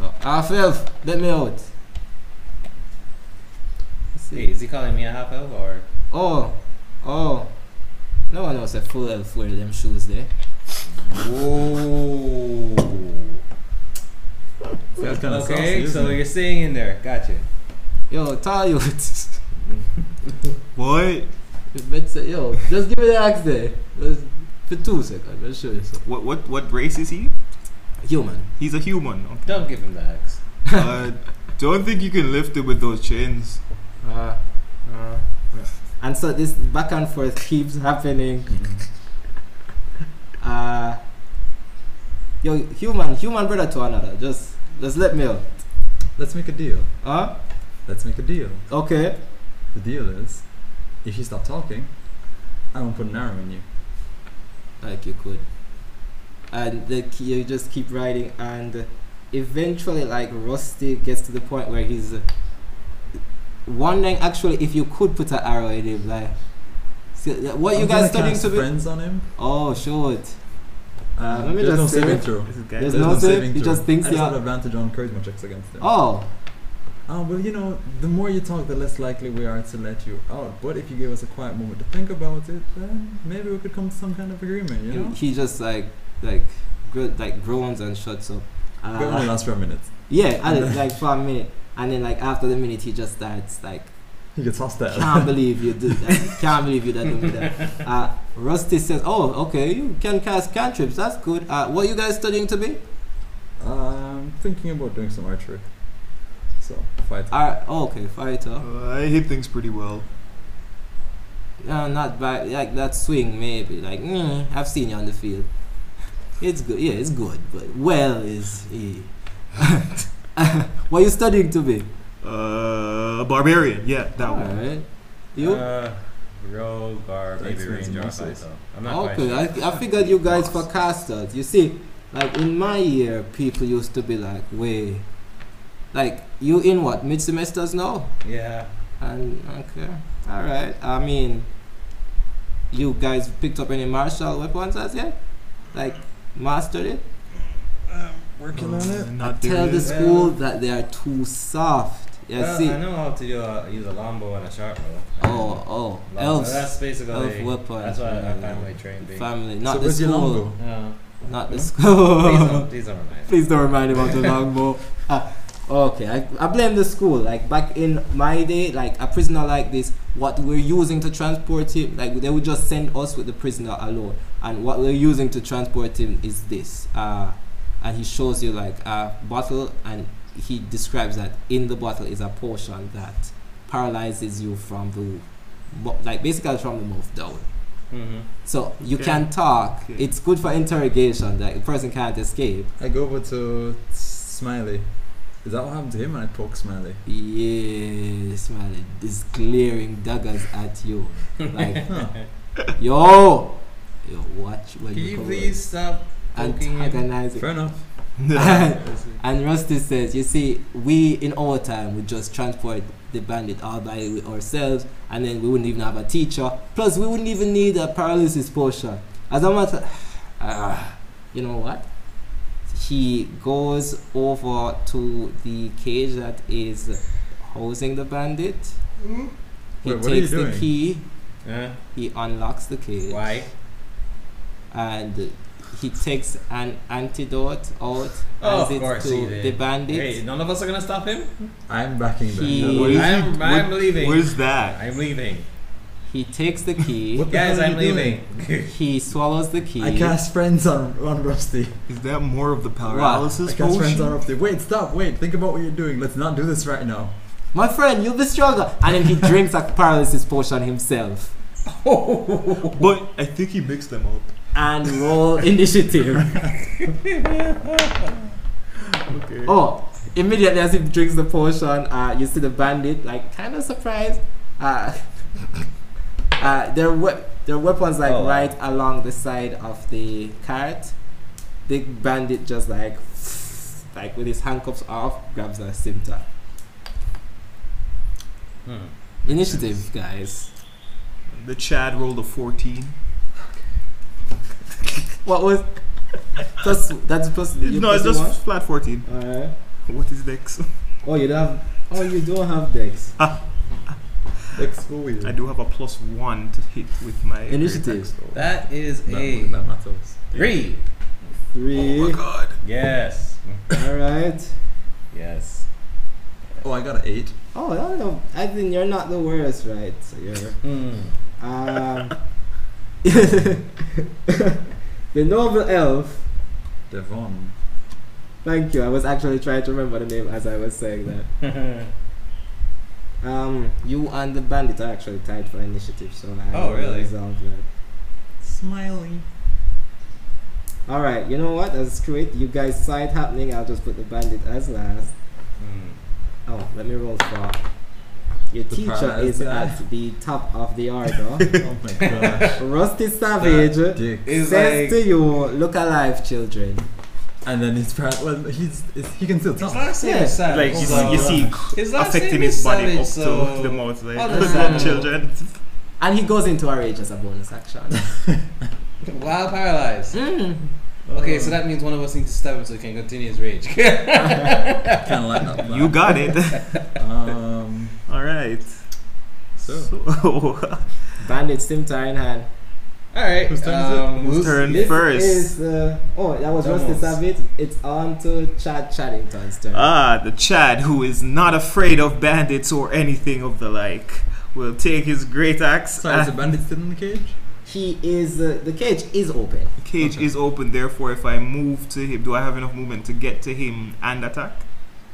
[SPEAKER 1] oh, ah, filth, let me out. Let's see.
[SPEAKER 3] Wait, is he calling me a half elf or?
[SPEAKER 1] Oh, oh, no one knows a full elf wear them shoes there.
[SPEAKER 3] Whoa.
[SPEAKER 4] That's kinda
[SPEAKER 3] okay,
[SPEAKER 4] saucy, isn't
[SPEAKER 3] so
[SPEAKER 4] it?
[SPEAKER 3] you're staying in there. Gotcha.
[SPEAKER 1] Yo, tell you,
[SPEAKER 2] What?
[SPEAKER 1] but say, yo, just give me the axe there. Just for two seconds, I'll show you something.
[SPEAKER 2] What? What? What race is he?
[SPEAKER 1] Human.
[SPEAKER 2] He's a human. Okay.
[SPEAKER 3] Don't give him the axe.
[SPEAKER 2] uh, don't think you can lift it with those chains.
[SPEAKER 1] Uh, uh, and so this back and forth keeps happening.
[SPEAKER 4] Mm-hmm.
[SPEAKER 1] Uh, yo, human, human brother to another. Just, just let me out.
[SPEAKER 4] Let's make a deal.
[SPEAKER 1] Huh?
[SPEAKER 4] Let's make a deal.
[SPEAKER 1] Okay.
[SPEAKER 4] The deal is, if you stop talking, I won't put an arrow in you.
[SPEAKER 1] Like you could. And the, key- you just keep riding, and eventually, like Rusty gets to the point where he's uh, wondering actually if you could put an arrow in him. Like, so, what you
[SPEAKER 4] I'm
[SPEAKER 1] guys
[SPEAKER 4] gonna
[SPEAKER 1] studying
[SPEAKER 4] cast
[SPEAKER 1] to be?
[SPEAKER 4] friends on him.
[SPEAKER 1] Oh, shoot.
[SPEAKER 4] Um,
[SPEAKER 1] Uh, Let me
[SPEAKER 4] there's
[SPEAKER 1] just
[SPEAKER 4] no
[SPEAKER 1] save
[SPEAKER 4] saving
[SPEAKER 1] it.
[SPEAKER 4] throw.
[SPEAKER 2] This guy-
[SPEAKER 1] There's
[SPEAKER 4] There's
[SPEAKER 1] no
[SPEAKER 4] no
[SPEAKER 1] save,
[SPEAKER 4] saving
[SPEAKER 1] he
[SPEAKER 4] throw.
[SPEAKER 1] just thinks
[SPEAKER 4] I just
[SPEAKER 1] you
[SPEAKER 4] have
[SPEAKER 1] are-
[SPEAKER 4] advantage on charisma checks against him.
[SPEAKER 1] Oh,
[SPEAKER 4] Ah, well, you know, the more you talk, the less likely we are to let you out. But if you give us a quiet moment to think about it, then maybe we could come to some kind of agreement, you know?
[SPEAKER 1] he just like like gro- like groans and shuts up.
[SPEAKER 4] But it only
[SPEAKER 1] Uh,
[SPEAKER 4] lasts for a minute.
[SPEAKER 1] yeah, and it's like for a minute, and then like after the minute, he just starts like,
[SPEAKER 4] He gets hostile.
[SPEAKER 1] "Can't believe you did that! Can't believe you that did that!" Uh, Rusty says, "Oh, okay, you can cast cantrips. That's good. Uh, what you guys studying to be?
[SPEAKER 4] I'm thinking about doing some archery. So, fight.
[SPEAKER 1] Uh, oh, okay, fighter.
[SPEAKER 2] Uh, I hit things pretty well.
[SPEAKER 1] No, Uh, not bad. Like that swing, maybe. Like, mm, I've seen you on the field. It's good. Yeah, it's good. But well is. eh. what you studying to be?
[SPEAKER 2] Uh, a barbarian. Yeah, that
[SPEAKER 1] All
[SPEAKER 2] one.
[SPEAKER 1] right. You?
[SPEAKER 3] Uh, rogue or
[SPEAKER 4] That
[SPEAKER 3] maybe
[SPEAKER 4] explains
[SPEAKER 3] ranger or
[SPEAKER 4] muscles.
[SPEAKER 3] so. I'm not
[SPEAKER 1] okay,
[SPEAKER 3] quite
[SPEAKER 1] I, I figured you guys were casters. You see, like in my year, people used to be like, way. Like, you in what? Mid semesters now?
[SPEAKER 3] sure. Yeah.
[SPEAKER 1] And, okay. All right. I mean, you guys picked up any martial weapons as yet? Like, mastered it?
[SPEAKER 4] Working on
[SPEAKER 2] Uh,
[SPEAKER 4] it?
[SPEAKER 2] not
[SPEAKER 1] I tell
[SPEAKER 2] doing
[SPEAKER 1] the
[SPEAKER 2] it.
[SPEAKER 3] Yeah.
[SPEAKER 1] school that they are too soft. Yeah,
[SPEAKER 3] Well,
[SPEAKER 1] see.
[SPEAKER 3] I know how to do a, use a longbow and a sharp bow.
[SPEAKER 1] Oh, oh,
[SPEAKER 3] Longbow,
[SPEAKER 1] elves,
[SPEAKER 3] That's basically.
[SPEAKER 1] elf weapons.
[SPEAKER 3] That's what
[SPEAKER 1] No,
[SPEAKER 3] our
[SPEAKER 1] no, no.
[SPEAKER 3] family trained me.
[SPEAKER 1] Family, not
[SPEAKER 4] so
[SPEAKER 1] the
[SPEAKER 4] where's your
[SPEAKER 1] school,
[SPEAKER 4] longbow?
[SPEAKER 3] Uh,
[SPEAKER 1] not the
[SPEAKER 4] Huh?
[SPEAKER 3] please
[SPEAKER 1] school.
[SPEAKER 3] don't, please don't remind me.
[SPEAKER 1] Please don't remind him of the longbow. Ah, okay, I, I blame the school. Like back in my day, like a prisoner like this, what we're using to transport him, like they would just send us with the prisoner alone, and what we're using to transport him is this. Uh, and he shows you like a bottle, and he describes that in the bottle is a potion that paralyzes you from the, mo- like basically from the mouth down.
[SPEAKER 3] Mm-hmm.
[SPEAKER 1] So you
[SPEAKER 2] Okay.
[SPEAKER 1] can talk.
[SPEAKER 2] Okay.
[SPEAKER 1] It's good for interrogation. Like the person can't escape.
[SPEAKER 4] I go over to Smiley Is that what happened to him when I poked Smiley?
[SPEAKER 1] Yes, man, it is glaring daggers at you. Like, yo, yo, watch when
[SPEAKER 3] Can
[SPEAKER 1] you
[SPEAKER 3] you
[SPEAKER 1] come
[SPEAKER 3] please stop
[SPEAKER 1] out.
[SPEAKER 3] poking him?
[SPEAKER 1] antagonizing.
[SPEAKER 4] Fair enough.
[SPEAKER 1] And Rusty says, you see, we in our time would just transport the bandit all by ourselves, and then we wouldn't even have a teacher. Plus, we wouldn't even need a paralysis potion. As a matter, Ah, you know what? He goes over to the cage that is housing the bandit.
[SPEAKER 3] Hmm?
[SPEAKER 1] He
[SPEAKER 4] Wait, what are you
[SPEAKER 1] takes the
[SPEAKER 4] doing?
[SPEAKER 1] key.
[SPEAKER 3] Huh?
[SPEAKER 1] He unlocks the cage
[SPEAKER 3] Why?
[SPEAKER 1] and he takes an antidote out
[SPEAKER 3] Oh,
[SPEAKER 1] as
[SPEAKER 3] of
[SPEAKER 1] it's
[SPEAKER 3] course
[SPEAKER 1] to
[SPEAKER 3] he did.
[SPEAKER 1] the bandit.
[SPEAKER 3] Hey, none of us are gonna stop him.
[SPEAKER 4] I'm backing them.
[SPEAKER 1] He-
[SPEAKER 2] What is he-
[SPEAKER 3] I'm- I'm
[SPEAKER 2] what-
[SPEAKER 3] leaving.
[SPEAKER 2] Where's that?
[SPEAKER 3] I'm leaving,
[SPEAKER 1] He takes the key.
[SPEAKER 4] What the
[SPEAKER 3] guys.
[SPEAKER 4] hell are
[SPEAKER 3] I'm
[SPEAKER 4] you
[SPEAKER 3] leaving.
[SPEAKER 1] he swallows the key.
[SPEAKER 4] I cast friends on, on Rusty.
[SPEAKER 2] Is that more of the
[SPEAKER 4] I
[SPEAKER 2] paralysis
[SPEAKER 4] cast friends on
[SPEAKER 2] potion?
[SPEAKER 4] Rusty. Wait, stop, wait. Think about what you're doing. Let's not do this right now.
[SPEAKER 1] My friend, you'll be stronger. And then he drinks a paralysis potion himself
[SPEAKER 2] But I think he mixed them up.
[SPEAKER 1] and roll initiative.
[SPEAKER 4] Okay.
[SPEAKER 1] Oh, immediately as he drinks the potion, uh, you see the bandit like kind of surprised. Uh, uh, their we- their weapons like
[SPEAKER 3] Oh, wow.
[SPEAKER 1] right along the side of the cart. The bandit just like like with his handcuffs off, grabs a scimitar.
[SPEAKER 3] Hmm.
[SPEAKER 1] Initiative, guys.
[SPEAKER 2] The Chad rolled a 14.
[SPEAKER 1] What was? Plus, that's plus. you
[SPEAKER 2] no, it's
[SPEAKER 1] plus
[SPEAKER 2] just
[SPEAKER 1] one?
[SPEAKER 2] flat 14.
[SPEAKER 1] Alright.
[SPEAKER 2] What is Dex?
[SPEAKER 1] Oh, you don't have. Oh, you don't have dex.
[SPEAKER 2] Ah.
[SPEAKER 4] Dex, who are you?
[SPEAKER 2] I do have a plus 1 to hit with my.
[SPEAKER 1] Initiative.
[SPEAKER 2] Dex, though.
[SPEAKER 3] That is
[SPEAKER 4] That,
[SPEAKER 3] a
[SPEAKER 4] that matters.
[SPEAKER 3] three.
[SPEAKER 1] Three.
[SPEAKER 2] Oh my god.
[SPEAKER 3] Yes.
[SPEAKER 1] All right.
[SPEAKER 3] Yes.
[SPEAKER 4] Oh, I got an 8.
[SPEAKER 1] Oh, I don't know. I think you're not the worst, right? So you're.
[SPEAKER 3] Hmm.
[SPEAKER 1] Um, the noble elf.
[SPEAKER 4] Devon.
[SPEAKER 1] Thank you. I was actually trying to remember the name as I was saying that. Um, you and the bandit are actually tied for initiative, so I
[SPEAKER 3] Oh,
[SPEAKER 1] will
[SPEAKER 3] really?
[SPEAKER 1] resolve that.
[SPEAKER 4] Smiley.
[SPEAKER 1] All right. You know what? That's great. You guys saw it happening. I'll just put the bandit as last.
[SPEAKER 3] Hmm.
[SPEAKER 1] Oh, let me roll for. Your
[SPEAKER 4] The
[SPEAKER 1] teacher
[SPEAKER 4] prize,
[SPEAKER 1] is
[SPEAKER 4] yeah.
[SPEAKER 1] at the top of the order.
[SPEAKER 4] Oh my gosh.
[SPEAKER 1] Rusty
[SPEAKER 4] That
[SPEAKER 1] Savage
[SPEAKER 4] dick.
[SPEAKER 3] It's
[SPEAKER 1] says
[SPEAKER 3] like-
[SPEAKER 1] to you, "Look alive, children."
[SPEAKER 4] And then his parent, well, he's, is- he can still
[SPEAKER 3] His
[SPEAKER 4] talk.
[SPEAKER 3] last name
[SPEAKER 1] Yeah.
[SPEAKER 3] is Savage.
[SPEAKER 2] Like, you
[SPEAKER 3] so-
[SPEAKER 2] see, you see
[SPEAKER 3] his last
[SPEAKER 2] affecting
[SPEAKER 3] name
[SPEAKER 2] his
[SPEAKER 3] is
[SPEAKER 2] body
[SPEAKER 3] Savage,
[SPEAKER 2] up
[SPEAKER 3] so
[SPEAKER 2] to the mouth. Like,
[SPEAKER 3] other
[SPEAKER 2] good
[SPEAKER 1] than-
[SPEAKER 2] luck, children.
[SPEAKER 1] And he goes into a rage as a bonus action.
[SPEAKER 3] While paralyzed.
[SPEAKER 1] mm.
[SPEAKER 3] Okay, so that means one of us needs to stab him so he can continue his rage.
[SPEAKER 4] kind of like that.
[SPEAKER 2] You got it.
[SPEAKER 4] Um,
[SPEAKER 2] Alright.
[SPEAKER 4] So.
[SPEAKER 2] So,
[SPEAKER 1] Bandit scimitar in hand.
[SPEAKER 3] All right.
[SPEAKER 4] Whose turn is it?
[SPEAKER 3] um,
[SPEAKER 2] whose
[SPEAKER 3] who's-
[SPEAKER 2] turn
[SPEAKER 1] This
[SPEAKER 2] first?
[SPEAKER 1] is uh, oh, that was Rusty
[SPEAKER 3] Doubles.
[SPEAKER 1] Savage. It's on to Chad Chaddington's turn.
[SPEAKER 2] Ah, the Chad, who is not afraid of bandits or anything of the like, will take his great axe.
[SPEAKER 4] Sorry, is the
[SPEAKER 1] Ah.
[SPEAKER 2] and
[SPEAKER 4] bandit still in the cage?
[SPEAKER 1] he is uh, the cage is open.
[SPEAKER 2] the cage
[SPEAKER 4] Okay.
[SPEAKER 2] is open, therefore, if I move to him, do I have enough movement to get to him and attack?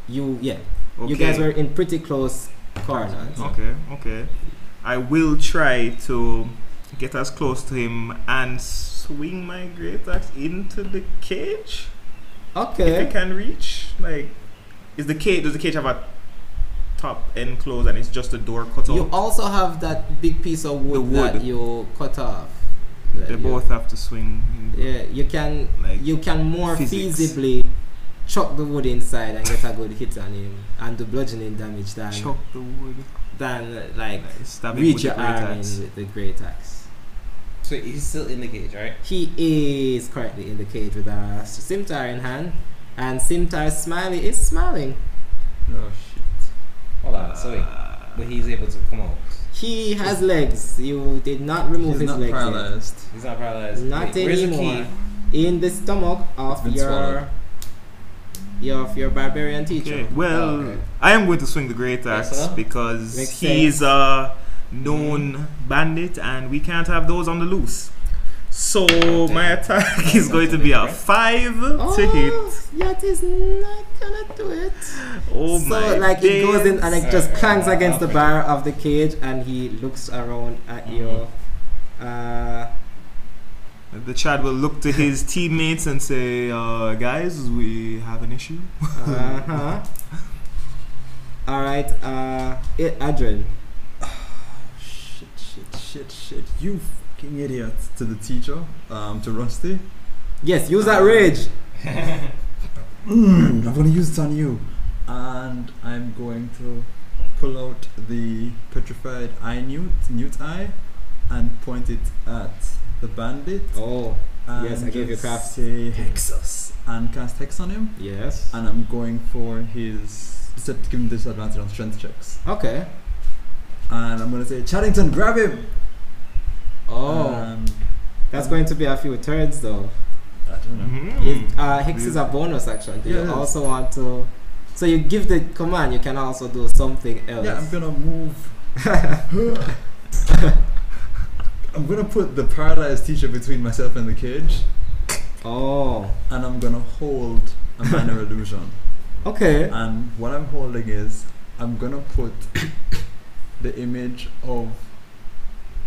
[SPEAKER 1] You yeah,
[SPEAKER 2] Okay.
[SPEAKER 1] you guys were in pretty close corners.
[SPEAKER 2] Okay, okay. I will try to get as close to him and swing my great axe into the cage. If
[SPEAKER 1] Okay,
[SPEAKER 2] it can reach, like, is the cage? Does the cage have a top end close and it's just a door cut
[SPEAKER 1] you
[SPEAKER 2] off?
[SPEAKER 1] also have that big piece of wood,
[SPEAKER 2] The wood.
[SPEAKER 1] that you cut off.
[SPEAKER 2] They
[SPEAKER 1] Yeah,
[SPEAKER 2] both have to swing. in-
[SPEAKER 1] Yeah, you can
[SPEAKER 2] Like,
[SPEAKER 1] you can more
[SPEAKER 2] physics.
[SPEAKER 1] feasibly chuck the wood inside and get a good hit on him and do bludgeoning damage than
[SPEAKER 2] chop the wood.
[SPEAKER 1] than uh, like
[SPEAKER 2] stab him
[SPEAKER 1] reach
[SPEAKER 2] with the
[SPEAKER 1] your
[SPEAKER 2] great
[SPEAKER 1] arm in
[SPEAKER 2] axe.
[SPEAKER 1] with the great axe.
[SPEAKER 3] So he's still in the cage, right?
[SPEAKER 1] He is currently in the cage with a scimitar in hand, and scimitar Smiley is smiling.
[SPEAKER 4] Oh shit.
[SPEAKER 3] Hold
[SPEAKER 1] Uh,
[SPEAKER 3] on. So wait,
[SPEAKER 2] Uh,
[SPEAKER 3] but he's able to come out.
[SPEAKER 1] He has legs. You did not remove
[SPEAKER 4] He's
[SPEAKER 1] his
[SPEAKER 4] not
[SPEAKER 1] legs. yet.
[SPEAKER 4] paralyzed.
[SPEAKER 3] He's not paralyzed.
[SPEAKER 1] Not
[SPEAKER 3] wait, where's the key?
[SPEAKER 1] anymore. In the stomach of
[SPEAKER 4] been
[SPEAKER 1] your,
[SPEAKER 4] swallowed.
[SPEAKER 1] your of your barbarian teacher.
[SPEAKER 2] Okay, well,
[SPEAKER 3] Oh, okay.
[SPEAKER 2] I am going to swing the great axe
[SPEAKER 3] Yes, sir.
[SPEAKER 2] because
[SPEAKER 1] Makes
[SPEAKER 2] he
[SPEAKER 1] sense.
[SPEAKER 2] is a known bandit and we can't have those on the loose. So my
[SPEAKER 3] Damn.
[SPEAKER 2] attack is
[SPEAKER 3] Sounds
[SPEAKER 2] going to
[SPEAKER 3] a
[SPEAKER 2] be
[SPEAKER 3] bit
[SPEAKER 2] a
[SPEAKER 3] correct.
[SPEAKER 2] five
[SPEAKER 1] Oh,
[SPEAKER 2] to hit.
[SPEAKER 1] That is not gonna do it.
[SPEAKER 2] Oh
[SPEAKER 1] so
[SPEAKER 2] my!
[SPEAKER 1] like it goes in and
[SPEAKER 2] days.
[SPEAKER 1] it just
[SPEAKER 3] Uh,
[SPEAKER 1] clangs against the
[SPEAKER 3] okay.
[SPEAKER 1] bar of the cage and he looks around at you. Uh
[SPEAKER 2] The Chad will look to his teammates and say, uh, "Guys, we have an issue."
[SPEAKER 1] Uh-huh. All right, uh, it, Adrian.
[SPEAKER 4] Shit, shit, shit, shit. You fucking idiot. To the teacher, um, to Rusty.
[SPEAKER 1] Yes, use that rage.
[SPEAKER 4] Mm, I'm gonna use it on you. And I'm going to pull out the petrified eye newt, newt eye, and point it at the bandit.
[SPEAKER 1] Oh,
[SPEAKER 4] And
[SPEAKER 1] yes, I gave you
[SPEAKER 4] just
[SPEAKER 1] craft.
[SPEAKER 4] Say Hexus and cast Hex on him.
[SPEAKER 1] yes.
[SPEAKER 4] And I'm going for his. Just have to give him disadvantage on strength checks.
[SPEAKER 1] Okay.
[SPEAKER 4] And I'm gonna say, Charrington, grab him!
[SPEAKER 1] Oh,
[SPEAKER 4] Um,
[SPEAKER 1] that's going to be a few turns though.
[SPEAKER 4] I don't know.
[SPEAKER 1] It, uh, Hicks is a bonus action. Do
[SPEAKER 4] Hmm. Yeah, it
[SPEAKER 1] you
[SPEAKER 4] is.
[SPEAKER 1] also want to? So you give the command. You can also do something else.
[SPEAKER 4] Yeah, I'm gonna move. I'm gonna put the paralyzed teacher between myself and the cage,
[SPEAKER 1] Oh,
[SPEAKER 4] and I'm gonna hold a minor illusion.
[SPEAKER 1] okay.
[SPEAKER 4] And what I'm holding is, I'm gonna put the image of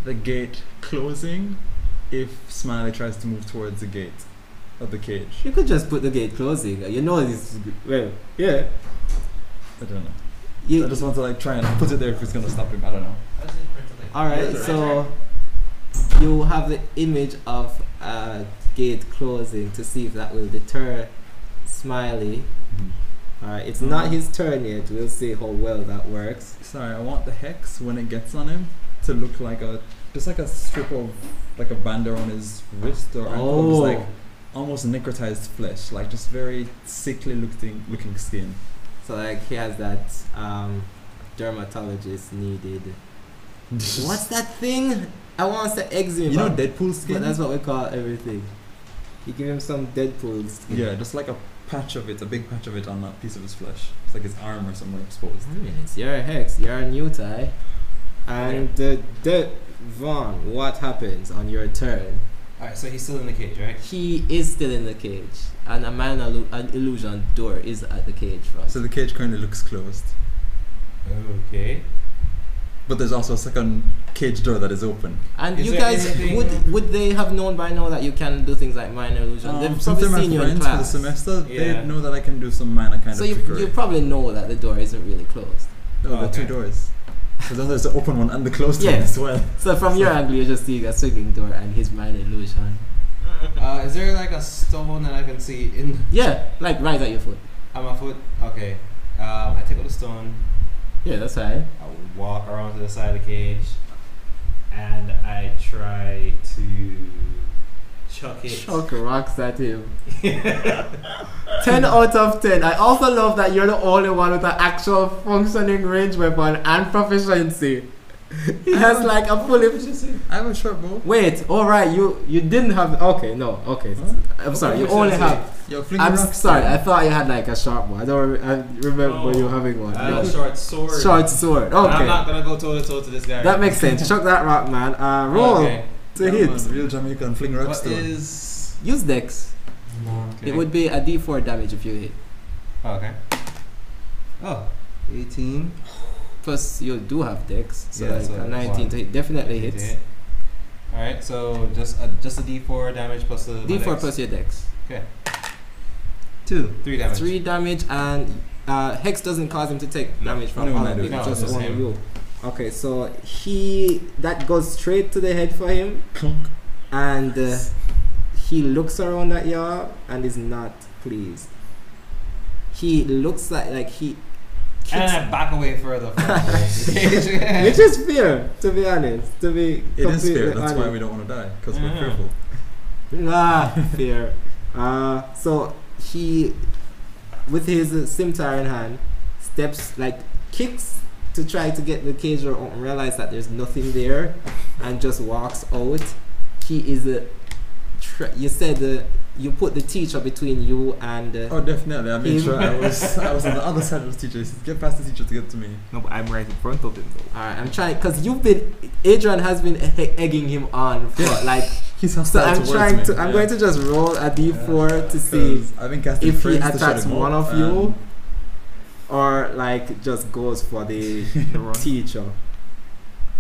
[SPEAKER 4] the gate closing if Smiley tries to move towards the gate of the cage.
[SPEAKER 1] You could just put the gate closing. You know this. is g- Well, yeah.
[SPEAKER 4] I don't know. I
[SPEAKER 1] You,
[SPEAKER 4] just want to like try and put it there if it's gonna stop him. I don't know.
[SPEAKER 1] all right. So you have the image of a gate closing to see if that will deter Smiley.
[SPEAKER 4] Mm-hmm.
[SPEAKER 1] All right. It's not his turn yet. We'll see how well that works.
[SPEAKER 4] Sorry, I want the hex when it gets on him to look like a just like a strip of like a band around his wrist or ankle,
[SPEAKER 1] Oh.
[SPEAKER 4] just like almost necrotized flesh, like just very sickly looking looking skin.
[SPEAKER 1] So like he has that um, dermatologist needed. What's that thing? I want to say eczema.
[SPEAKER 4] You know
[SPEAKER 1] but-
[SPEAKER 4] Deadpool
[SPEAKER 1] but
[SPEAKER 4] skin?
[SPEAKER 1] that's what we call everything. You give him some Deadpool skin.
[SPEAKER 4] yeah, just like a patch of it, a big patch of it on that piece of his flesh. It's like his arm or somewhere exposed.
[SPEAKER 1] I mean, it's your hex, you're a new tie. And the De- Vaughn, what happens on your turn?
[SPEAKER 3] Alright, so he's still in the cage, right?
[SPEAKER 1] He is still in the cage, and a man illu- an illusion door is at the cage front.
[SPEAKER 4] So the cage currently looks closed.
[SPEAKER 3] Okay.
[SPEAKER 4] But there's also a second cage door that is open.
[SPEAKER 1] and
[SPEAKER 3] Is
[SPEAKER 1] you
[SPEAKER 3] there
[SPEAKER 1] guys,
[SPEAKER 3] anything-
[SPEAKER 1] would would they have known by now that you can do things like minor illusion? They've
[SPEAKER 4] Um, since
[SPEAKER 1] probably
[SPEAKER 4] they're my
[SPEAKER 1] seen you in
[SPEAKER 4] friends for the
[SPEAKER 1] class.
[SPEAKER 4] semester,
[SPEAKER 3] Yeah.
[SPEAKER 4] they know that I can do some minor kind
[SPEAKER 1] so
[SPEAKER 4] of
[SPEAKER 1] you,
[SPEAKER 4] trickery.
[SPEAKER 1] you probably know that the door isn't really closed.
[SPEAKER 4] No, Oh, there are
[SPEAKER 3] Okay.
[SPEAKER 4] two doors. So then there's the open one and the closed
[SPEAKER 1] Yeah.
[SPEAKER 4] one as well.
[SPEAKER 1] So from your angle, you're just seeing a swinging door and his minor illusion.
[SPEAKER 3] Uh, is there like a stone that I can see in
[SPEAKER 1] Yeah, like right at your foot.
[SPEAKER 3] on my foot? Okay. Um, I take out the stone.
[SPEAKER 1] Yeah, that's right.
[SPEAKER 3] I walk around to the side of the cage, and I try to chuck it.
[SPEAKER 1] Chuck rocks at him. 10 out of 10. I also love that you're the only one with an actual functioning range weapon and proficiency. He has like a fully.
[SPEAKER 4] I have a short bow.
[SPEAKER 1] Wait, alright, you you didn't have. Okay, no, okay.
[SPEAKER 4] Huh?
[SPEAKER 1] I'm sorry, you
[SPEAKER 3] Okay,
[SPEAKER 1] only
[SPEAKER 3] proficiency.
[SPEAKER 1] have.
[SPEAKER 4] You're flinging
[SPEAKER 1] I'm
[SPEAKER 4] rocks
[SPEAKER 1] sorry, I
[SPEAKER 4] down.
[SPEAKER 1] thought you had like a sharp one. I don't re- I remember
[SPEAKER 3] No.
[SPEAKER 1] you having one.
[SPEAKER 3] I
[SPEAKER 1] No.
[SPEAKER 3] have a short sword.
[SPEAKER 1] Short sword.
[SPEAKER 3] And
[SPEAKER 1] Okay.
[SPEAKER 3] I'm not gonna go toe to toe to this guy.
[SPEAKER 1] That makes sense. Chuck that rock, man. Uh, roll
[SPEAKER 3] Okay.
[SPEAKER 1] to
[SPEAKER 4] Come
[SPEAKER 1] hit.
[SPEAKER 4] on, real Jamaican fling rocks
[SPEAKER 3] What
[SPEAKER 4] down.
[SPEAKER 3] is?
[SPEAKER 1] Use dex.
[SPEAKER 3] Okay.
[SPEAKER 1] It would be a d4 damage if you hit.
[SPEAKER 3] Okay. Oh. 18.
[SPEAKER 1] Plus, you do have dex, so
[SPEAKER 3] Yeah,
[SPEAKER 1] like
[SPEAKER 3] that's what
[SPEAKER 1] a
[SPEAKER 3] I
[SPEAKER 1] 19 to hit definitely hits.
[SPEAKER 3] All right, so just a, just a D4 damage plus the my
[SPEAKER 1] D4
[SPEAKER 3] dex.
[SPEAKER 1] plus your dex.
[SPEAKER 3] two, three damage.
[SPEAKER 1] Three damage, and uh, hex doesn't cause him to take
[SPEAKER 3] No,
[SPEAKER 1] damage from
[SPEAKER 4] only when
[SPEAKER 1] all
[SPEAKER 4] I
[SPEAKER 1] of
[SPEAKER 4] do
[SPEAKER 1] it,
[SPEAKER 3] it. No,
[SPEAKER 1] just
[SPEAKER 3] just
[SPEAKER 1] one
[SPEAKER 3] him.
[SPEAKER 1] you. Okay, so he that goes straight to the head for him,
[SPEAKER 4] Clunk.
[SPEAKER 1] and uh, he looks around at y'all and is not pleased. He looks like like he kicks
[SPEAKER 3] And I back away further. From the
[SPEAKER 1] Which
[SPEAKER 3] stage.
[SPEAKER 1] is fear, to be honest. To be
[SPEAKER 4] It is
[SPEAKER 1] completely
[SPEAKER 4] fear. That's
[SPEAKER 1] honest.
[SPEAKER 4] why we don't want to die because we're
[SPEAKER 3] Yeah.
[SPEAKER 4] fearful.
[SPEAKER 1] ah fear. Uh, so he, with his uh, scimitar in hand, steps like kicks to try to get the cage door open. Realize that there's nothing there, and just walks out. He is a. Tr- you said uh, you put the teacher between you and. Uh,
[SPEAKER 4] Oh, definitely. I made
[SPEAKER 1] Him.
[SPEAKER 4] sure I was I was on the other side of the teacher. He said, Get past the teacher to get to me.
[SPEAKER 2] No, but I'm right in front of him though.
[SPEAKER 1] Alright, I'm trying because you've been Adrian has been e- egging him on for
[SPEAKER 4] Yeah.
[SPEAKER 1] like
[SPEAKER 4] He's
[SPEAKER 1] So
[SPEAKER 4] hostile
[SPEAKER 1] I'm
[SPEAKER 4] towards
[SPEAKER 1] trying
[SPEAKER 4] me.
[SPEAKER 1] to. I'm
[SPEAKER 4] yeah.
[SPEAKER 1] going to just roll a d4 to see
[SPEAKER 4] 'Cause I've been casting
[SPEAKER 1] if he
[SPEAKER 4] frames to shut
[SPEAKER 1] attacks
[SPEAKER 4] him up,
[SPEAKER 1] one of
[SPEAKER 4] and
[SPEAKER 1] you, or like just goes for the
[SPEAKER 2] The run.
[SPEAKER 1] teacher.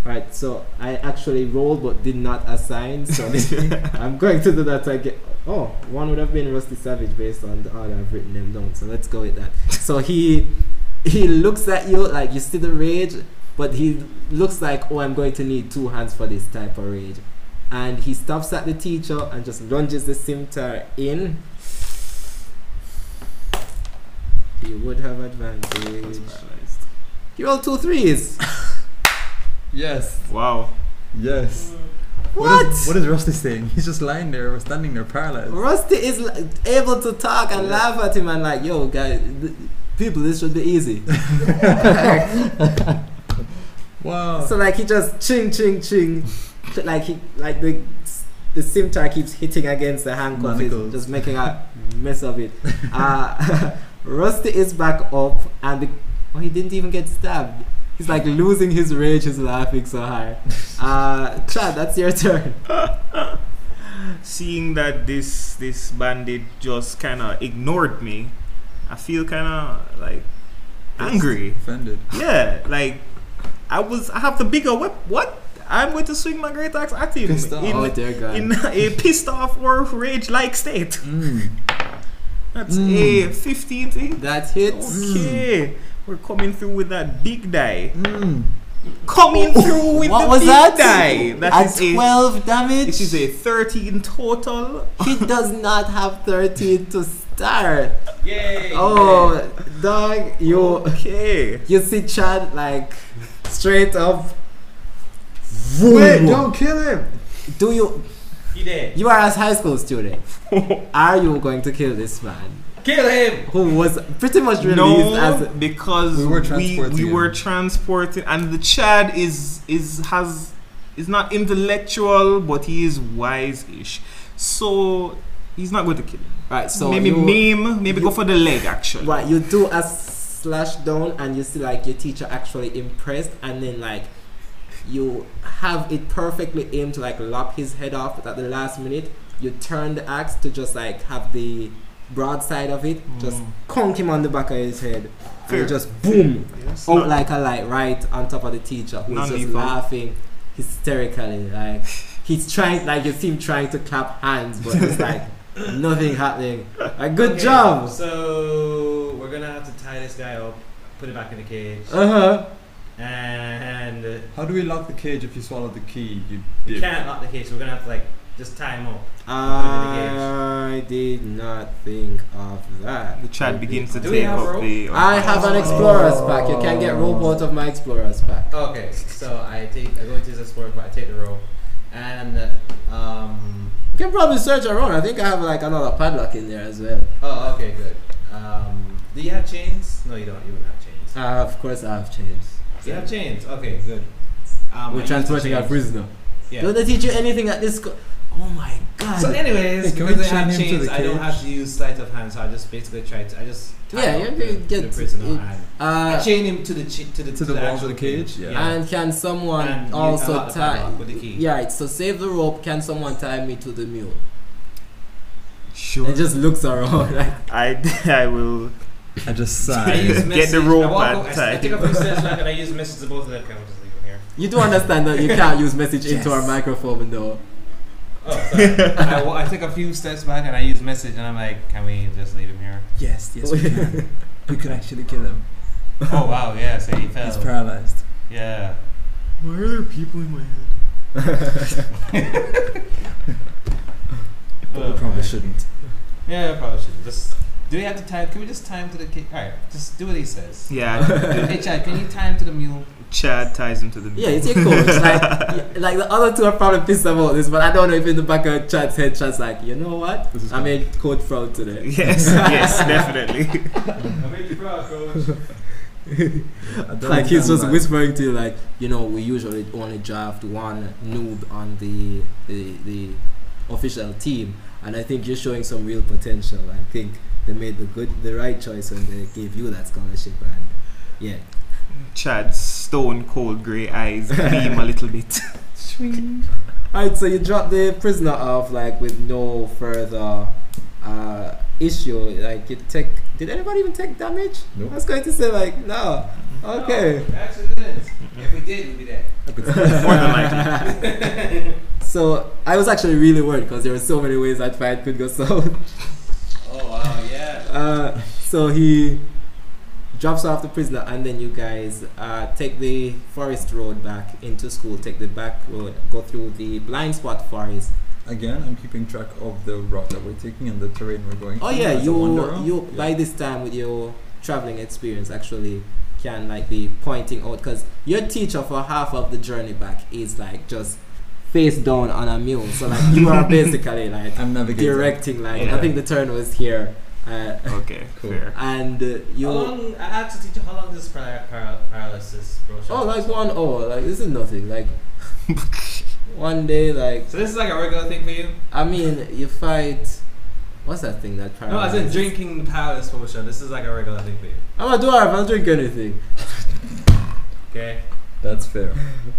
[SPEAKER 1] Alright, so I actually rolled but did not assign, so this- I'm going to do that again. Oh, one would have been Rusty Savage based on the order I've written them down, so let's go with that. So he he looks at you like you see the rage, but he looks like, oh, I'm going to need two hands for this type of rage. And he stops at the teacher and just lunges the scimitar in. You would have advantage. You rolled two threes.
[SPEAKER 4] Yes.
[SPEAKER 2] Wow.
[SPEAKER 4] Yes.
[SPEAKER 1] What?
[SPEAKER 4] What is, what is Rusty saying? He's just lying there or standing there paralyzed.
[SPEAKER 1] Rusty is like, able to talk and
[SPEAKER 4] Yeah.
[SPEAKER 1] laugh at him and like, yo, guys, th- people, this should be easy.
[SPEAKER 4] Wow.
[SPEAKER 1] So like he just ching ching ching, like he like the the scimitar keeps hitting against the handcuff, he's
[SPEAKER 4] Manacles.
[SPEAKER 1] just making a mess of it. Uh, Rusty is back up, and the, oh, he didn't even get stabbed. He's like losing his rage. He's laughing so hard. Uh, Chad, that's your turn.
[SPEAKER 2] Seeing that this this bandit just kind of ignored me, I feel kind of like angry.
[SPEAKER 4] Offended.
[SPEAKER 2] Yeah, like I was. I have the bigger whip. What? I'm going to swing my great axe at him
[SPEAKER 4] Pissed off.
[SPEAKER 1] oh
[SPEAKER 2] in,
[SPEAKER 1] dear God!
[SPEAKER 2] in a pissed off or rage like state.
[SPEAKER 4] Mm.
[SPEAKER 2] That's
[SPEAKER 1] Hmm.
[SPEAKER 4] Mm.
[SPEAKER 2] a 15 to hit.
[SPEAKER 1] that hits.
[SPEAKER 2] Okay,
[SPEAKER 1] Hmm.
[SPEAKER 2] we're coming through with that big die.
[SPEAKER 4] Mm.
[SPEAKER 2] Coming through with
[SPEAKER 1] Oh, What
[SPEAKER 2] the
[SPEAKER 1] was
[SPEAKER 2] big
[SPEAKER 1] that?
[SPEAKER 2] die. That
[SPEAKER 1] At
[SPEAKER 2] is a
[SPEAKER 1] twelve damage.
[SPEAKER 2] This is a 13 total.
[SPEAKER 1] He does not have thirteen to start.
[SPEAKER 3] Yay!
[SPEAKER 1] Oh, dog, you
[SPEAKER 2] Okay.
[SPEAKER 1] you see Chad like straight up.
[SPEAKER 4] Wait, don't kill him!
[SPEAKER 1] Do you?
[SPEAKER 3] He dead.
[SPEAKER 1] You are a high school student. Are you going to kill this man
[SPEAKER 3] Kill him!
[SPEAKER 1] who was pretty much released
[SPEAKER 2] No,
[SPEAKER 1] as?
[SPEAKER 2] because
[SPEAKER 4] We
[SPEAKER 2] we
[SPEAKER 4] were
[SPEAKER 2] were
[SPEAKER 4] transporting
[SPEAKER 2] We,
[SPEAKER 4] him.
[SPEAKER 2] were transporting, and the Chad is is has is not intellectual, but he is wise-ish. So he's not going to kill him.
[SPEAKER 1] Right, so
[SPEAKER 2] maybe
[SPEAKER 1] you,
[SPEAKER 2] maim, maybe
[SPEAKER 1] you-
[SPEAKER 2] go for the leg. Actually,
[SPEAKER 1] Right, you do a slash down, and you see like your teacher actually impressed, and then like you have it perfectly aimed to like lop his head off, but at the last minute you turn the axe to just like have the broadside of it, just
[SPEAKER 2] Mm.
[SPEAKER 1] conk him on the back of his head, and
[SPEAKER 2] Fair.
[SPEAKER 1] you just boom
[SPEAKER 2] Yes.
[SPEAKER 1] out
[SPEAKER 2] Not-
[SPEAKER 1] oh, like a light right on top of the teacher who's just
[SPEAKER 2] Non-lethal.
[SPEAKER 1] laughing hysterically. Like he's trying, like you see him trying to clap hands, but it's like nothing happening. Like good
[SPEAKER 3] Okay,
[SPEAKER 1] job.
[SPEAKER 3] So we're gonna have to tie this guy up, put him back in the cage,
[SPEAKER 1] Uh huh.
[SPEAKER 3] and uh,
[SPEAKER 4] How do we lock the cage if you swallow the key? You
[SPEAKER 3] we
[SPEAKER 4] dick?
[SPEAKER 3] can't lock the cage. So we're gonna have to like just tie him up.
[SPEAKER 1] I did not think of that.
[SPEAKER 2] the Chad begins to
[SPEAKER 3] Do we
[SPEAKER 2] take
[SPEAKER 3] have
[SPEAKER 2] up
[SPEAKER 3] rope?
[SPEAKER 2] the. Oh,
[SPEAKER 1] I have an explorer's pack. You can get rope out of my explorer's pack.
[SPEAKER 3] Okay, so I take I go into this explorer, but I take the rope, and um.
[SPEAKER 1] You can probably search around. I think I have like another padlock in there as well.
[SPEAKER 3] Oh, okay, good. Um, do you have chains? No, you don't. You wouldn't have chains.
[SPEAKER 1] Uh, of course, I have chains.
[SPEAKER 3] You have chains. Okay, good. Um, I
[SPEAKER 1] We're
[SPEAKER 3] use
[SPEAKER 1] transporting
[SPEAKER 3] the
[SPEAKER 1] a
[SPEAKER 3] chains.
[SPEAKER 1] prisoner. Don't
[SPEAKER 3] Yeah.
[SPEAKER 1] they teach you anything at this school? Oh my god.
[SPEAKER 3] So, anyways,
[SPEAKER 4] Hey, can we
[SPEAKER 3] because I
[SPEAKER 4] chain
[SPEAKER 3] have
[SPEAKER 4] him to
[SPEAKER 3] chains,
[SPEAKER 4] the
[SPEAKER 3] I don't
[SPEAKER 4] cage?
[SPEAKER 3] have to use sleight of hand. So I just basically try to. I just tie
[SPEAKER 1] Yeah,
[SPEAKER 3] up
[SPEAKER 1] you have
[SPEAKER 3] the,
[SPEAKER 1] to get-
[SPEAKER 3] the prisoner
[SPEAKER 1] it-
[SPEAKER 3] and I
[SPEAKER 1] uh,
[SPEAKER 3] chain him to the chi- to the
[SPEAKER 4] To the walls
[SPEAKER 3] actual
[SPEAKER 4] of the cage? Yeah.
[SPEAKER 1] and can someone
[SPEAKER 3] And you
[SPEAKER 1] also
[SPEAKER 3] unlock the
[SPEAKER 1] tie?
[SPEAKER 3] padlock with the key.
[SPEAKER 1] Yeah, so save the rope. Can someone tie me to the mule?
[SPEAKER 2] Sure.
[SPEAKER 1] And just looks around. Like,
[SPEAKER 2] I I will.
[SPEAKER 4] I just
[SPEAKER 3] I
[SPEAKER 4] sigh.
[SPEAKER 2] Yeah.
[SPEAKER 3] use
[SPEAKER 2] Get the
[SPEAKER 3] message-
[SPEAKER 2] rope
[SPEAKER 3] I, walk
[SPEAKER 2] and
[SPEAKER 3] up- I s-
[SPEAKER 2] tie
[SPEAKER 3] I take
[SPEAKER 2] him.
[SPEAKER 3] up message like, and I use message to both of them. Okay, I'll just leave him here.
[SPEAKER 1] you do understand that you can't use message into our
[SPEAKER 4] Yes.
[SPEAKER 1] microphone though.
[SPEAKER 3] Oh, sorry. I, wa- I took a few steps back and I used message and I'm like, can we just leave him here?
[SPEAKER 4] yes, yes, we can. we could actually kill him.
[SPEAKER 3] Oh wow, yeah, so he
[SPEAKER 4] He's
[SPEAKER 3] fell.
[SPEAKER 4] paralyzed.
[SPEAKER 3] Yeah.
[SPEAKER 2] Why are there people in my head?
[SPEAKER 4] But
[SPEAKER 1] Oh.
[SPEAKER 4] we probably shouldn't.
[SPEAKER 3] Yeah, probably should. Just do we have to time? Can we just time to the kid? All right, just do what he says.
[SPEAKER 2] Yeah,
[SPEAKER 3] hey Chad, can you time to the mule?
[SPEAKER 2] Chad ties him to the.
[SPEAKER 1] Yeah, it's a coach. like, y- like the other two are probably pissed about this, but I don't know if in the back of Chad's head, Chad's like, you know what?
[SPEAKER 4] This is
[SPEAKER 1] I made code fraud today.
[SPEAKER 2] Mm-hmm. Yes, yes, definitely.
[SPEAKER 3] I made you proud, coach.
[SPEAKER 1] like he's just whispering to you, like you know, we usually only draft one noob on the the, the official team, and I think you're showing some real potential. I think they made the good, the right choice when they gave you that scholarship, and yeah,
[SPEAKER 2] Chad's stone cold grey eyes beam a little bit.
[SPEAKER 1] Alright, so you drop the prisoner off like with no further uh, issue. Like you take. Did anybody even take damage?
[SPEAKER 4] Nope.
[SPEAKER 1] I was going to say like no. Okay.
[SPEAKER 3] Accident.
[SPEAKER 6] Oh, If we did, we'd be dead.
[SPEAKER 2] More than likely.
[SPEAKER 1] so I was actually really worried because there were so many ways that fight could go south.
[SPEAKER 6] Oh wow, yeah.
[SPEAKER 1] Uh, so he drops off the prisoner, and then you guys uh, take the forest road back into school. Take the back road, go through the blind spot forest.
[SPEAKER 4] Again, I'm keeping track of the route that we're taking and the terrain we're going.
[SPEAKER 1] Oh
[SPEAKER 4] through
[SPEAKER 1] yeah,
[SPEAKER 4] as a wanderer.
[SPEAKER 1] you you
[SPEAKER 4] Yeah.
[SPEAKER 1] by this time with your traveling experience actually can like be pointing out because your teacher for half of the journey back is like just face down on a mule. So like you are basically like
[SPEAKER 4] I'm navigating.
[SPEAKER 1] directing. Like
[SPEAKER 2] Yeah.
[SPEAKER 1] I think the turn was here. Uh,
[SPEAKER 2] Okay,
[SPEAKER 4] Cool.
[SPEAKER 2] fair.
[SPEAKER 1] and uh, you
[SPEAKER 6] How long? I have to teach you how long this para- para- paralysis brochure.
[SPEAKER 1] Oh, like one hour. Like this is nothing. Like one day. Like
[SPEAKER 6] So this is like a regular thing for you?
[SPEAKER 1] I mean, you fight. What's that thing that
[SPEAKER 6] No, I said
[SPEAKER 1] paralyzes?
[SPEAKER 6] drinking the paralysis potion. This is like a regular thing for you.
[SPEAKER 1] I'm a dwarf. I don't drink anything.
[SPEAKER 6] Okay.
[SPEAKER 4] That's fair.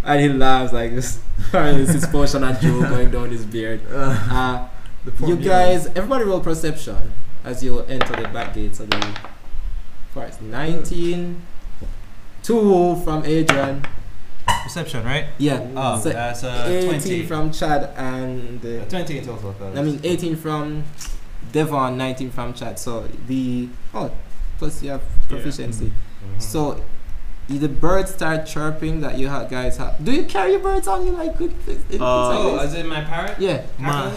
[SPEAKER 1] And he laughs like this. Paralysis potion and Joe going down his beard. Uh,
[SPEAKER 4] The poor
[SPEAKER 1] you
[SPEAKER 4] mule.
[SPEAKER 1] guys, everybody roll perception as you enter the back gates of the forest. Nineteen. Two from Adrian.
[SPEAKER 6] Perception, right?
[SPEAKER 1] Yeah.
[SPEAKER 6] Oh,
[SPEAKER 1] so
[SPEAKER 6] that's a
[SPEAKER 1] 18
[SPEAKER 6] twenty.
[SPEAKER 1] from Chad and. Uh,
[SPEAKER 6] A twenty in total. fellas.
[SPEAKER 1] I mean, 18 from Devon, 19 from Chad. So the oh, plus you have proficiency.
[SPEAKER 6] Mhm.
[SPEAKER 1] So i- the birds start chirping that you ha- guys have. Do you carry birds on you like good? It, it's
[SPEAKER 6] Oh,
[SPEAKER 1] like
[SPEAKER 3] Uh,
[SPEAKER 1] this?
[SPEAKER 6] as in my parrot?
[SPEAKER 1] yeah.
[SPEAKER 2] Ma-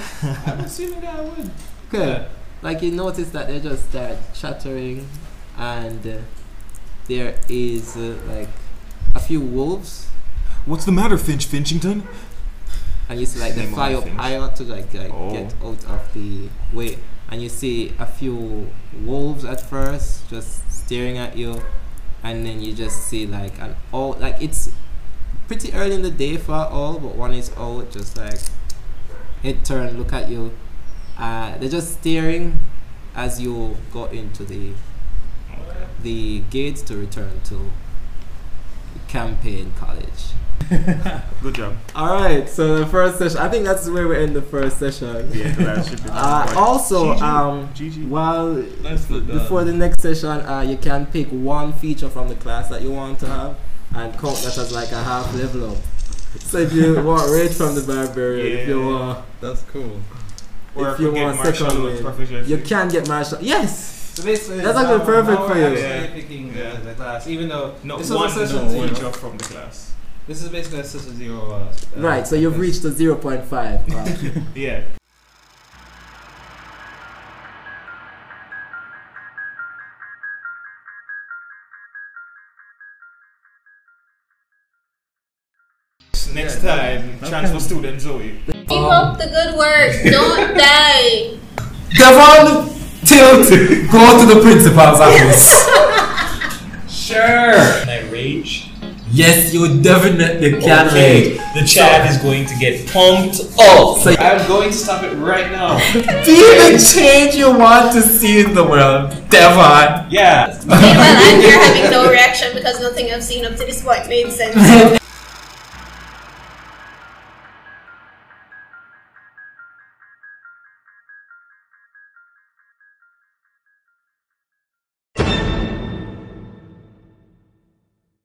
[SPEAKER 6] I'm assuming that I would.
[SPEAKER 1] Okay. Like you notice that they just start chattering, and uh, there is uh, like a few wolves,
[SPEAKER 2] What's the matter, Finch Finchington?
[SPEAKER 1] and you see like they
[SPEAKER 2] Same
[SPEAKER 1] fly
[SPEAKER 2] old
[SPEAKER 1] up
[SPEAKER 2] things.
[SPEAKER 1] higher to like, like
[SPEAKER 2] Oh.
[SPEAKER 1] get out of the way, and you see a few wolves at first just staring at you, and then you just see like an all like it's pretty early in the day for all, but one is out just like it turn look at you. Uh, they're just staring as you go into the the gates to return to campaign college.
[SPEAKER 2] Good job.
[SPEAKER 1] All right, so the first session. I think that's where we end the first session.
[SPEAKER 2] Yeah, that should be
[SPEAKER 1] Uh, also, um,
[SPEAKER 2] GG.
[SPEAKER 1] while
[SPEAKER 6] That's the
[SPEAKER 1] before the next session, uh, you can pick one feature from the class that you want to have and count that as like a half level up. So if you want rage from the barbarian, if you
[SPEAKER 2] Yeah.
[SPEAKER 1] want,
[SPEAKER 4] That's cool.
[SPEAKER 2] Or
[SPEAKER 1] if you
[SPEAKER 2] forget
[SPEAKER 1] want
[SPEAKER 2] martial
[SPEAKER 1] second
[SPEAKER 2] arts
[SPEAKER 1] wave,
[SPEAKER 2] proficiency.
[SPEAKER 1] you can get martial. Yes,
[SPEAKER 6] So basically,
[SPEAKER 1] That's
[SPEAKER 6] now-
[SPEAKER 1] actually perfect
[SPEAKER 6] now
[SPEAKER 1] for
[SPEAKER 6] we're
[SPEAKER 1] you.
[SPEAKER 6] actually
[SPEAKER 2] Yeah.
[SPEAKER 6] picking
[SPEAKER 2] Yeah.
[SPEAKER 6] the, the class, even though
[SPEAKER 2] No,
[SPEAKER 6] this
[SPEAKER 2] one,
[SPEAKER 6] is a session
[SPEAKER 2] no,
[SPEAKER 6] zero.
[SPEAKER 2] one job from the class.
[SPEAKER 6] This is basically a session zero. Uh, uh,
[SPEAKER 1] right. So you've
[SPEAKER 6] this-
[SPEAKER 1] reached a zero point five.
[SPEAKER 2] Yeah. Next time, transfer student Zoe.
[SPEAKER 7] Keep up the good work. Don't die.
[SPEAKER 1] Devon tilt. Go to the principal's office.
[SPEAKER 8] Sure. Can I rage?
[SPEAKER 1] Yes, you definitely can
[SPEAKER 8] Okay. The Chad is going to get pumped up.
[SPEAKER 1] So
[SPEAKER 6] I'm going to stop it right now.
[SPEAKER 1] Be the change you want to see in the world, Devon.
[SPEAKER 6] yeah.
[SPEAKER 7] Meanwhile, I'm here having no reaction because nothing I've seen up to this point made sense.